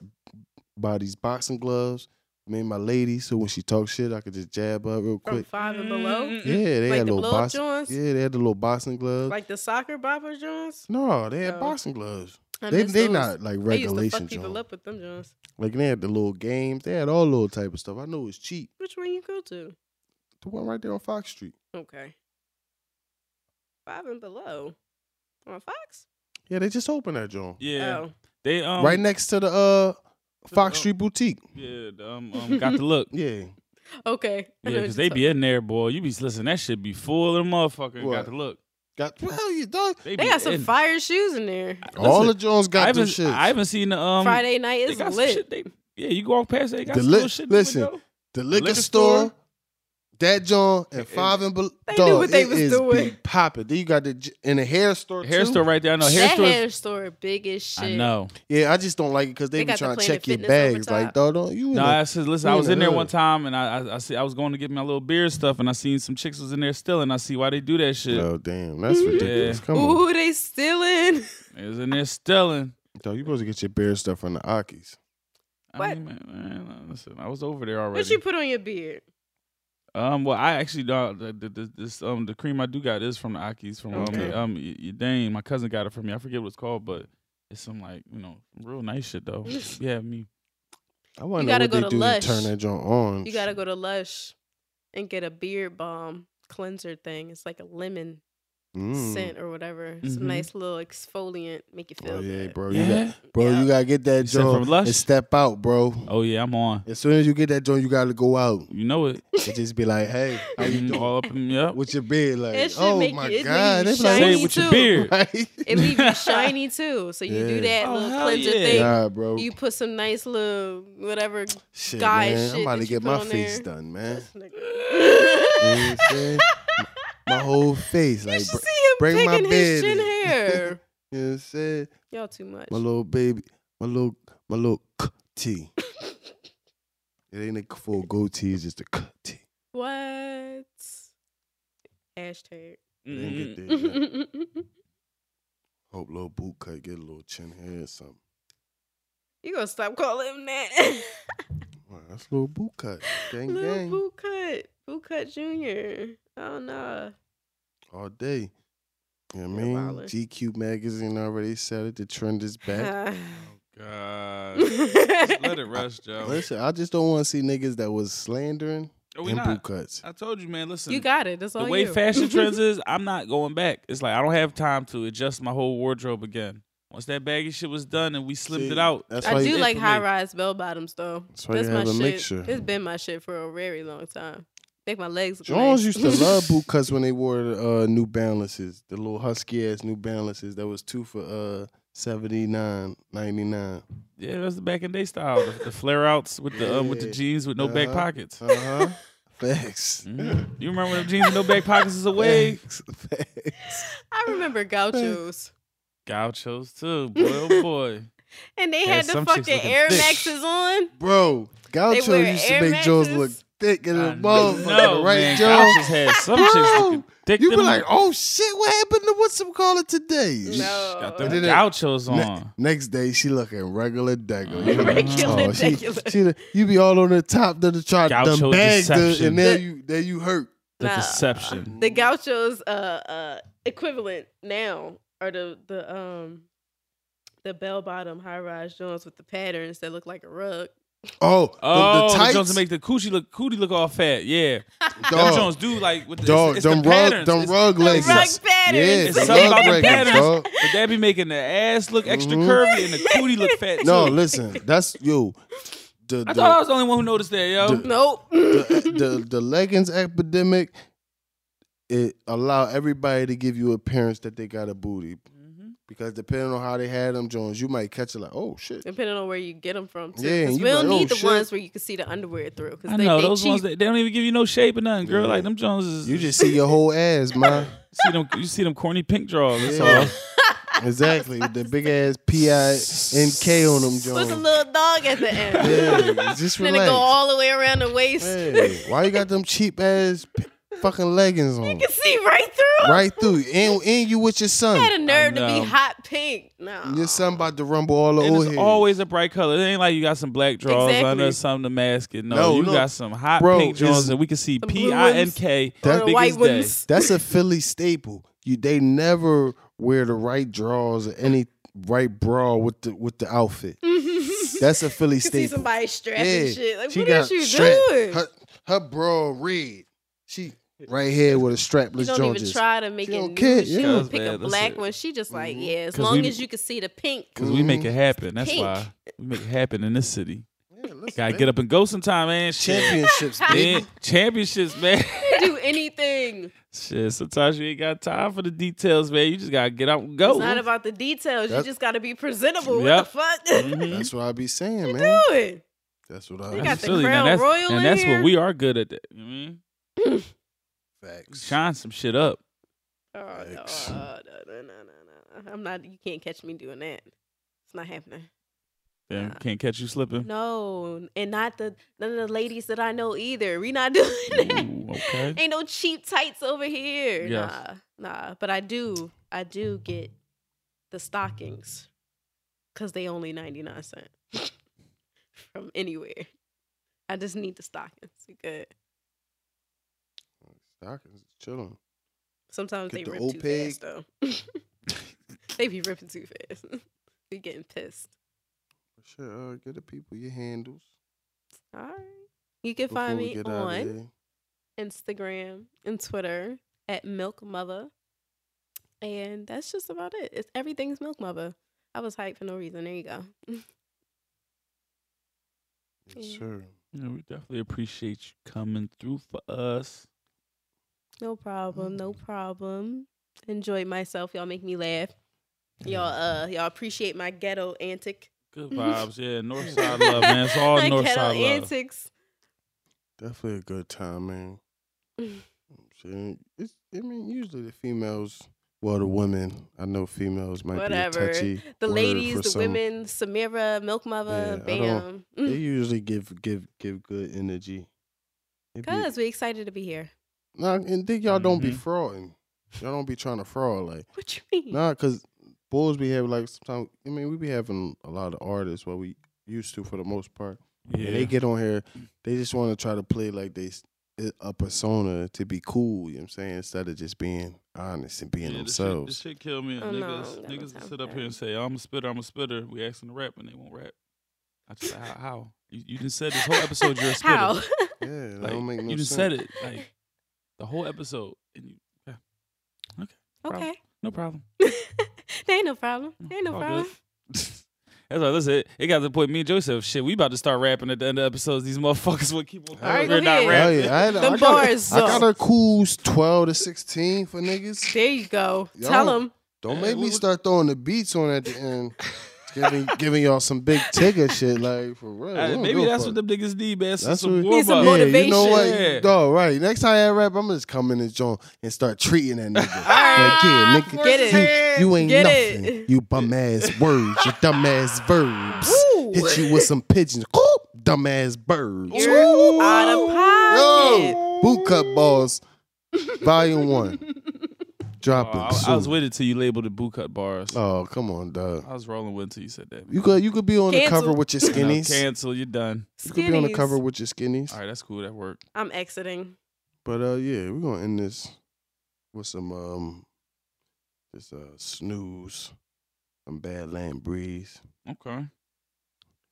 buy these boxing gloves. Me and my lady, so when she talks shit, I could just jab up real
From
quick.
five and
Mm.
below,
Yeah, they
like
had
the
little
blow-up
boxing.
joints?
Yeah, they had the little boxing gloves.
like the soccer bopper Jones.
no, they had
Oh.
boxing gloves.
I
They
miss
they
those.
not like
I used to
regulation
fuck people
joints.
up with them Jones.
Like they had the little games. They had all little type of stuff. I know it's cheap.
Which one you go to?
The one right there on Fox Street.
Okay. Five and below. On Fox?
Yeah, they just opened that joint.
Yeah,
Oh.
they um
right next to the uh Fox
oh.
Street Boutique.
Yeah, the, um, um got the look.
Yeah.
Oh, Okay. I
Yeah,
know what
because
you're
they be in there, boy. You be listen, that shit be full of the motherfucker. and
What?
Got the look.
Got well, you dog.
They
be
got some
in.
fire shoes in there.
All the Jones
I
got them
haven't,
shit.
I haven't seen the um.
Friday night
they
is
got some
lit.
shit. They, yeah, you go walk past. They got
The
some
li-
little shit. in the
listen.
window.
The liquor,
liquor
store,
store?
that John, and five and below.
They knew what they was doing.
Popping. Then you got the j- and the hair store.
Hair
too.
store right there. I know. Hair
that
store.
hair store big as shit.
I know.
Yeah, I just don't like it because they,
They
be
got the
trying to
Planet
check your
Fitness over
bags.
top.
Like, dog, don't you? in
No,
the-
I said, listen,
you
I was
the
in there
hood.
one time and I, I I see I was going to get my little beer stuff and I seen some chicks was in there still and I see why they do that shit.
Oh damn, that's ridiculous. Come on,
Ooh, they stealing.
They was in there stealing.
dog, you supposed to get your beer stuff from the Aki's.
I,
What?
mean, man, man, listen, I was over there already.
What you put on your beard?
Um, well, I actually dog the, the, the, this um the cream I do got is from the Aki's from
Okay.
um, um y- your dame. My cousin got it for me. I forget what it's called, but it's some like you know real nice shit though. yeah, me.
I want
You
to know
gotta
what
go
they
to
do
Lush.
to turn that joint on.
You gotta go to Lush and get a beard balm cleanser thing. It's like a lemon
Mm.
scent or whatever. It's
Mhm.
a nice little exfoliant, make you feel
Oh yeah,
good.
bro. You
Yeah.
got, bro, you gotta get that
said
joint
from Lush?
and step out, bro.
Oh yeah, I'm on.
As soon as you get that joint, you gotta go out
You know it.
and just be like, "Hey, how you
Mm,
doing?"
All up in yeah.
With your beard, like,
It should
oh
Oh. make
my
you- it
god,
make
they
you
be
Say
like,
it with your
too.
beard.
right?
It leaves you shiny too. So you
Yeah.
do that
Oh,
little
hell
cleanser
yeah.
thing.
Nah, bro.
You put some nice little whatever.
shit,
guy
man. I'm
shit
about to
that you
get
put
my
on
face
there.
done, man.
you
You know what I'm saying? my whole face, like,
should
br-
see him
bring my
picking his
beard
chin
in.
hair.
you know what I'm saying?
Y'all too much.
My little baby, my little, my little k- T. it ain't a full goatee, it's just a k- T.
What? Hashtag.
Didn't
Mm,
get there yet.
you Mm-hmm.
Hope little boot cut get a little chin hair or something.
gonna stop calling him that?
Wow, that's little boot cut. Gang
Little
gang.
Boo Cut, Boo Cut Junior. Oh no,
All day. You know what I
You're
mean?
wildin'.
GQ magazine already said it. The trend is back.
Oh, God. Just
Nah.
Let it rest, Joe.
Listen, I just don't want to see niggas that was slandering
Are we
and boot
not?
cuts.
I told you, man. Listen,
you got it. That's all.
the way
you.
fashion trends is, I'm not going back. It's like I don't have time to adjust my whole wardrobe again. Once that baggy shit was done and we slimmed
See,
it out,
that's
I
why
do
you-
like
for me.
high rise bell bottoms though.
That's why you
my
have a
shit.
mixture.
It's been my shit for a very long time. Make my legs. look
Jones
nice.
used to love boot cuts when they wore the uh, New Balances, the little husky ass New Balances that was two for uh, seventy nine ninety nine.
yeah, that's the back in day style. The, the flare outs with the uh, with the
Yeah.
jeans with no back
Uh-huh.
pockets.
Uh huh. Facts.
Mhm. You remember when the jeans with no back pockets is a wave?
Facts. Facts.
I remember gauchos,
Gauchos too, boy, oh boy.
and they
Yeah,
had the
some chicks
fucking
looking
Air
thick.
Maxes on.
Bro, Gaucho
wear
used to
Air
make Jones
Maxes.
look thick in
I
the motherfucker,
know,
right,
man.
Jones?
Gauchos had some
Bro,
chicks looking thick.
You be
them-
like, oh shit, what happened to what's some call it today?
No.
got
They
them
did it.
gauchos
Ne-
on.
next day, she looking regular degular.
Regular
Oh, she,
degular.
she, you be all on the top of the chart,
Gaucho
dumb bag, dude,
deception.
and then
The-
you, then you hurt.
The
Nah.
deception.
Mm-hmm.
The gauchos uh, uh, equivalent now are the the um the bell bottom high rise joints with the patterns that look like a rug.
Oh,
Oh,
the, the
the,
tights,
Jones make the coochie look cootie look all fat. Yeah,
dog,
them Jones do like with the,
dog,
it's, it's
them
the
rug,
patterns.
them
It's-
rug legs,
rug patterns.
yeah,
It's
the
something about
rug
the
legs,
patterns.
dog.
But that be making the ass look extra
Mhm.
curvy and the cootie look fat.
No,
too.
listen, that's yo, the
I
the,
thought I was the only one who noticed that, yo.
The-
Nope.
the, the the leggings epidemic. It allow everybody to give you appearance that they got a booty
Mm-hmm.
because depending on how they had them Jones, you might catch it like, oh shit,
Depending on where you get them from, too.
Yeah,
'Cause
you
we don't
like, oh,
need the
shit.
ones where you can see the underwear through. Cause
I
they,
know
they
those
cheap.
ones that they don't even give you no shape or nothing, girl.
Yeah.
Like them Jones is
you just see your whole ass, man.
see them you see them corny pink draws. That's
Yeah.
all.
Exactly, with the big ass P I N K on them
With a
Jones.
little dog at the end.
Yeah, just
Then it go
relax.
all the way around the waist.
Hey, why you got them cheap ass p- fucking leggings on?
You can see right through.
Right through, and, and you with your
I had
son.
a nerve to
know.
be hot pink. No.
Your son about to rumble all the
And
old
it's
head.
always a bright color. It ain't like you got some black draws
Exactly.
under something to mask it. No,
No,
you
no.
got some hot
Bro,
pink
it's-
draws and we can see
blue
P I N K
That-
or the white
biggest day.
ones.
That's a Philly staple. You they never wear the right drawers or any right bra with the with the outfit. That's a Philly
You can see
staple.
somebody strapping shit. Like,
she
what
got
is you
strap-
doing?
Her, her bra red. She right here with a strapless
You don't
joint
even
just-
try to make
She
it
don't
new.
care,
She
yeah.
gonna pick
Man,
a
that's
black
it.
one. She just like,
Mhm.
yeah, as
'Cause
long
we-
as you can see the pink.
because we make it happen. That's
Pink.
why we make it happen in this city.
Mm-hmm. Yeah, listen,
Gotta
man.
get up and go sometime, man. Shit.
championships,
Yeah,
baby.
championships, man.
Do you anything.
Shit, sometimes you ain't got time for the details, man. You just gotta get out and go.
It's not about the details.
That's-
you just got to be presentable.
Yep.
What the fuck?
Mhm.
That's what I be saying,
What
man.
you doing?
That's what
We
I
got
That's
the
Philly.
Crown
now that's,
Royal in
and that's
here.
what we are good at. That. You know what I mean?
facts.
Shine some shit up.
Oh, no,
Yikes.
oh, no, no, no, no, no. I'm not. You can't catch me doing that. It's not happening.
Damn,
Nah.
can't catch you slipping.
No, and not the none of the ladies that I know either. We not doing that.
Ooh, okay.
Ain't no cheap tights over here.
Yes.
Nah, nah. But I do, I do get the stockings because they only ninety nine cent from anywhere. I just need the stockings. We good.
Stockings, chilling.
Sometimes
Get
they
the
rip
old
too
pig.
fast though. they be ripping too fast. we getting pissed.
Sure, uh, get the people your handles.
All right. You can
before
find
we
me
get out of
on
here.
Instagram and Twitter at Milk Mother. And that's just about it. It's everything's Milk Mother. I was hyped for no reason. There you go.
Yes,
Yeah.
sir.
Yeah, we definitely appreciate you coming through for us.
No problem.
Mm.
No problem. Enjoyed myself. Y'all make me laugh. Y'all uh y'all appreciate my ghetto antic.
Good vibes, yeah. North side love, man. It's all
my
north
ghetto
side love.
antics.
Definitely a good time, man.
Mm.
Shit, It's, I mean, usually the females, well, the women. I know females might be
Whatever.
a touchy.
The
word
ladies,
for
the
some.
women, Samira, Milk Mother,
Yeah, I
bam. Mm.
don't- They usually give give give good energy. It be-
Because we excited to be here.
Nah, and think y'all don't be
Mhm.
frauding. Y'all don't be trying to fraud like
What you mean?
nah, cause bulls be having like sometimes. I mean, we be having a lot of artists what we used to for the most part.
Yeah.
And they get on here, they just want to try to play like they s- a persona to be cool. You know what I'm saying instead of just being honest and being
Yeah, this shit- This
themselves.
shit, kill me.
Oh, no, I
niggas
don't
niggas
have
will sit up
time.
here and say, I'm a spitter, I'm a spitter. We ask them to rap and they won't rap. I just like, how? how? You, you just said this whole episode you're a spitter.
How?
Yeah, that
Like,
don't make no
you
sense.
just said it. Like the whole episode. And you,
okay.
no problem.
There ain't no problem. There ain't no
All
problem.
good. That's why listen, it, it got to the point me and Joey said, shit, we about to start rapping at the end of episodes. These motherfuckers will keep on
All right,
we're
go
not
Hell
ahead.
rapping.
yeah, I had
Them
I got,
bars,
I got
though.
a cool twelve to sixteen for niggas.
There you go.
Y'all
Tell
don't-
them.
Don't
Hey,
make
what
me
was-
start throwing the beats on at the end, giving giving y'all some big ticket shit like for real.
All right,
We don't
maybe
give a
that's what
fuck.
them niggas need, man. Some,
That's
some
what-
warm
Need some
up.
yeah, you know what?
motivation. Yeah.
Dog, right. Next time I rap, I'm just come in this joint and start treating that nigga.
Ah,
like, yeah, nigga,
get it.
You, you ain't
Get
nothing.
it.
You bum ass words. You dumb ass verbs.
Ooh.
Hit you with some pigeons. Coop, dumb ass birds.
You're out of pocket.
Yo, boot cut balls, volume one, dropping.
Oh, I, I was
soon.
with it till you labeled the boot cut bars.
Oh come on, dog.
I was rolling with it till you said that.
You could you could be on the cover
Cancel.
with your
No,
skinnies.
cancel. You're done.
you could be on the
Skinnies.
cover with your skinnies.
All right, that's cool. That worked.
I'm exiting.
But uh, yeah, we're gonna end this with some um, this uh snooze, some Badland breeze.
Okay.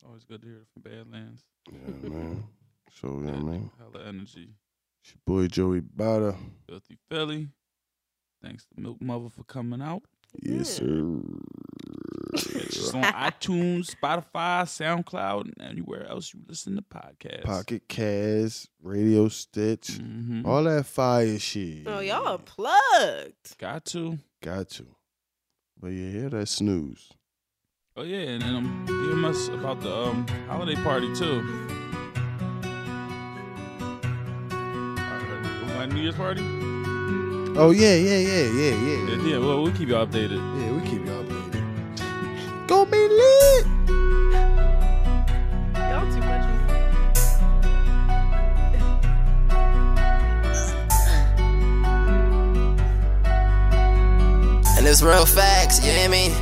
Always good to hear it from Badlands.
Yeah, man. So yeah, man.
Hella energy.
It's your boy Joey Bada.
Filthy Philly. Thanks to Milk Mother for coming out.
Yes, sir.
Catch us on iTunes, Spotify, SoundCloud, and anywhere else you listen to podcasts.
Pocket Cast, Radio Stitch,
Mhm.
all that fire shit.
Oh, y'all are plugged.
Got to.
got you. But you hear that snooze?
Oh yeah, and then um, DM us about the um holiday party too. Alright, My New Year's party?
Oh yeah, yeah, yeah, yeah, yeah.
Yeah, yeah, well, we'll keep you updated.
Yeah, we keep y'all updated. Go be lit.
Y'all too much.
And it's real facts, you hear me?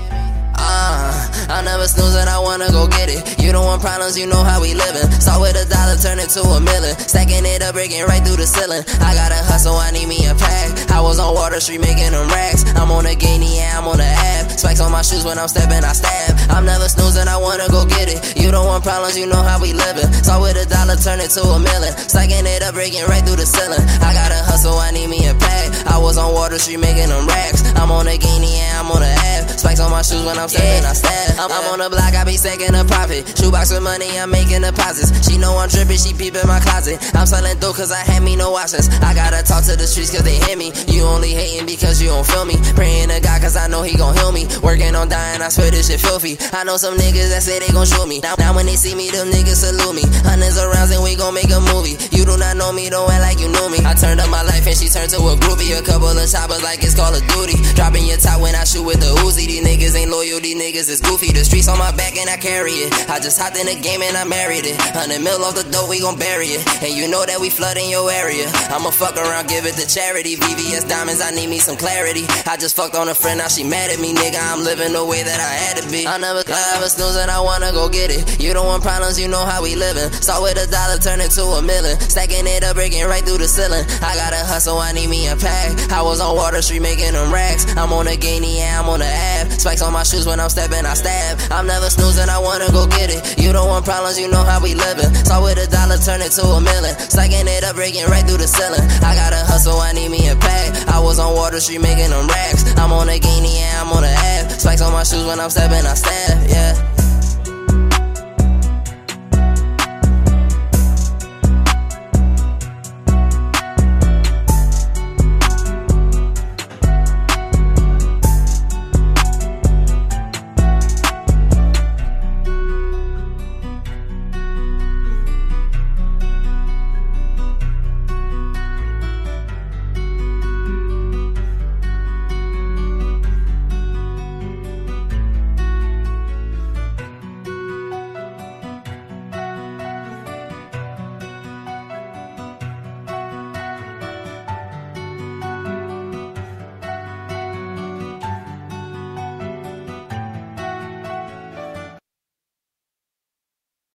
Uh, I never snooze and I wanna go get it. You don't want problems, you know how we living. Start with a dollar, turn it to a million. Stacking it up, breaking right through the ceiling. I gotta hustle, I need me a pack. I was on Water Street making them racks. I'm on a gain, yeah, I'm on a app. Spikes on my shoes when I'm stepping, I stab. I'm never snoozing, I wanna go get it. You don't want problems, you know how we living. Start with a dollar, turn it to a million. Stacking it up, breaking right through the ceiling. I gotta hustle, I need me a pack. I was on Water Street making them racks. I'm on a gain, yeah, I'm on a app. Spikes on my shoes when I'm stepping, I stab. I'm, I'm on the block, I be stacking a profit. Shoebox with money, I'm making deposits. She know I'm dripping, she peeping my closet. I'm selling through cause I had me no options. I gotta talk to the streets cause they hate me. You only hating because you don't feel me. Praying to God cause I know he gon' heal me. Working on dying, I swear this shit filthy. I know some niggas that say they gon' shoot me. Now, now when they see me, them niggas salute me. Hundreds of rounds and we gon' make a movie. You do not know me, don't act like you knew me. I turned up my life and she turned to a groovy. A couple of choppers like it's Call of Duty. Dropping your top when I shoot with the Uzi. These niggas ain't loyal, these niggas is goofy. The streets on my back and I carry it. I just hopped in the game and I married it. Hundred mil off the dough, we gon' bury it. And you know that we flooding your area. I'ma fuck around, give it to charity. VVS diamonds, I need me some clarity. I just fucked on a friend, now she mad at me, nigga. I'm living the way that I had to be. I never, I never snooze and I wanna go get it. You don't want problems, you know how we living. Start with a dollar, turn it to a million. Stacking it up, breaking right through the ceiling. I gotta hustle, I need me a pack. I was on Water Street making them racks. I'm on a gain, yeah, I'm on a ab. Spikes on my shoes when I'm stepping, I stab. I'm never snoozing, I wanna go get it. You don't want problems, you know how we living. Start with a dollar, turn it to a million. Stacking it up, breaking right through the ceiling. I gotta hustle, I need me a pack. I was on Water Street making them racks. I'm on a gain, yeah, I'm on a ab. Spikes on my shoes when I'm stepping, I stab, yeah.